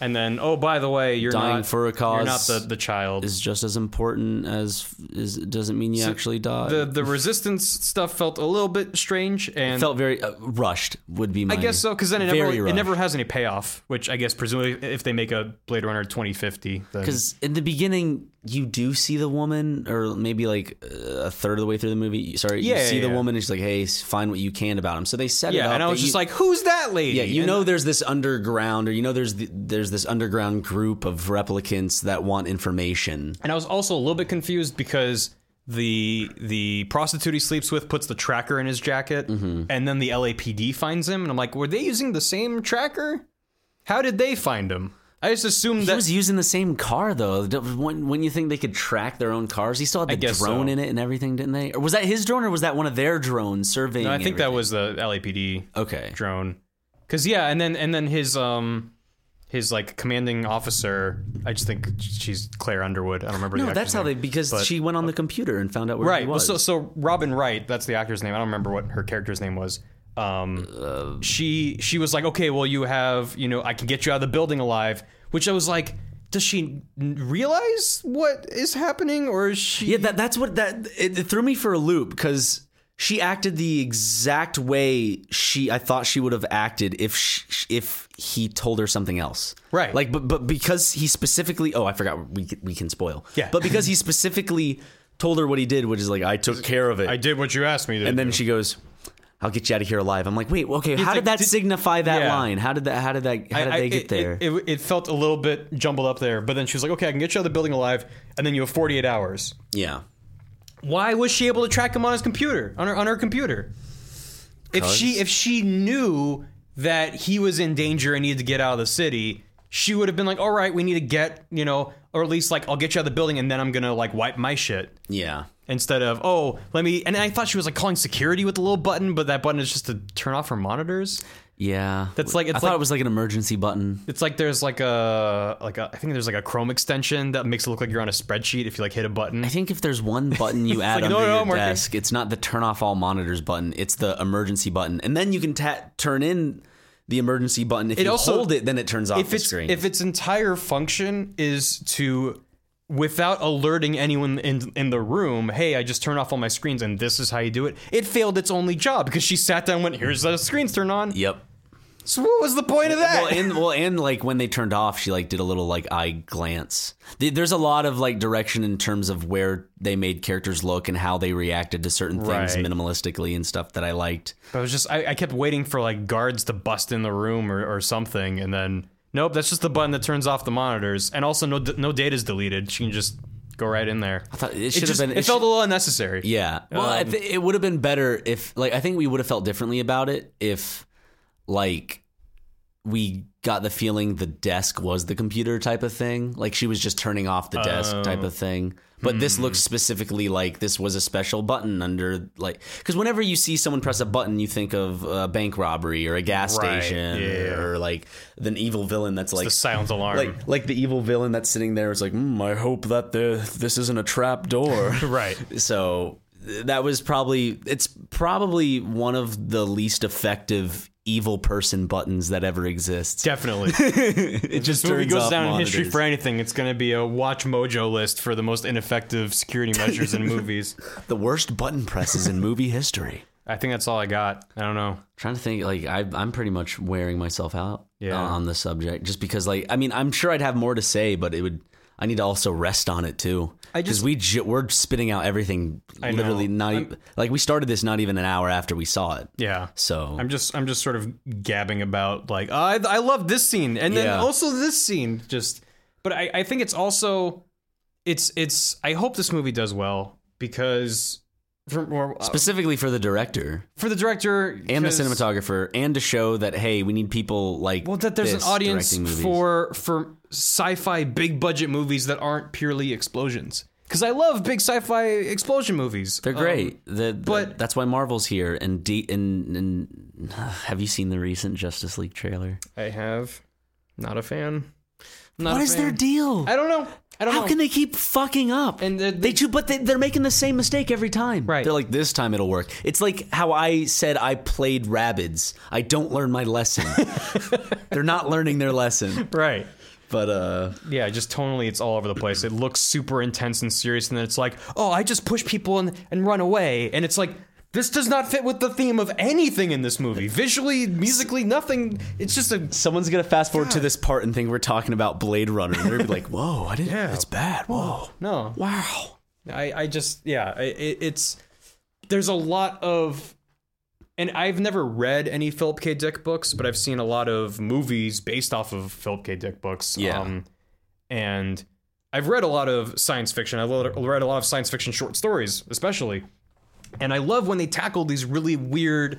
S2: and then oh by the way you're
S1: Dying
S2: not
S1: for a
S2: you're
S1: cause
S2: not the, the child.
S1: is just as important as is. It doesn't mean you actually die.
S2: the the resistance stuff felt a little bit strange and
S1: Felt very uh, rushed. Would be my
S2: I guess so because then it
S1: Very
S2: never, it
S1: rushed.
S2: never has any payoff, which I guess presumably if they make a Blade Runner 2050 then
S1: Because in the beginning, you do see the woman, or maybe like uh, a third of the way through the movie. Sorry, you
S2: Yeah,
S1: see
S2: yeah,
S1: the
S2: yeah.
S1: woman, and she's like, "Hey, s- find what you can about him." So they set it up.
S2: yeah, and I
S1: that
S2: was
S1: you-
S2: just like, who's that lady?
S1: Yeah, you
S2: And-
S1: know there's this underground, or you know there's the, there's this underground group of replicants that want information.
S2: And I was also a little bit confused because the the prostitute he sleeps with puts the tracker in his jacket,
S1: Mm-hmm.
S2: and then the LAPD finds him. And I'm like, were they using the same tracker? How did they find him? I just assumed
S1: He
S2: that
S1: was using the same car though. When when you think they could track their own cars, he still had the
S2: guess
S1: drone
S2: so.
S1: in it and everything, didn't they? Or was that his drone, or was that one of their drones surveying?
S2: I think that was the LAPD
S1: that okay.
S2: drone. Cause yeah, and then and then his um his like commanding officer, I just think she's Claire Underwood. I don't remember.
S1: No,
S2: the
S1: that's
S2: actor's
S1: how they
S2: name.
S1: because she went on the computer and found out where
S2: right.
S1: he
S2: Well,
S1: was.
S2: so so Robin Wright, that's the actor's name. I don't remember what her character's name was. Um,
S1: Uh,
S2: she she was like, okay, well, you have you know, I can get you out of the building alive. Which I was like, does she n- realize what is happening, or is she?
S1: yeah, that, that's what that it, it threw me for a loop because she acted the exact way she I thought she would have acted if she, if he told her something else.
S2: Right.
S1: Like, but but because he specifically oh I forgot we can- we can spoil
S2: Yeah.
S1: But because he specifically told her what he did, which is like I took care of it.
S2: I did what you asked me to.
S1: And then she goes, "I'll get you out of here alive." I'm like, "Wait, okay. How
S2: like,
S1: did that
S2: did-
S1: signify that
S2: yeah.
S1: line? How did that? How did that? How did
S2: I-
S1: they
S2: it,
S1: get there?"
S2: It, it, it felt a little bit jumbled up there, but then she was like, "Okay, I can get you out of the building alive," and then you have 48 hours.
S1: yeah,
S2: Why was she able to track him on his computer, on her on her computer? If she if she knew that he was in danger and needed to get out of the city, she would have been like, "All right, we need to get you know, or at least like I'll get you out of the building, and then I'm gonna like wipe my shit."
S1: yeah.
S2: Instead of oh let me and I thought she was like calling security with the little button, but that button is just to turn off her monitors.
S1: Yeah,
S2: That's like- it's
S1: I thought
S2: like-
S1: it was like an emergency button.
S2: It's like there's like a like a, I think there's like a Chrome extension that makes it look like you're on a spreadsheet if you like hit a button.
S1: I think if there's one button you add
S2: like,
S1: under
S2: no, no,
S1: your
S2: I'm working.
S1: desk, it's not the turn off all monitors button. It's the emergency button, and then you can ta- turn in the emergency button. If you
S2: also-
S1: hold it, then it turns off
S2: If
S1: the
S2: its
S1: screen.
S2: if its entire function is to without alerting anyone in in the room, hey, I just turn off all my screens and this is how you do it. It failed its only job because she sat down and went, "Here's the screens turn on."
S1: yep.
S2: So what was the point of that?
S1: well, and well, and like when they turned off, she like did a little like eye glance. Th- There's a lot of like direction in terms of where they made characters look and how they reacted to certain things
S2: Right.
S1: minimalistically and stuff that I liked.
S2: But I was just I, I kept waiting for like guards to bust in the room or, or something, and then nope, that's just the button that turns off the monitors, and also no d- no data is deleted. She can just go right in there. I
S1: thought it should have been-
S2: It,
S1: it
S2: felt a little unnecessary.
S1: Yeah. Well, I
S2: Um,
S1: thi- it would have been better if like I think we would have felt differently about it if like we got the feeling the desk was the computer type of thing. Like she was just turning off the desk
S2: Oh.
S1: type of thing. But this
S2: Hmm.
S1: looks specifically like this was a special button under like because whenever you see someone press a button, you think of a bank robbery or a gas
S2: Right,
S1: station
S2: yeah.
S1: or like an evil villain that's like
S2: The silent alarm.
S1: like like the evil villain that's sitting there is like, mm, I hope that the, this isn't a trap door.
S2: right.
S1: So th- that was probably it's probably one of the least effective evil person buttons that ever exists.
S2: Definitely.
S1: It just
S2: This movie
S1: turns
S2: goes
S1: off
S2: down in history
S1: monitors.
S2: for anything. It's going to be a Watch Mojo list for the most ineffective security measures in movies.
S1: the worst button presses in movie history.
S2: I think that's all I got. I don't know.
S1: Trying to think, like I, I'm pretty much wearing myself out uh,
S2: Yeah.
S1: on the subject, just because, like, I mean, I'm sure I'd have more to say, but it would. I need to also rest on it too,
S2: I
S1: because
S2: just-
S1: we ju- we're spitting out everything.
S2: know.
S1: literally, not e- like we started this not even an hour after we saw it.
S2: Yeah.
S1: So
S2: I'm just I'm just sort of gabbing about like "Oh, I I love this scene and then
S1: Yeah.
S2: also this scene just but I I think it's also it's it's I hope this movie does well because for or, uh,
S1: specifically for the director,
S2: for the director
S1: and the
S2: 'cause-
S1: cinematographer and to show that hey we need people like
S2: well that there's
S1: this
S2: an audience
S1: directing movies.
S2: for for sci-fi big budget movies that aren't purely explosions because I love big sci-fi explosion movies Um,
S1: they're great The- the-
S2: but-
S1: that's why marvel's here and D, and, and have you seen the recent justice league trailer
S2: I have not a fan not
S1: What
S2: a
S1: is their
S2: fan.
S1: deal
S2: I don't know I don't
S1: how
S2: know
S1: can they keep fucking up
S2: And they're-
S1: they do but they, they're making the same mistake every time
S2: Right.
S1: they're like this time it'll work it's like how i said i played rabbits i don't learn my lesson they're not learning their lesson
S2: right.
S1: but uh
S2: Yeah, just tonally, it's all over the place. It looks super intense and serious, and then it's like, oh, I just push people and, and run away. And it's like, this does not fit with the theme of anything in this movie. Visually, musically, nothing. It's just a.
S1: Someone's gonna fast forward to this part and think we're talking about Blade Runner. They're gonna be like, "Whoa, I didn't.
S2: Yeah.
S1: That's bad. Whoa,
S2: No.
S1: wow."
S2: I, I just. Yeah, I- it, it's. There's a lot of. And I've never read any Philip K. Dick books, but I've seen a lot of movies based off of Philip K. Dick books.
S1: Yeah.
S2: Um, and I've read a lot of science fiction. I've lo- read a lot of science fiction short stories, especially. And I love when they tackle these really weird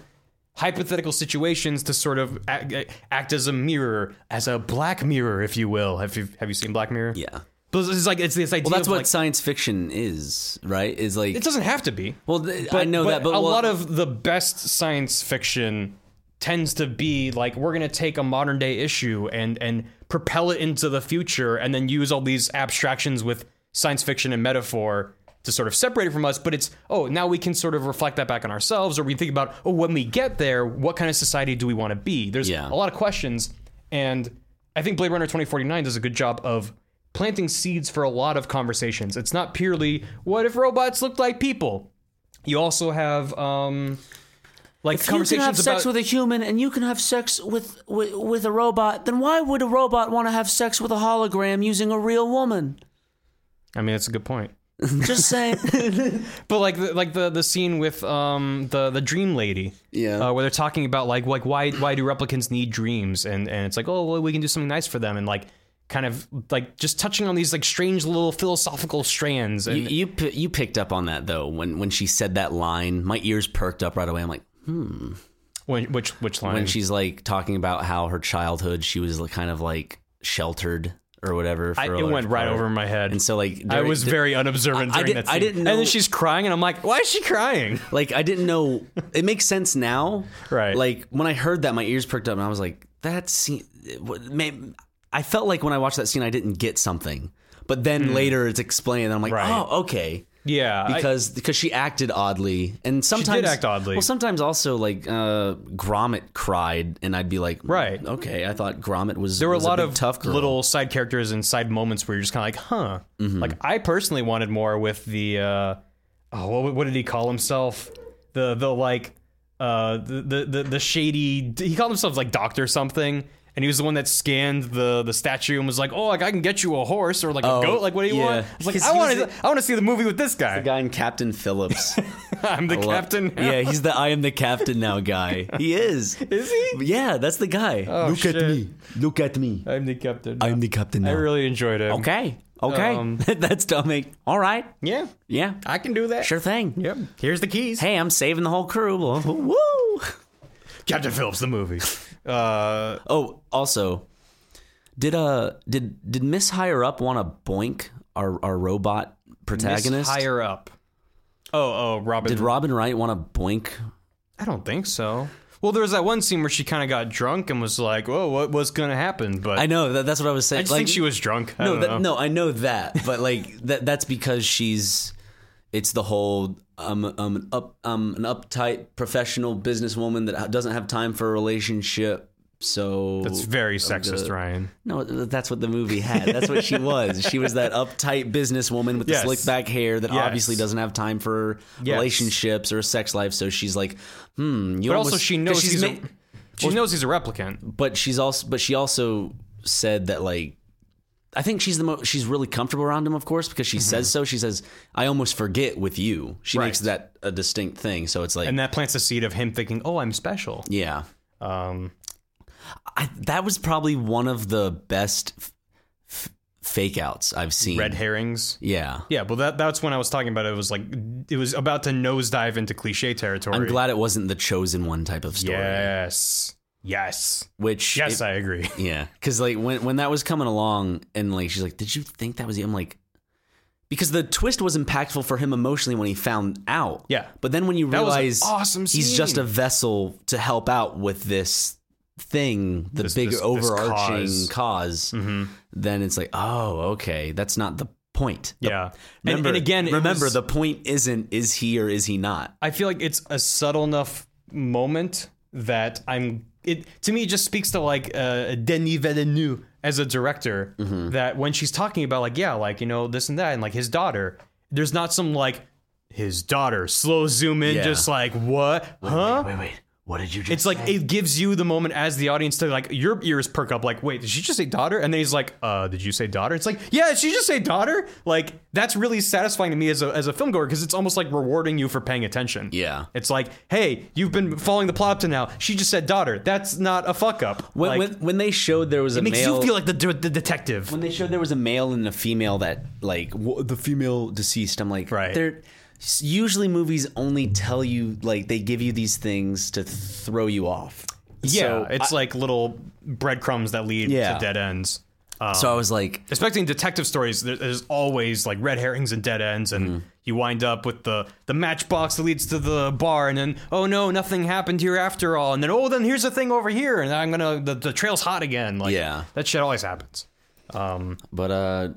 S2: hypothetical situations to sort of act, act as a mirror, as a black mirror, if you will. Have you have you seen Black Mirror?
S1: Yeah.
S2: But it's like it's this idea.
S1: Well, that's
S2: of
S1: what
S2: like,
S1: science fiction is, right? Is like
S2: it doesn't have to be.
S1: well, th- I know that, but
S2: a
S1: well,
S2: lot of the best science fiction tends to be like we're going to take a modern day issue and and propel it into the future and then use all these abstractions with science fiction and metaphor to sort of separate it from us but it's oh now we can sort of reflect that back on ourselves or we think about oh when we get there what kind of society do we want to be there's
S1: Yeah.
S2: a lot of questions and i think blade runner 2049 does a good job of planting seeds for a lot of conversations it's not purely what if robots looked like people you also have um like conversations about
S3: a human and you can have sex with, with with a robot, then why would a robot want to have sex with a hologram using a real woman?
S2: I mean that's a good point.
S3: Just saying.
S2: But like the, like the the scene with um the the dream lady.
S1: Yeah.
S2: Uh, where they're talking about like like why why do replicants need dreams and and it's like oh well we can do something nice for them and like kind of like just touching on these like strange little philosophical strands and
S1: you you, pi- you picked up on that though when when she said that line. My ears perked up right away. I'm like,
S2: when, which which line
S1: when she's like talking about how her childhood, she was like, kind of like sheltered or whatever. For
S2: I,
S1: a
S2: it
S1: large
S2: went right
S1: part.
S2: over my head.
S1: And so like
S2: I
S1: there-
S2: was
S1: there-
S2: very unobservant
S1: I- I
S2: during
S1: did-
S2: that
S1: I
S2: scene.
S1: didn't
S2: And
S1: know-
S2: then she's crying, and I'm like, "Why is she crying?"
S1: Like I didn't know. It makes sense now.
S2: Right.
S1: Like when I heard that, my ears perked up, and I was like, "That scene." what- may- I felt like when I watched that scene, I didn't get something. But then later, it's explained, and I'm like,
S2: Hmm. Right.
S1: "Oh, okay."
S2: Yeah, I-
S1: Because because she acted oddly, and sometimes
S2: act oddly.
S1: Well, sometimes also like uh, Gromit cried, and I'd be like,
S2: Right.
S1: okay." I thought Gromit was
S2: there were a
S1: was
S2: lot
S1: big
S2: of
S1: tough girl.
S2: little side characters and side moments where you're just kind of like, huh.
S1: Mm-hmm.
S2: Like I personally wanted more with the, uh, oh, what, what did he call himself? The the like, uh, the the the, the shady. He called himself like Doctor something. And he was the one that scanned the, the statue and was like, "Oh, like I can get you a horse or like a goat. Like, what do you
S1: Oh, yeah.
S2: want?" I was like,
S1: Because
S2: "I
S1: he was
S2: want to, I want to see the movie with this guy.
S1: The guy in Captain Phillips,
S2: I'm the captain."
S1: yeah, he's the I am the captain now guy. He is.
S2: Is he? Oh,
S1: Yeah, that's the guy. Look
S2: shit.
S1: at me. Look at me.
S2: I'm the captain.
S1: I'm the captain now.
S2: I really enjoyed it.
S1: okay. Okay.
S2: Um,
S1: that's Dominic. All right.
S2: Yeah,
S1: Yeah.
S2: I can do that.
S1: Sure thing.
S2: Yep. Here's the keys.
S1: Hey, I'm saving the whole crew. Woo!
S2: Captain Phillips, the movie. Uh,
S1: Oh, also, did uh did did Miss Higher Up want to boink our our robot protagonist?
S2: Miss higher up. Oh, oh, Robin.
S1: did Robin Wright want to boink?
S2: I don't think so. Well, there was that one scene where she kind of got drunk and was like, "Whoa, what was gonna happen?" But
S1: I
S2: I,
S1: know that, that's what I was saying.
S2: just
S1: like,
S2: think she was drunk. I
S1: no,
S2: don't
S1: that,
S2: know.
S1: no, I know that, but like that that's because she's it's the whole um um an up um an uptight professional businesswoman that doesn't have time for a relationship. So
S2: It's very sexist, Ryan.
S1: no, that's what the movie had. That's what she was. She was that uptight businesswoman with the
S2: Yes.
S1: slick back hair that
S2: Yes.
S1: obviously doesn't have time for
S2: Yes.
S1: relationships or a sex life. So she's like, hmm. You
S2: But
S1: almost,
S2: also, she
S1: 'cause
S2: knows
S1: she's
S2: he's
S1: ma-
S2: a, she knows he's a replicant.
S1: but she's also but she also said that like I think she's the most she's really comfortable around him of course because she says so she says I almost forget with you she makes
S2: Right.
S1: that a distinct thing so it's like
S2: And that plants the seed of him thinking, "Oh, I'm special."
S1: yeah
S2: Um,
S1: I, that was probably one of the best f- f- fake outs I've seen
S2: red herrings.
S1: yeah
S2: Yeah, well, that that's when I was talking about it. It was like it was about to nosedive into cliche territory.
S1: I'm glad it wasn't the chosen one type of story
S2: Yes, yes,
S1: which
S2: yes.
S1: it-
S2: I agree.
S1: Yeah, because like when when that was coming along, and like she's like, "Did you think that was?" you?" I'm like, because the twist was impactful for him emotionally when he found out.
S2: Yeah.
S1: but then when you
S2: That was an
S1: realize
S2: awesome
S1: he's just
S2: scene.
S1: a vessel to help out with this thing, the
S2: This-
S1: bigger
S2: this- this
S1: overarching
S2: cause. Mm-hmm.
S1: cause, then it's like, oh, okay, that's not the point. The-
S2: yeah,
S1: Remember,
S2: and, and again, it
S1: remember
S2: was-
S1: the point isn't is he or is he not?
S2: I feel like it's a subtle enough moment that I'm. It to me it just speaks to like uh, Denis Villeneuve as a director
S1: Mm-hmm.
S2: that when she's talking about like yeah like you know this and that and like his daughter, there's not some like his daughter slow zoom in
S1: Yeah.
S2: just like what huh
S1: Wait, wait,
S3: What did you just?
S2: It's like it gives you the moment as the audience to like your ears perk up. Like, wait, did she just say daughter? And then he's like, uh, did you say daughter? It's like, yeah, did she just say daughter? Like, that's really satisfying to me as a as a film goer because it's almost like rewarding you for paying attention.
S1: Yeah.
S2: it's like, hey, you've been following the plot up to now. She just said daughter. That's not a fuck up.
S1: When,
S2: like,
S1: when, when they showed there was a
S2: it makes
S1: male,
S2: you feel like the, de- the detective.
S1: when they showed there was a male and a female that like w- the female deceased i'm like
S2: Right.
S1: they're usually movies only tell you like they give you these things to throw you off
S2: yeah,
S1: So
S2: it's like little breadcrumbs that lead
S1: Yeah.
S2: to dead ends.
S1: I-
S2: um,
S1: so i was like
S2: especially in detective stories, there, there's always like red herrings and dead ends, and
S1: Mm-hmm.
S2: you wind up with the the matchbox that leads to the bar, and then oh no, nothing happened here after all, and then oh then here's a thing over here, and I'm gonna the, the trail's hot again. Like
S1: Yeah.
S2: that shit always happens. Um,
S1: But uh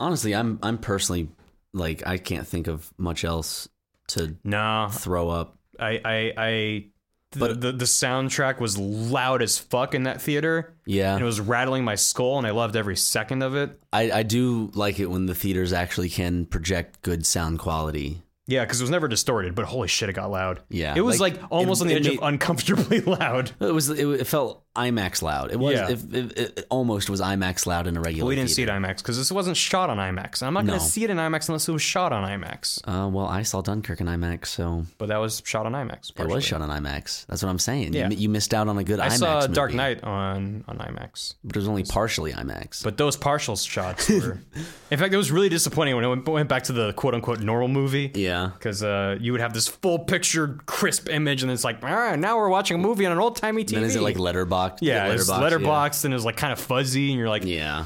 S1: honestly, I'm I'm personally like I can't think of much else to
S2: no,
S1: throw up.
S2: I I. I the,
S1: But-
S2: the the soundtrack was loud as fuck in that theater.
S1: Yeah.
S2: and it was rattling my skull, and I loved every second of it.
S1: I, I do like it when the theaters actually can project good sound quality.
S2: Yeah, because it was never distorted, but holy shit, it got loud.
S1: Yeah,
S2: it was
S1: like,
S2: like, almost
S1: it-
S2: on the
S1: it
S2: edge of
S1: made-
S2: uncomfortably loud.
S1: It was it, it felt IMAX loud. It was
S2: Yeah.
S1: it, it, it almost was IMAX loud in a regular.
S2: We didn't see it IMAX because this wasn't shot on IMAX. And I'm not going to
S1: No.
S2: see it in IMAX unless it was shot on IMAX.
S1: Uh, well, I saw Dunkirk in IMAX, so
S2: But that was shot on IMAX.
S1: it
S2: partially.
S1: was shot on IMAX. That's what I'm saying.
S2: Yeah.
S1: You, you missed out on a good
S2: I
S1: IMAX.
S2: saw Dark
S1: movie,
S2: Knight on on IMAX,
S1: but it was only partially IMAX.
S2: but those partial shots were. in fact, it was really disappointing when it went, went back to the quote unquote normal movie.
S1: yeah,
S2: Because uh, you would have this full picture, crisp image, and it's like, all right, now we're watching a movie on an old timey TV.
S1: then is it like letterboxed?
S2: yeah, letterbox,
S1: Letterboxd,
S2: letterboxed, and it was like kind of fuzzy, and you're like,
S1: Yeah. yeah.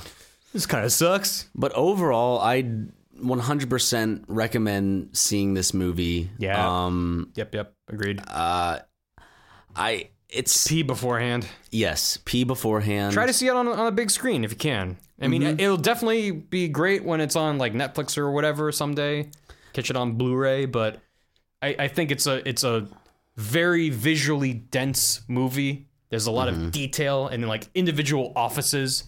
S2: this kind of sucks.
S1: But overall, I 100% recommend seeing this movie.
S2: Yeah.
S1: Um,
S2: Yep, yep, agreed.
S1: Uh, I it's
S2: Pee beforehand.
S1: yes, pee beforehand.
S2: Try to see it on, on a big screen if you can. I mean, it'll definitely be great when it's on like Netflix or whatever someday. Catch it on Blu-ray, but I, I think it's a it's a very visually dense movie. There's a lot of detail and like individual offices.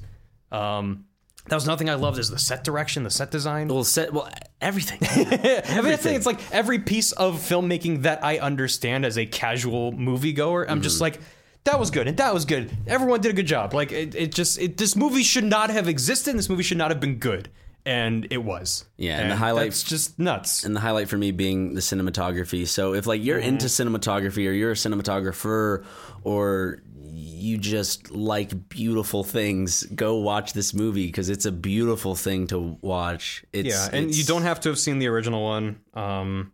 S2: Um, that was nothing I loved is the set direction, the set design.
S1: well set well everything.
S2: Everything. It's like every piece of filmmaking that I understand as a casual moviegoer, I'm just
S1: Mm-hmm.
S2: like, that was good and that was good. Everyone did a good job. Like it, it just it, this movie should not have existed. This movie should not have been good, and it was.
S1: Yeah, and the highlight-
S2: It's just nuts.
S1: and the highlight for me being the cinematography. So if like you're into cinematography or you're a cinematographer or you just like beautiful things, go watch this movie because it's a beautiful thing to watch. It's,
S2: yeah, and you
S1: it's-
S2: don't have to have seen the original one. Um,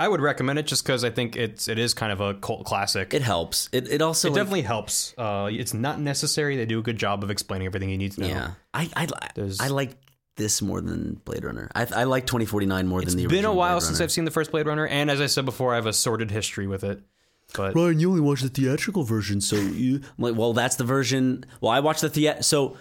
S2: I would recommend it just because I think it's it is kind of a cult classic.
S1: It helps. It it also
S2: It
S1: like,
S2: definitely helps. Uh, it's not necessary. They do a good job of explaining everything you need to know.
S1: Yeah, I I, li- I like this more than Blade Runner. I, I like twenty forty nine more than the.
S2: It's been a
S1: original
S2: while
S1: Blade
S2: since
S1: Runner.
S2: I've seen the first Blade Runner, and as I said before, I have a sordid history with it. But
S1: Ryan, you only watched the theatrical version, so you. I'm like, well, that's the version. Well, I watched the theat. So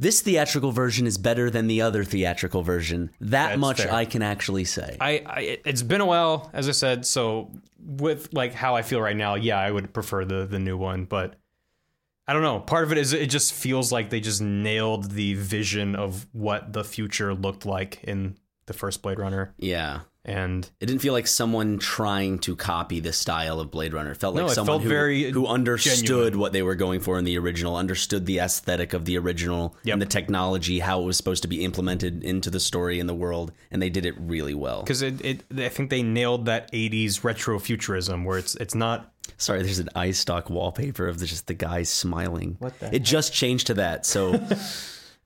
S1: this theatrical version is better than the other theatrical version. That much
S2: fair.
S1: I can actually say.
S2: I, I, it- it's been a while, as I said. So with like how I feel right now, yeah, I would prefer the the new one. But I don't know. Part of it is it just feels like they just nailed the vision of what the future looked like in the first Blade Runner,
S1: yeah,
S2: and
S1: it didn't feel like someone trying to copy the style of Blade Runner. It felt like
S2: No, it
S1: someone
S2: felt
S1: who,
S2: very
S1: who understood
S2: genuine.
S1: what they were going for in the original, understood the aesthetic of the original
S2: Yep.
S1: and the technology, how it was supposed to be implemented into the story and the world, and they did it really well.
S2: because it, it, I think they nailed that '80s retro futurism where it's it's not
S1: Sorry, there's an eye stock wallpaper of the, just the guy smiling. What the it just changed to that, so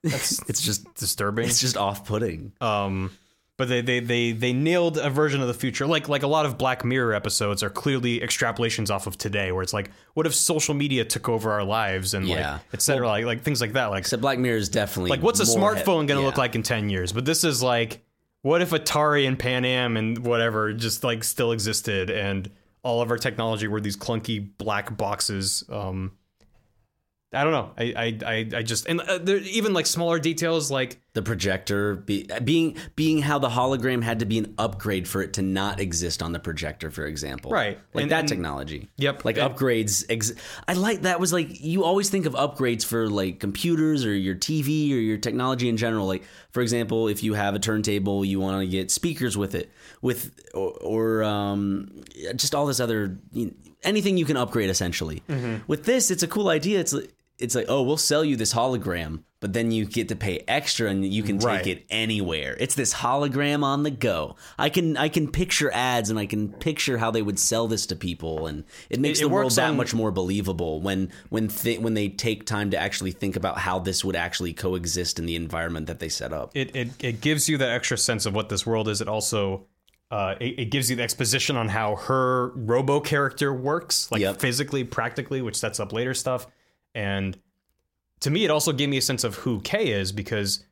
S2: it's just disturbing.
S1: it's just off-putting.
S2: Um, but they, they they they nailed a version of the future, like like a lot of Black Mirror episodes are clearly extrapolations off of today, where it's like, what if social media took over our lives and
S1: Yeah.
S2: like et cetera, like like things like that, like
S1: so Black Mirror is definitely
S2: like what's a
S1: more he-
S2: smartphone going to look
S1: yeah.
S2: like in ten years? But this is like, what if Atari and Pan Am and whatever just like still existed and all of our technology were these clunky black boxes. Um, I don't know. I I I, I just and uh, there, even like smaller details like
S1: the projector be, being being how the hologram had to be an upgrade for it to not exist on the projector, for example.
S2: Right.
S1: Like
S2: And-
S1: that
S2: and-
S1: technology.
S2: Yep.
S1: Like
S2: And-
S1: upgrades. Ex- I like that was like you always think of upgrades for like computers or your TV or your technology in general. Like for example, if you have a turntable, you want to get speakers with it, with or, or um, just all this other you know, anything you can upgrade essentially. With this, it's a cool idea. It's like, it's like oh, we'll sell you this hologram, but then you get to pay extra and you can take
S2: Right.
S1: it anywhere. It's this hologram on the go. I can I can picture ads and I can picture how they would sell this to people, and it makes
S2: It- it
S1: the world
S2: works
S1: that
S2: on-
S1: much more believable when when th- when they take time to actually think about how this would actually coexist in the environment that they set up.
S2: it, it it gives you that extra sense of what this world is. It also uh, it, it gives you the exposition on how her robo character works, like
S1: Yep.
S2: physically, practically, which sets up later stuff. And to me, it also gave me a sense of who Kay is because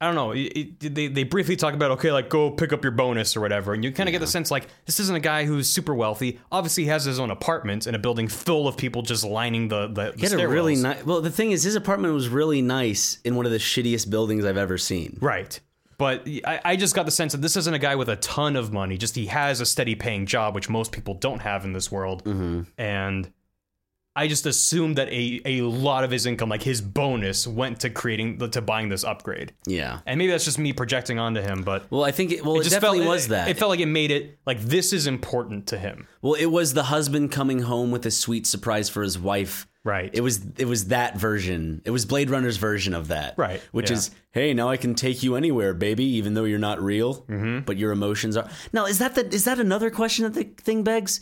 S2: I don't know. It, it- they they briefly talk about okay, like go pick up your bonus or whatever, and you kind of get the sense like this isn't a guy who's super wealthy. Obviously, he has his own apartment and a building full of people just lining the the, the
S1: He had a really
S2: stairwells.
S1: nice. Well, the thing is, his apartment was really nice in one of the shittiest buildings I've ever seen.
S2: Right. But I, I just got the sense that this isn't a guy with a ton of money. Just he has a steady paying job, which most people don't have in this world.
S1: Mm-hmm.
S2: And I just assumed that a, a lot of his income, like his bonus, went to creating to buying this upgrade.
S1: Yeah.
S2: And maybe that's just me projecting onto him, but
S1: Well, I think it. Well, it,
S2: just
S1: definitely
S2: felt,
S1: was that.
S2: It, felt like it made it like this is important to him.
S1: well, it was the husband coming home with a sweet surprise for his wife.
S2: Right.
S1: It was it was that version. It was Blade Runner's version of that.
S2: Right,
S1: Which
S2: yeah.
S1: is, hey, now I can take you anywhere, baby, even though you're not real, mm-hmm. but your emotions are. Now, is that the is that another question that the thing begs?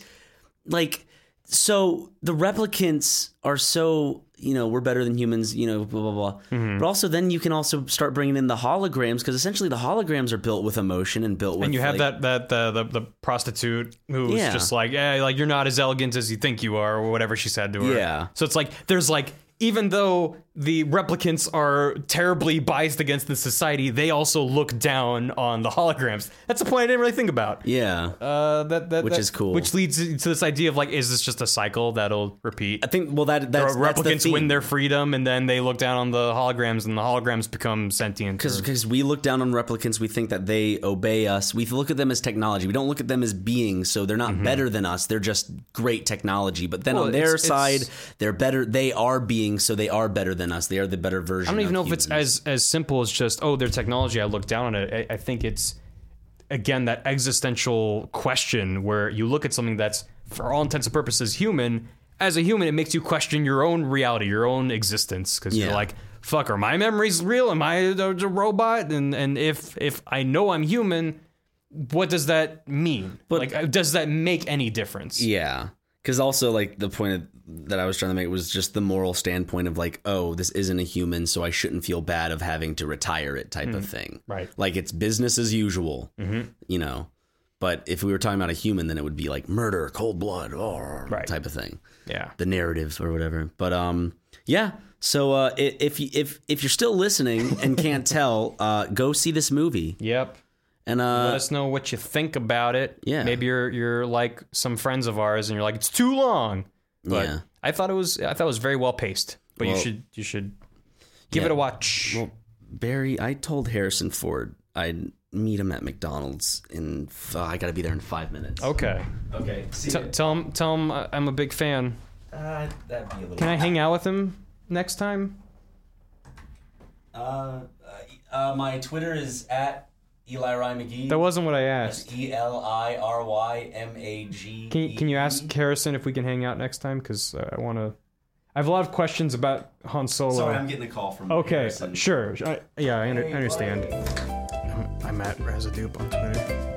S1: Like, so the replicants are so you know we're better than humans, you know, blah blah blah.
S2: Mm-hmm.
S1: But also, then you can also start bringing in the holograms because essentially the holograms are built with emotion and built with
S2: And you have
S1: like,
S2: that that the, the the prostitute who's
S1: Yeah.
S2: just like, yeah, like you're not as elegant as you think you are, or whatever she said to her.
S1: Yeah.
S2: So it's like there's like even though the replicants are terribly biased against the society, they also look down on the holograms. That's a point I didn't really think about.
S1: yeah.
S2: Uh, that, that
S1: Which
S2: that-
S1: is cool.
S2: Which leads to this idea of like, is this just a cycle that'll repeat?
S1: I think well that that's, that's the
S2: replicants win
S1: theme.
S2: their freedom, and then they look down on the holograms, and the holograms become sentient. or-
S1: because we look down on replicants we think that they obey us we look at them as technology we don't look at them as beings so they're not better than us they're just great technology but then
S2: Mm-hmm. Well,
S1: on their
S2: it's- it's-
S1: side they're better they are beings so they are better than us they are the better version
S2: I don't even know if it's as as simple as just oh their technology. I look down on it. I, I think it's again that existential question where you look at something that's for all intents and purposes human. As a human, it makes you question your own reality, your own existence, because
S1: Yeah.
S2: you're like, "Fuck, are my memories real? Am I a, a robot?" And and if if I know I'm human, what does that mean? But, like, uh, does that make any difference?
S1: yeah because also like the point of, that i was trying to make was just the moral standpoint of like oh this isn't a human so i shouldn't feel bad of having to retire it
S2: Hmm.
S1: type of thing
S2: Right.
S1: like it's business as usual
S2: Mm-hmm.
S1: you know but if we were talking about a human then it would be like murder cold blood or
S2: Right.
S1: type of thing
S2: Yeah.
S1: the narratives or whatever but um yeah so uh i- if you if if you're still listening and can't tell uh go see this movie
S2: Yep.
S1: and
S2: let
S1: uh
S2: us know what you think about it.
S1: Yeah.
S2: Maybe you're you're like some friends of ours and you're like, it's too long. But
S1: Yeah.
S2: I thought it was I thought it was very well paced. But you
S1: Well-
S2: should you should give
S1: Yeah.
S2: it a watch.
S1: barry i told harrison ford i'd meet him at mcdonald's in f- i gotta be there in five minutes
S2: okay.
S1: okay see
S2: T- tell him tell him I- I'm a big fan.
S1: uh, that'd be a little
S2: Can I hang out with him next time?
S1: uh, uh my twitter is at eli rye mcgee
S2: That wasn't what I asked.
S1: e l i r y m a g E.
S2: Can you, can you ask Harrison if we can hang out next time? Because I want to. I have a lot of questions about Han Solo.
S1: getting a call from
S2: Okay, sure. I, yeah, I, under, I understand. I'm at Razadoop on Twitter.